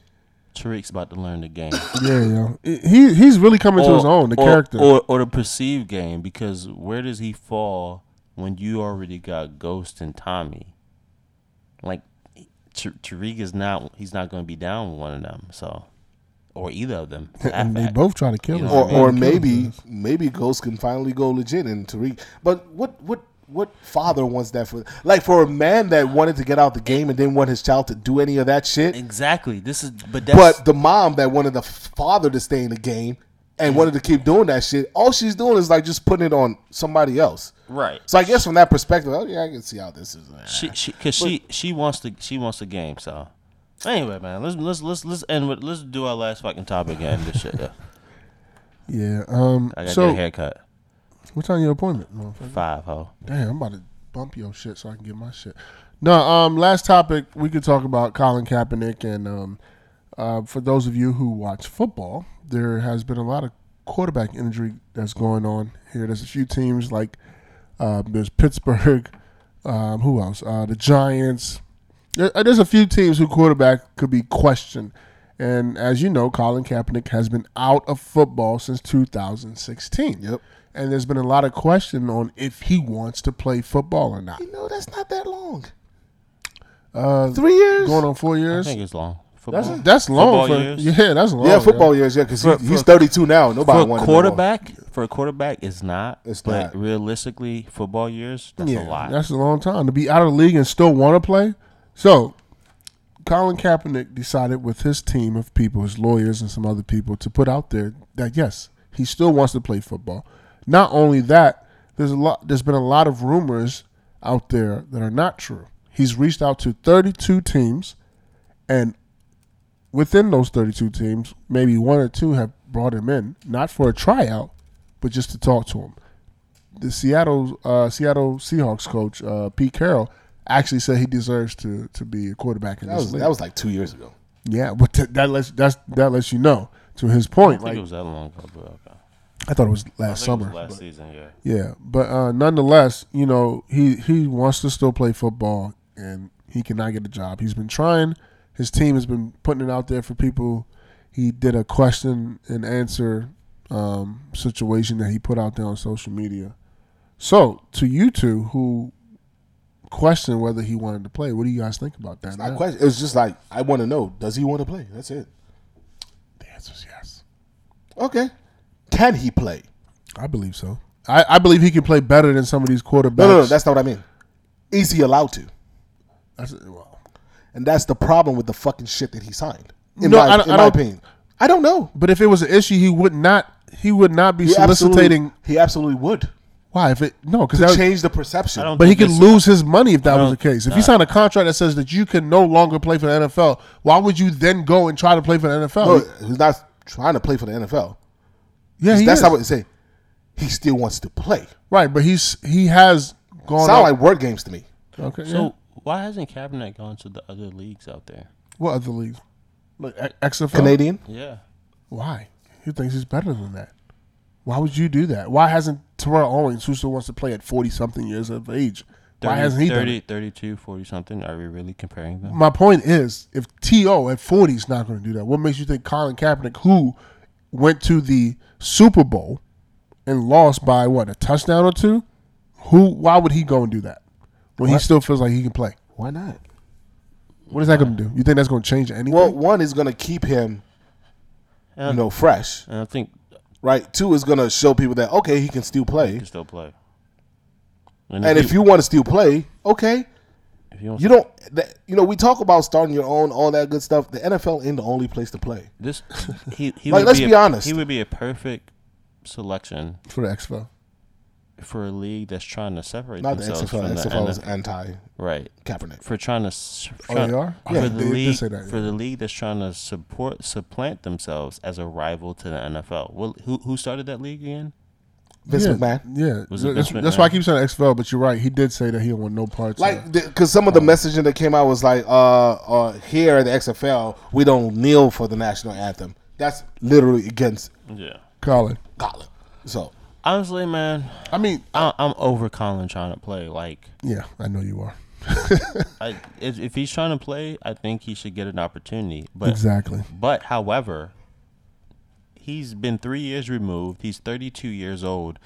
B: Tariq's about to learn the game.
A: yeah, yo. he he's really coming to his own. The
B: or,
A: character.
B: or or the perceived game because where does he fall when you already got Ghost and Tommy? Like T- Tariq is not he's not going to be down with one of them, so or either of them. for that
A: and they
B: fact.
A: both try to kill
B: You
A: him.
B: know
C: Or
B: what I mean?
C: or maybe maybe Ghost can finally go legit and Tariq. But what what what father wants that for? Like for a man that wanted to get out the game and didn't want his child to do any of that shit.
B: exactly. This is but that's
C: But the mom that wanted the father to stay in the game and wanted to keep doing that shit, all she's doing is like just putting it on somebody else.
B: right.
C: So I guess from that perspective, oh yeah, I can see how this is.
B: she she because she she wants the she wants the game. So anyway, man, let's let's let's let's end with let's do our last fucking topic and end this shit. Though.
A: Yeah. Um.
B: I got
A: So
B: that haircut
A: what time your appointment? motherfucker?
B: five ho.
A: Damn, I'm about to bump your shit so I can get my shit. No, um, last topic we could talk about Colin Kaepernick and um, uh, for those of you who watch football, there has been a lot of quarterback injury that's going on here. There's a few teams like uh, there's Pittsburgh, um, who else? Uh, the Giants. There- uh, There's a few teams who quarterback could be questioned, and as you know, Colin Kaepernick has been out of football since 2016.
C: Yep.
A: And there's been a lot of question on if he wants to play football or not.
C: You know, that's not that long.
A: Uh,
C: Three years.
A: going on four
B: I
A: years.
B: think it's long.
A: That's
B: Football.
A: that's long.
B: Football
A: for-
B: years?
A: Yeah, that's long.
C: yeah,
A: yo.
C: football years. Yeah, because
B: For-
C: he, he's
B: for-
C: thirty two now. Nobody
B: for a
C: wanted him anymore.
B: quarterback, for a quarterback, it's not.
C: It's
B: but
C: not.
B: realistically, football years, that's a lot.
A: That's a long time to be out of the league and still want to play. So, Colin Kaepernick decided with his team of people, his lawyers and some other people, to put out there that yes, he still wants to play football. Not only that, there's a lot. There's been a lot of rumors out there that are not true. He's reached out to 32 teams, and within those 32 teams, maybe one or two have brought him in, not for a tryout, but just to talk to him the Seattle uh, Seattle Seahawks coach uh, Pete Carroll actually said he deserves to to be a quarterback in
C: That
A: this
C: was
A: league.
C: that was like two years ago.
A: yeah, but th- that lets that's that lets you know to his
B: I
A: point.
B: think
A: Like
B: it was that long ago, but okay.
A: I thought it was
B: I
A: last
B: think
A: summer.
B: it was last
A: but-
B: season, yeah.
A: yeah, but uh, nonetheless, you know, he he wants to still play football, and he cannot get a job. He's been trying. His team has been putting it out there for people. He did a question and answer um, situation that he put out there on social media. So, to you two who question whether he wanted to play, what do you guys think about that?
C: It's not
A: now?
C: question. It was just like I want to know: Does he want to play? That's it.
A: the answer is yes.
C: Okay. Can he play?
A: I believe so. I, I believe he can play better than some of these quarterbacks.
C: No, no, no. That's not what I mean. Is he allowed to?
A: That's- well,
C: And that's the problem with the fucking shit that he signed. In
A: No,
C: my,
A: I don't-
C: in
A: I
C: my
A: don't-
C: opinion, I don't know.
A: But if it was an issue, he would not. He would not be
C: He
A: soliciting. Oh.
C: Absolutely, he absolutely would
A: Why? If it no, because
C: to
A: that.
C: change the perception.
B: I don't
A: But he
B: think
A: could
B: this-
A: lose his money if that was the
B: don't-
A: case. If he signed a contract that says that you can no longer play for the NFL, why would you then go and try to play for the
C: No,
A: NFL?
C: Oh, he's not trying to play for the NFL.
A: Oh. yeah, he
C: that's
A: is.
C: not what they say. He still wants to play.
A: right. But he's he has gone.
C: Sound
A: out-
C: like word games to me.
A: okay.
B: So
A: yeah.
B: why hasn't Kaepernick gone to the other leagues out there?
A: what other leagues? Like X- XFL.
C: Canadian.
B: Yeah.
A: Why? He thinks he's better than that. Why would you do that? Why hasn't Terrell Owens, who still wants to play at forty something years of age, why
B: 30,
A: hasn't he done it?
B: 30, 32, 40 something? Are we really comparing them?
A: My point is, if T.O. at 40 is not going to do that, what makes you think Colin Kaepernick, who went to the Super Bowl and lost by what a touchdown or two, who why would he go and do that when he still feels like he can play?
C: Why not?
A: What is that going to do? You think that's going to change anything?
C: Well, one is going to keep him, you
B: And-
C: know, fresh.
B: And I think
C: Right. Two is going to show people that okay, he can still
B: he
C: play.
B: can still play.
C: And if you want to still play, okay,
B: if you don't
C: you don't. That, you know, we talk about starting your own, all that good stuff. The NFL ain't the only place to play.
B: This he, he
C: Like,
B: would
C: let's
B: be,
C: be
B: a-
C: honest.
B: He would be a perfect selection
A: for the XFL,
B: for a league that's trying to separate
C: Not the
B: themselves
C: XFL.
B: from the
C: XFL is
B: NFL.
C: anti
B: right
C: Kaepernick.
B: for trying to s-
A: Oh,
B: trying-
A: they are?
B: for
A: Yeah,
B: the
A: they did
B: league
A: say that,
B: for
A: yeah.
B: the league that's trying to support supplant themselves as a rival to the NFL. Well, who who started that league again?
C: Vince
A: yeah,
C: McMahon.
A: Yeah,
B: Was it
A: that's,
B: Vince
A: that's why I
B: McMahon?
A: keep saying XFL. But you're right. He did say that he don't want no parts. of
C: Like, because some of the messaging that came out was like, uh, uh, here at the XFL, we don't kneel for the national anthem. That's literally against
B: Yeah.
A: Colin.
C: Colin. So,
B: Honestly, man,
A: I mean,
B: I, I'm over Colin trying to play. Like,
A: yeah, I know you are.
B: I, if, if he's trying to play, I think he should get an opportunity. But
A: Exactly.
B: But however, he's been three years removed. He's 32 years old.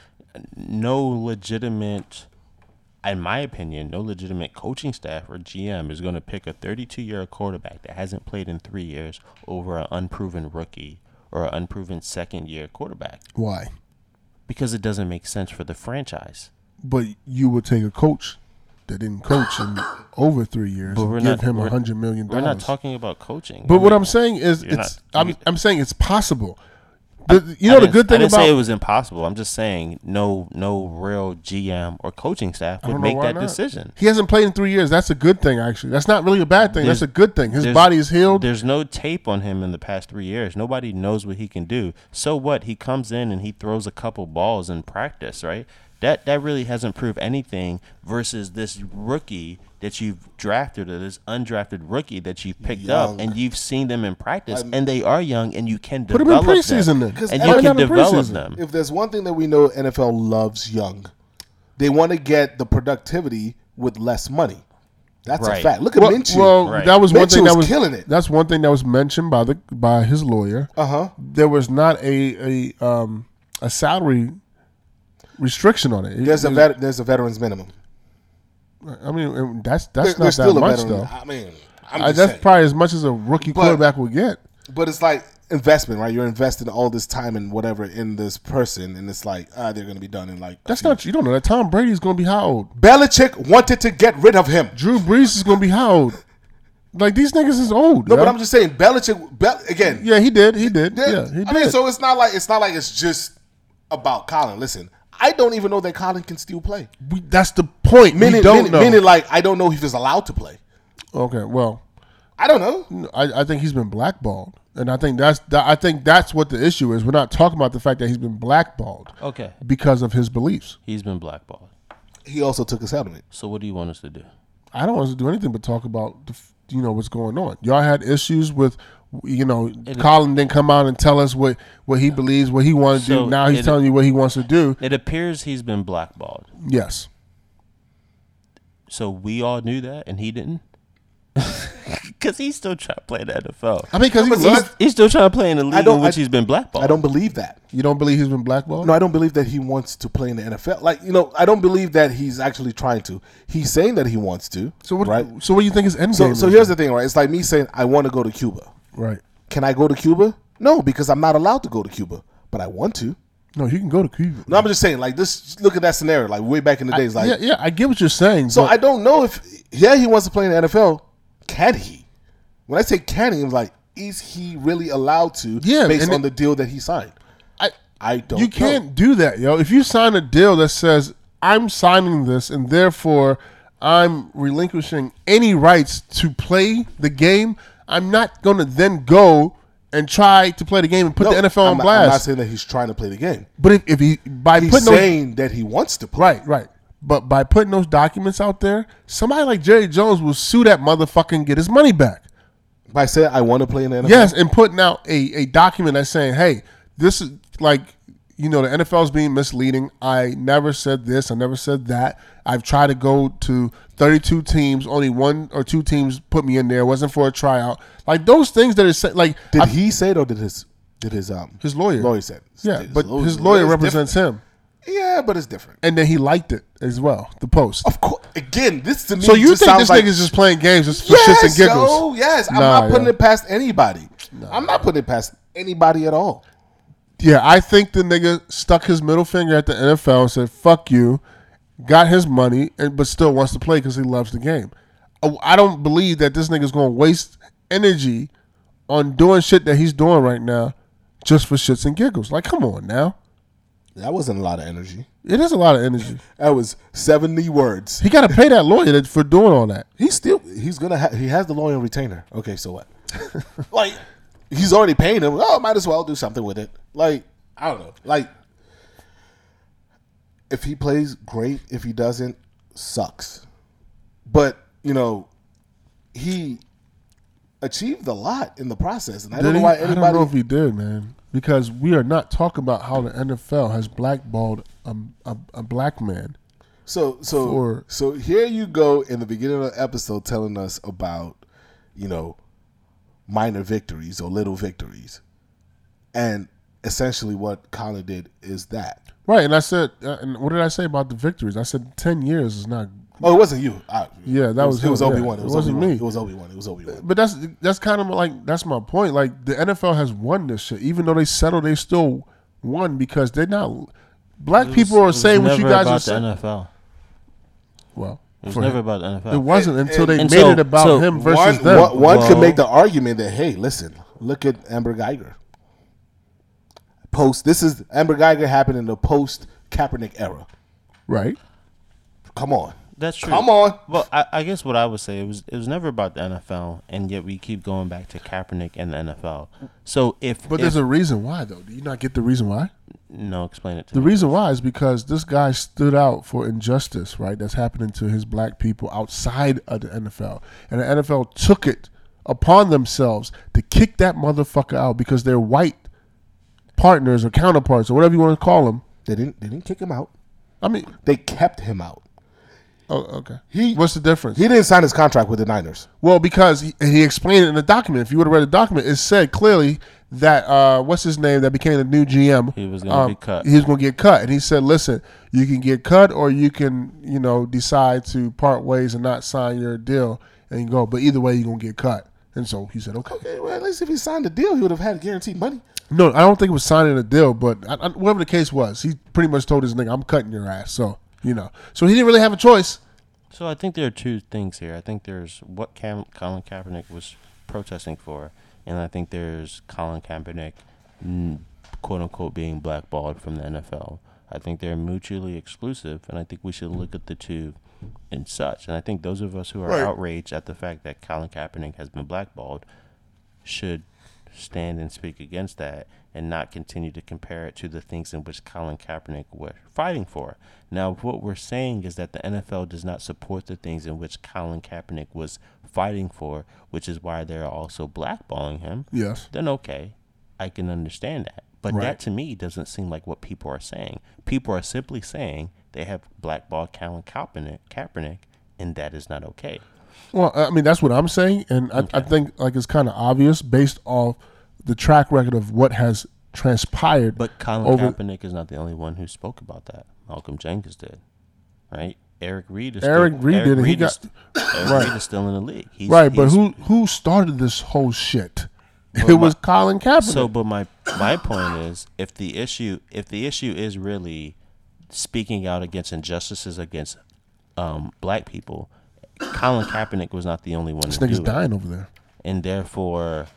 B: No legitimate, in my opinion, no legitimate coaching staff or GM is going to pick a 32 year old quarterback that hasn't played in three years over an unproven rookie or an unproven second year quarterback
A: Why?
B: because it doesn't make sense for the franchise.
A: But you would take a coach that didn't coach in over three years
B: But
A: and
B: we're
A: give
B: not
A: him
B: we're-
A: a hundred million
B: We're
A: dollars.
B: not talking about coaching.
A: But what I'm saying is,
B: You're
A: it's
B: not-
A: I'm,
B: you-
A: I'm saying it's possible. The- you
B: I
A: know the
B: didn't-
A: good
B: I
A: thing
B: didn't say it
A: about
B: was impossible. I'm just saying no, no real GM or coaching staff
A: I
B: would
A: don't know
B: make
A: why
B: that
A: not.
B: decision.
A: He hasn't played in three years. That's a good thing, actually. That's not really a bad thing. That's a
B: There's-
A: good thing. His
B: there's-
A: body is healed.
B: There's no tape on him in the past three years. Nobody knows what he can do. So what? He comes in and he throws a couple balls in practice, right? That that really hasn't proved anything versus this rookie that you've drafted or this undrafted rookie that you've picked up
C: Young.
B: and you've seen them in practice and they are young and you can
A: Put him in
B: develop
A: preseason
B: them
A: then.
B: and
A: Why
B: you can
A: not in
B: develop
A: preseason?
B: them.
C: if there's one thing that we know NFL loves young, they want to get the productivity with less money. That's
B: Right.
C: a fact. Look at
A: Well,
C: Minshew.
A: well,
B: Right.
A: that was one
C: Minshew
A: thing that
C: was
A: was
C: killing it.
A: That's one thing that was mentioned by the by his lawyer.
C: Uh huh.
A: There was not a a um a salary restriction on it.
C: There's a vet, there's a veterans minimum.
A: I mean, that's
C: There-
A: that's
C: there's
A: not that
C: still a
A: much
C: veteran.
A: though.
C: I mean, I'm
A: I,
C: just
A: that's
C: saying.
A: probably as much as a rookie
C: But-
A: quarterback will get.
C: but it's like investment, right? You're investing all this time and whatever in this person, and it's like ah, they're gonna be done in like.
A: That's not you don't know that Tom Brady's going to be how old?
C: Belichick wanted to get rid of him.
A: Drew Brees is going to be how old? Like these niggas is old.
C: No,
A: yo.
C: but I'm just saying Belichick. Bel- again,
A: yeah, he did. He did.
C: Yeah,
A: Yeah, he did.
C: I mean, so it's not like it's not like it's just about Colin. Listen, I don't even know that Colin can still play.
A: We- that's the point.
C: Meaning,
A: we don't
C: meaning,
A: know.
C: meaning like I don't know if he's allowed to play.
A: okay, well,
C: I don't know.
A: I, I think he's been blackballed, and I think that's that, I think that's what the issue is. We're not talking about the fact that he's been blackballed
B: Okay.
A: because of his beliefs.
B: He's been blackballed.
C: He also took his helmet.
B: So what do you want us to do?
A: I don't want to do anything but talk about the, f- you know what's going on. Y'all had issues with you know Colin didn't come out and tell us what what he believes, what he wants to
B: So
A: do. Now he's
B: it-
A: telling you what he wants to do.
B: It appears he's been blackballed.
A: Yes.
B: So we all knew that, and he didn't. Because he's still trying to play in the NFL.
A: I mean, because
C: but he's-
B: He's still trying to play in the league
C: don't-
B: in which
C: I-
B: he's been blackballed.
C: I don't believe that.
A: you don't believe he's been blackballed.
C: No, I don't believe that he wants to play in the NFL. Like you know, I don't believe that he's actually trying to. He's saying that he wants to.
A: so what?
C: Right.
A: So what do you think his end
C: So
A: game
C: so
A: is?
C: here's the thing, right? It's like me saying I want to go to Cuba.
A: right.
C: Can I go to Cuba? No, because I'm not allowed to go to Cuba, but I want to.
A: No, you can go to Cuba.
C: No, I'm just saying, like this. Look at that scenario, like way back in the days, like
A: yeah, yeah, I get what you're saying.
C: So
A: but-
C: I don't know if yeah he wants to play in the NFL. Can he? When I say can he, I'm like, is he really allowed to?
A: Yeah,
C: based
A: and
C: on
A: it-
C: the deal that he signed.
A: I,
C: I don't.
A: you
C: know.
A: can't do that, yo. If you sign a deal that says I'm signing this and therefore I'm relinquishing any rights to play the game, I'm not going to then go and try to play the game and put
C: No,
A: the NFL on
C: I'm not- I'm not
A: blast.
C: saying that he's trying to play the game.
A: but if, if he by
C: He's
A: putting those,
C: saying that he wants to play.
A: right, right. But by putting those documents out there, somebody like Jerry Jones will sue that motherfucker and get his money back.
C: By saying I want to play in the NFL.
A: Yes, and putting out a, a document that's saying, hey, this is like, you know, the NFL is being misleading. I never said this. I never said that. I've tried to go to 32 teams. Only one or two teams put me in there. It wasn't for a tryout. Like those things that are sa- like
C: Did
A: I-
C: he say it or did his did his um
A: his lawyer.
C: lawyer said?
A: Yeah,
C: His
A: but
C: law-
A: his lawyer
C: lawyer's
A: represents him.
C: different. Yeah, but it's different.
A: And then he liked it as well, the post.
C: Of course, again, this to me.
A: So you
C: Oh, just
A: think
C: sounds
A: this
C: like,
A: nigga's just playing games just for shits and
C: yes,
A: giggles?
C: yo, yes. I'm
A: Nah,
C: not putting
A: yo.
C: it past anybody. I'm not putting it past anybody at all.
A: Yeah, I think the nigga stuck his middle finger at the NFL and said "fuck you," got his money, and but still wants to play because he loves the game. Oh, I don't believe that this nigga's gonna waste energy on doing shit that he's doing right now just for shits and giggles. Like, come on now,
C: That wasn't a lot of energy.
A: it is a lot of energy.
C: That was seventy words.
A: He got to pay that lawyer that- for doing all that.
C: He's still he's gonna ha- he has the lawyer retainer. Okay, so what? like he's already paying him. Oh, might as well do something with it. Like I don't know. Like if he plays great, if he doesn't, sucks. But you know, he achieved a lot in the process, and I don't
A: Did
C: know
A: he?
C: why
A: I don't
C: anybody.
A: know if he did, man. Because we are not talking about how the NFL has blackballed a, a, a black man.
C: so so
A: for-
C: so here you go in the beginning of the episode telling us about you know minor victories or little victories, and essentially what Colin did is that.
A: Right, and I said, uh, and what did I say about the victories? I said ten years is not.
C: Oh, it wasn't you. I,
A: Yeah, that
C: it
A: was
C: it. Was
A: him, yeah.
C: Obi Wan? It,
A: It
C: was
A: wasn't
C: Obi-Wan.
A: me.
C: It was Obi Wan. It was Obi Wan.
A: But that's that's kind of like that's my point. Like the NFL has won this shit, even though they settled, they still won because they're not. Black people are saying what you guys are saying.
B: about the NFL.
A: Well,
B: It was
A: for
B: never
A: him.
B: about the NFL.
A: it wasn't until they
B: and
A: made
B: so-
A: it about
B: so
A: him versus
C: One,
A: them.
C: one, one could
B: Well-
C: make the argument that hey, listen, look at Amber Geiger. Post this is Amber Geiger happened in the post Kaepernick era.
A: right?
C: Come on,
B: That's true.
C: Come on.
B: Well, I, I guess what I would say it was it was never about the NFL, and yet we keep going back to Kaepernick and the NFL. So if
A: But
B: if,
A: there's a reason why, though. Do you not get the reason why?
B: no, explain it to
A: The
B: me.
A: reason why is because this guy stood out for injustice, right? That's happening to his black people outside of the NFL. And the NFL took it upon themselves to kick that motherfucker out because their white partners or counterparts or whatever you want to call them.
C: they didn't they didn't kick him out.
A: I mean,
C: They kept him out.
A: oh, okay.
C: He-
A: What's the difference?
C: He didn't sign his contract with the Niners.
A: well, because he, and he explained it in the document. If you would have read the document, it said clearly that uh, what's his name that became the new GM.
B: He was gonna be cut.
A: He was going to get cut, and he said, "Listen, you can get cut, or you can, you know, decide to part ways and not sign your deal and go. But either way, you're going to get cut." And so he said, "Okay."
C: Okay, Eh, well, at least if he signed a deal, he would have had guaranteed money.
A: No, I don't think it was signing a deal, but I, I, whatever the case was, he pretty much told his nigga, "I'm cutting your ass." So you know, so he didn't really have a choice.
B: So I think there are two things here. I think there's what Cam, Colin Kaepernick was protesting for, and I think there's Colin Kaepernick, mm, quote unquote, being blackballed from the NFL. I think they're mutually exclusive, and I think we should look at the two and such. And I think those of us who are outraged at the fact that Colin Kaepernick has been blackballed should stand and speak against that and not continue to compare it to the things in which Colin Kaepernick was fighting for. Now, what we're saying is that the NFL does not support the things in which Colin Kaepernick was fighting for, which is why they're also blackballing him.
A: Yes.
B: Then, okay, I can understand that. But that to me doesn't seem like what people are saying. People are simply saying they have blackballed Colin Kaepernick, Kaepernick and that is not okay.
A: Well, I mean, that's what I'm saying, and I, I think like it's kind of obvious based off the track record of what has transpired.
B: But Colin
A: over-
B: Kaepernick is not the only one who spoke about that. Malcolm Jenkins did, right? Eric Reed is
A: Eric
B: still,
A: Reed did it. He
B: Reed is-
A: got-
B: Eric
A: Right.
B: Reed is still in the league, He's-
A: right, but
B: he's-
A: who who started this whole shit? it was Colin Kaepernick.
B: So, but my my point is, if the issue if the issue is really speaking out against injustices against um, black people, Colin Kaepernick was not the only one.
A: this
B: to
A: nigga's
B: do it.
A: dying over there.
B: and therefore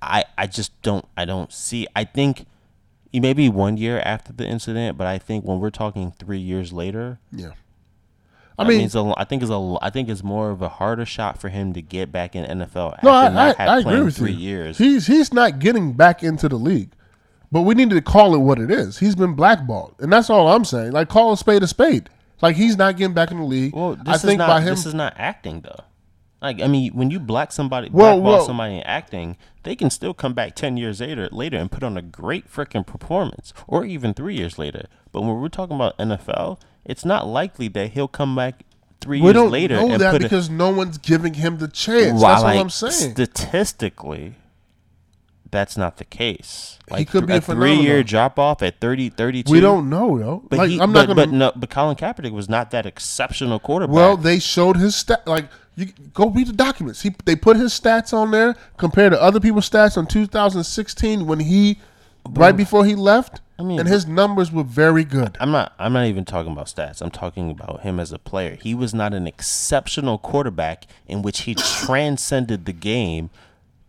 B: I I just don't I don't see I think you may be one year after the incident, but I think when we're talking three years later,
A: Yeah,
B: I
A: I
B: mean,
A: mean,
B: it's a, I think it's a, I think it's more of a harder shot for him to get back in NFL after
A: no, I I,
B: not have
A: I
B: played
A: agree with
B: three
A: you.
B: years.
A: He's he's not getting back into the league, but we needed to call it what it is. He's been blackballed, and that's all I'm saying. Like call a spade a spade. Like he's not getting back in the league.
B: well, this
A: I
B: is
A: think
B: not
A: by him,
B: this is not acting though. Like I mean, when you black somebody,
A: Well,
B: blackball
A: well-
B: somebody in acting, they can still come back ten years later, later and put on a great freaking performance, or even three years later. But when we're talking about NFL, it's not likely that he'll come back three
A: we
B: years
A: don't
B: later
A: know
B: and
A: that
B: put a-
A: because no one's giving him the chance.
B: Well,
A: that's
B: like,
A: all I'm saying.
B: Statistically, that's not the case. Like
A: could be
B: a
A: a phenomenon.
B: three-year drop off at 30, 32.
A: we don't know though.
B: But
A: like
B: he,
A: I'm not
B: but,
A: gonna.
B: but no, but Colin Kaepernick was not that exceptional quarterback.
A: Well, they showed his stat. Like you go read the documents. He they put his stats on there compared to other people's stats on 2016 when he right before he left,
B: I mean,
A: and his numbers were very good.
B: I'm not. I'm not even talking about stats. I'm talking about him as a player. He was not an exceptional quarterback in which he transcended the game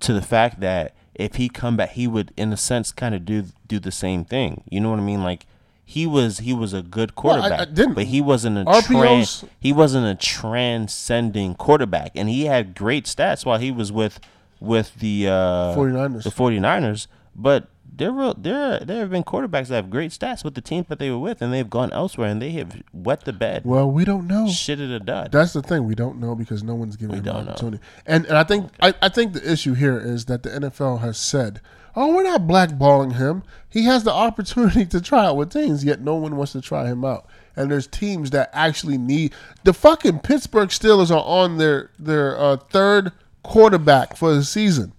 B: to the fact that if he come back, he would, in a sense, kind of do do the same thing. You know what I mean? Like he was he was a good
A: Well, I- I
B: quarterback,
A: didn't-
B: but he wasn't a
A: RPOs
B: tran- he wasn't a transcending quarterback, and he had great stats while he was with with the uh,
A: 49ers.
B: The 49ers, but there were there there have been quarterbacks that have great stats with the teams that they were with, and they've gone elsewhere and they have wet the bed,
A: Well, we don't know.
B: shitted a dud.
A: That's the thing we don't know because no one's giving
B: We
A: him
B: don't
A: an
B: know.
A: opportunity. And and I think I, I think the issue here is that the NFL has said, "Oh, we're not blackballing him. He has the opportunity to try out with teams, yet no one wants to try him out." And there's teams that actually need the fucking Pittsburgh Steelers are on their their uh, third quarterback for the season.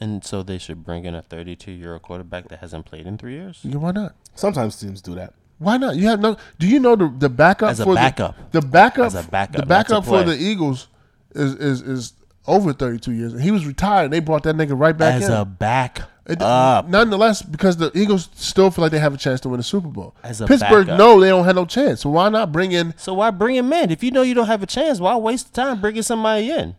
B: and so they should bring in a 32 year old quarterback that hasn't played in three years.
A: Yeah, Why not?
C: Sometimes teams do that.
A: Why not? You have no. Do you know the the backup
B: As a
A: for the-
B: backup.
A: The, backup.
B: As a backup,
A: The
B: not
A: backup
B: to
A: for the
B: play.
A: Eagles is is is over thirty two years. He was retired, and they brought that nigga right back
B: As
A: in.
B: a back
A: It-
B: up,
A: Nonetheless, because the Eagles still feel like they have a chance to win the Super Bowl.
B: As a
A: Pittsburgh,
B: backup.
A: no, they don't have no chance. So why not bring in?
B: so why bring him in if you know you don't have a chance? Why waste the time bringing somebody in?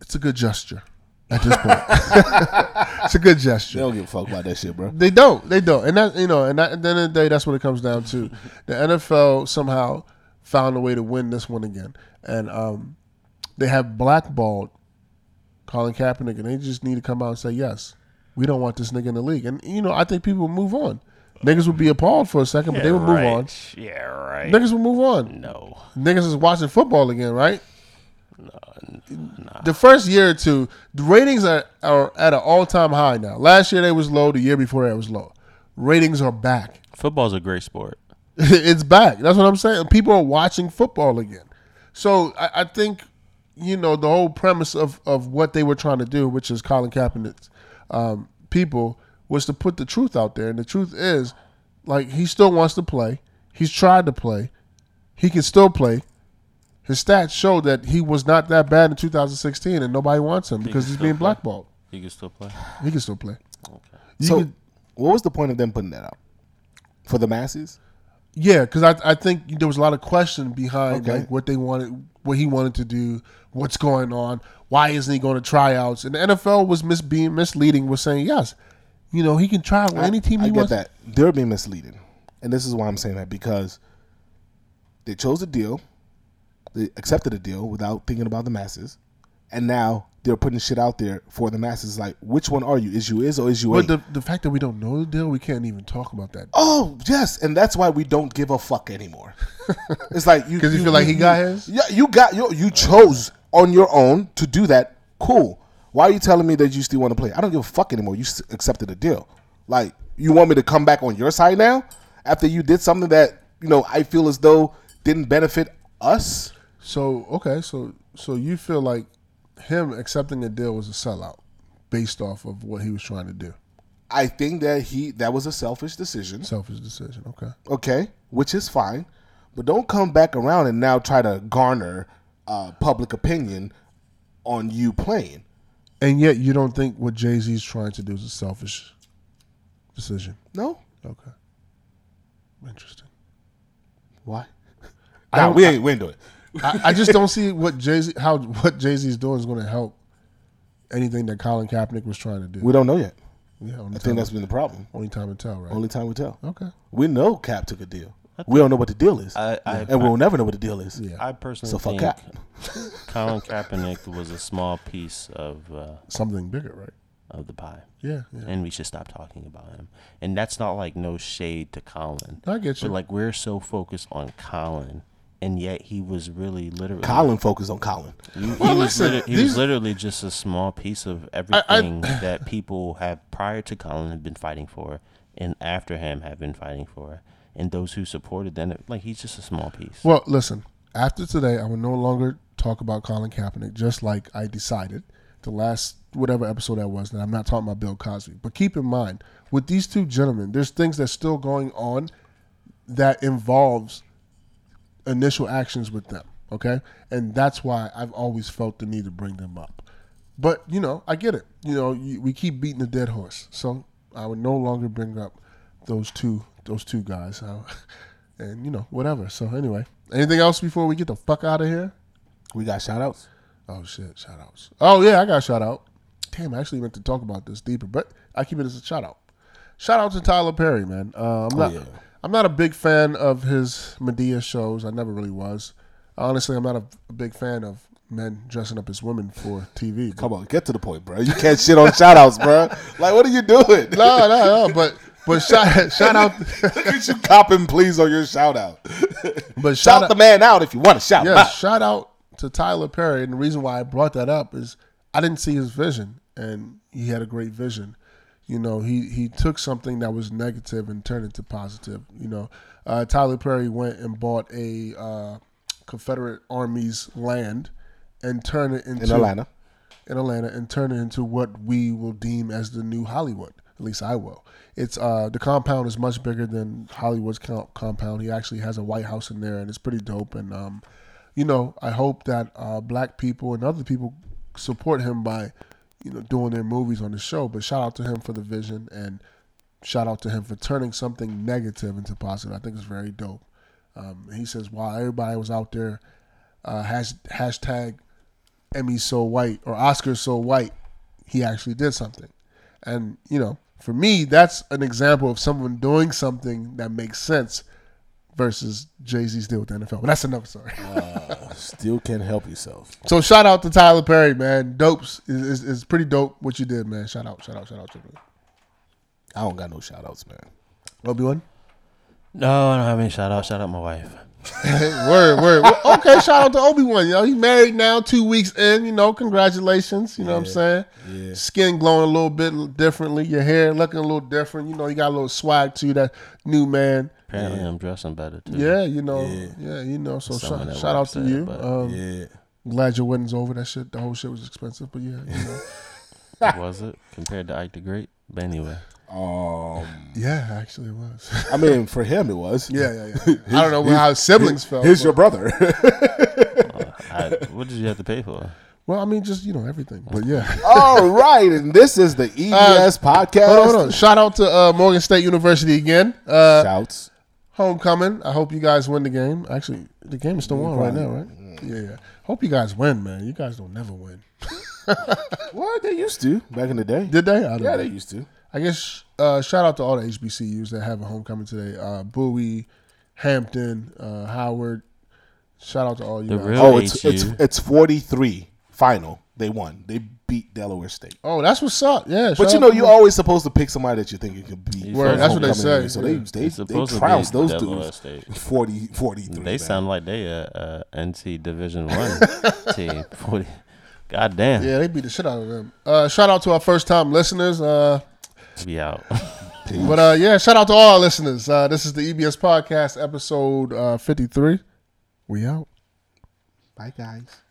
A: It's a good gesture at this point. it's a good gesture.
C: They don't give a fuck about that shit, bro.
A: They don't. They don't. And that you know, and that, at the end of the day, that's what it comes down to. The NFL somehow found a way to win this one again, and um, they have blackballed Colin Kaepernick, and they just need to come out and say, "Yes, we don't want this nigga in the league." And you know, I think people will move on. Niggas would be appalled for a second, but they will move on.
B: Yeah, right.
A: Niggas will move on.
B: No,
A: Niggas is watching football again, right? The first year or two, the ratings are, are at an all time high now. Last year they was low. The year before that was low. Ratings are back.
B: football's a great sport.
A: it's back. That's what I'm saying. People are watching football again. So I, I think you know the whole premise of of what they were trying to do, which is Colin Kaepernick's um, people, was to put the truth out there. And the truth is, like he still wants to play. He's tried to play. He can still play. His stats show that he was not that bad in 2016, and nobody wants him because
B: can
A: he's
B: still
A: being
B: play.
A: blackballed.
B: You can still play.
A: He can still play. You
C: So,
A: can-
C: what was the point of them putting that out for the masses?
A: Yeah, because I I think there was a lot of question behind
C: Okay.
A: like what they wanted, what he wanted to do, what's going on, why isn't he going to tryouts? And the NFL was mis- being misleading, was saying yes, you know he can try with any team
C: I
A: he
C: get
A: wants.
C: that they're being misleading, and this is why I'm saying that because they chose a deal, they accepted a deal without thinking about the masses, and now they're putting shit out there for the masses. Like, which one are you? Is you is or is you
A: But
C: ain't?
A: the the fact that we don't know the deal, we can't even talk about that
C: oh yes, and that's why we don't give a fuck anymore. it's like you
A: 'Cause you feel like he got his?
C: Yeah, you got you. You chose on your own to do that. Cool. Why are you telling me that you still want to play? I don't give a fuck anymore. You s- accepted a deal. Like you want me to come back on your side now after you did something that you know I feel as though didn't benefit us.
A: So okay, so so you feel like him accepting a deal was a sellout based off of what he was trying to do,
C: I think that he that was a selfish decision.
A: selfish decision. Okay,
C: okay, which is fine, but don't come back around and now try to garner uh, public opinion on you playing.
A: and yet you don't think what Jay Z's trying to do is a selfish decision.
C: No,
A: Okay, interesting.
C: why? Nah, we ain't we ain't doing it.
A: I, I just don't see what Jay Z how what Jay Z is doing is going to help anything that Colin Kaepernick was trying to do.
C: We don't know yet.
A: yeah, only
C: I
A: time,
C: think that's been the problem.
A: only time to tell, right?
C: Only time we tell.
A: okay.
C: We know Cap took a deal. We don't know what the deal is,
B: I- I-
C: and we'll never know what the deal is.
A: Yeah.
B: I personally
C: So fuck
B: think
C: Cap.
B: Colin Kaepernick was a small piece of uh,
A: Something bigger, right?
B: of the pie.
A: Yeah, yeah.
B: and we should stop talking about him. And that's not like no shade to Colin.
A: I get you.
B: But like we're so focused on Colin, and yet he was really literally
C: Colin focused on Colin.
B: He,
A: Well, listen,
B: he was literally, he
A: these-
B: was literally just a small piece of everything that people have prior to Colin had been fighting for, and after him have been fighting for, and those who supported them. Like he's just a small piece.
A: Well, listen. After today, I will no longer talk about Colin Kaepernick, just like I decided the last whatever episode that was. That I'm not talking about Bill Cosby. But keep in mind, with these two gentlemen, there's things that's still going on that involves initial actions with them. Okay, and that's why I've always felt the need to bring them up. But you know, I get it. You know, you, we keep beating a dead horse, so I would no longer bring up those two those two guys. Uh, and you know, whatever. So anyway, anything else before we get the fuck out of here?
C: We got shout outs.
A: Oh shit, shout outs. Oh yeah, I got a shout out. Damn, I actually meant to talk about this deeper, but I keep it as a shout out. Shout out to Tyler Perry, man. Uh, I'm not
C: Oh, yeah.
A: I'm not a big fan of his Medea shows. I never really was. Honestly, I'm not a, a big fan of men dressing up as women for TV.
C: Come on, get to the point, bro. You can't shit on shoutouts, bro. Like, what are you doing?
A: no, no, no. But but shout shout out.
C: Look at you copping, please, on your shout out.
A: But shout,
C: Shout
A: out.
C: the man out if you want to shout.
A: yeah,
C: him out.
A: shout out to Tyler Perry. And the reason why I brought that up is I didn't see his vision, and he had a great vision. You know, he he took something that was negative and turned it to positive. You know, uh, Tyler Perry went and bought a uh, Confederate Army's land and turned it into
C: in Atlanta.
A: in Atlanta and turn it into what we will deem as the new Hollywood. At least I will. It's uh, the compound is much bigger than Hollywood's co- compound. He actually has a White House in there, and it's pretty dope. And um, you know, I hope that uh, black people and other people support him by, you know, doing their movies on the show. But shout out to him for the vision, and shout out to him for turning something negative into positive. I think it's very dope. Um, he says, "While everybody was out there, uh, hash, hashtag Emmy so white or Oscar so white, he actually did something. And, you know, for me, that's an example of someone doing something that makes sense versus Jay Z's deal with the NFL. But that's another story.
C: Still can't help yourself.
A: so shout out to Tyler Perry, man. Dopes is, is, is pretty dope what you did, man. Shout out, shout out, shout out to you.
C: I don't got no shout outs, man.
A: Obi Wan?
B: No, I don't have any shout out. Shout out my wife.
A: Word, word. Well, okay, shout out to Obi Wan. You know, he's married now, two weeks in. You know, congratulations. You know what I'm saying?
C: yeah.
A: Skin glowing a little bit differently. Your hair looking a little different. You know, you got a little swag to you, that new man.
B: Apparently, I'm dressing better too.
A: Yeah, you know,
C: Yeah.
A: yeah, you know. So
B: Someone
A: shout,
B: that
A: shout out
B: works
A: to
B: at it,
A: you.
B: but-
A: um,
C: Yeah.
A: Glad your wedding's over. That shit, the whole shit was expensive, but yeah, you know.
B: was it compared to Ike the Great? But anyway,
C: Um,
A: yeah, actually it was.
C: I mean, for him it was.
A: yeah, yeah, yeah. I don't know how his siblings felt.
C: Here's
A: but-
C: your brother.
B: I, what did you have to pay for?
A: well, I mean, just you know everything, but yeah.
C: All right, and this is the EBS podcast.
A: Uh, Hold on, hold on. Shout out to uh, Morgan State University again. Uh,
C: Shouts.
A: homecoming. I hope you guys win the game. Actually, the game is still on right now, right? Yeah, yeah. Hope you guys win, man. You guys don't never win.
C: Well, they used to back in the day.
A: Did they? I don't
C: Yeah,
A: know.
C: they used to.
A: I guess uh, shout out to all the HBCUs that have a homecoming today. Uh, Bowie, Hampton, uh, Howard. Shout out to all you
B: The
A: guys.
B: real-
C: Oh, it's
B: HU.
C: it's it's forty three final. They won. They beat Delaware State.
A: oh, that's what's up. Yeah,
C: But
A: shout
C: you
A: out
C: know,
A: to-
C: you're always supposed to pick somebody that you think you could beat.
B: Word,
C: for
B: that's what they
A: say,
C: homecoming. So
A: yeah.
C: they
B: It's
C: they, they
B: supposed to
C: trounced
B: be
C: those
B: Delaware
C: dudes
B: State.
C: 40, 43.
B: They
C: man.
B: sound like they a uh, uh, NC Division One team. Forty. God damn.
A: Yeah, they beat the shit out of them. Uh, shout out to our first time listeners. Uh,
B: Be out.
A: but uh, yeah, shout out to all our listeners. Uh, this is the EBS podcast episode uh, 53. We out.
C: Bye guys.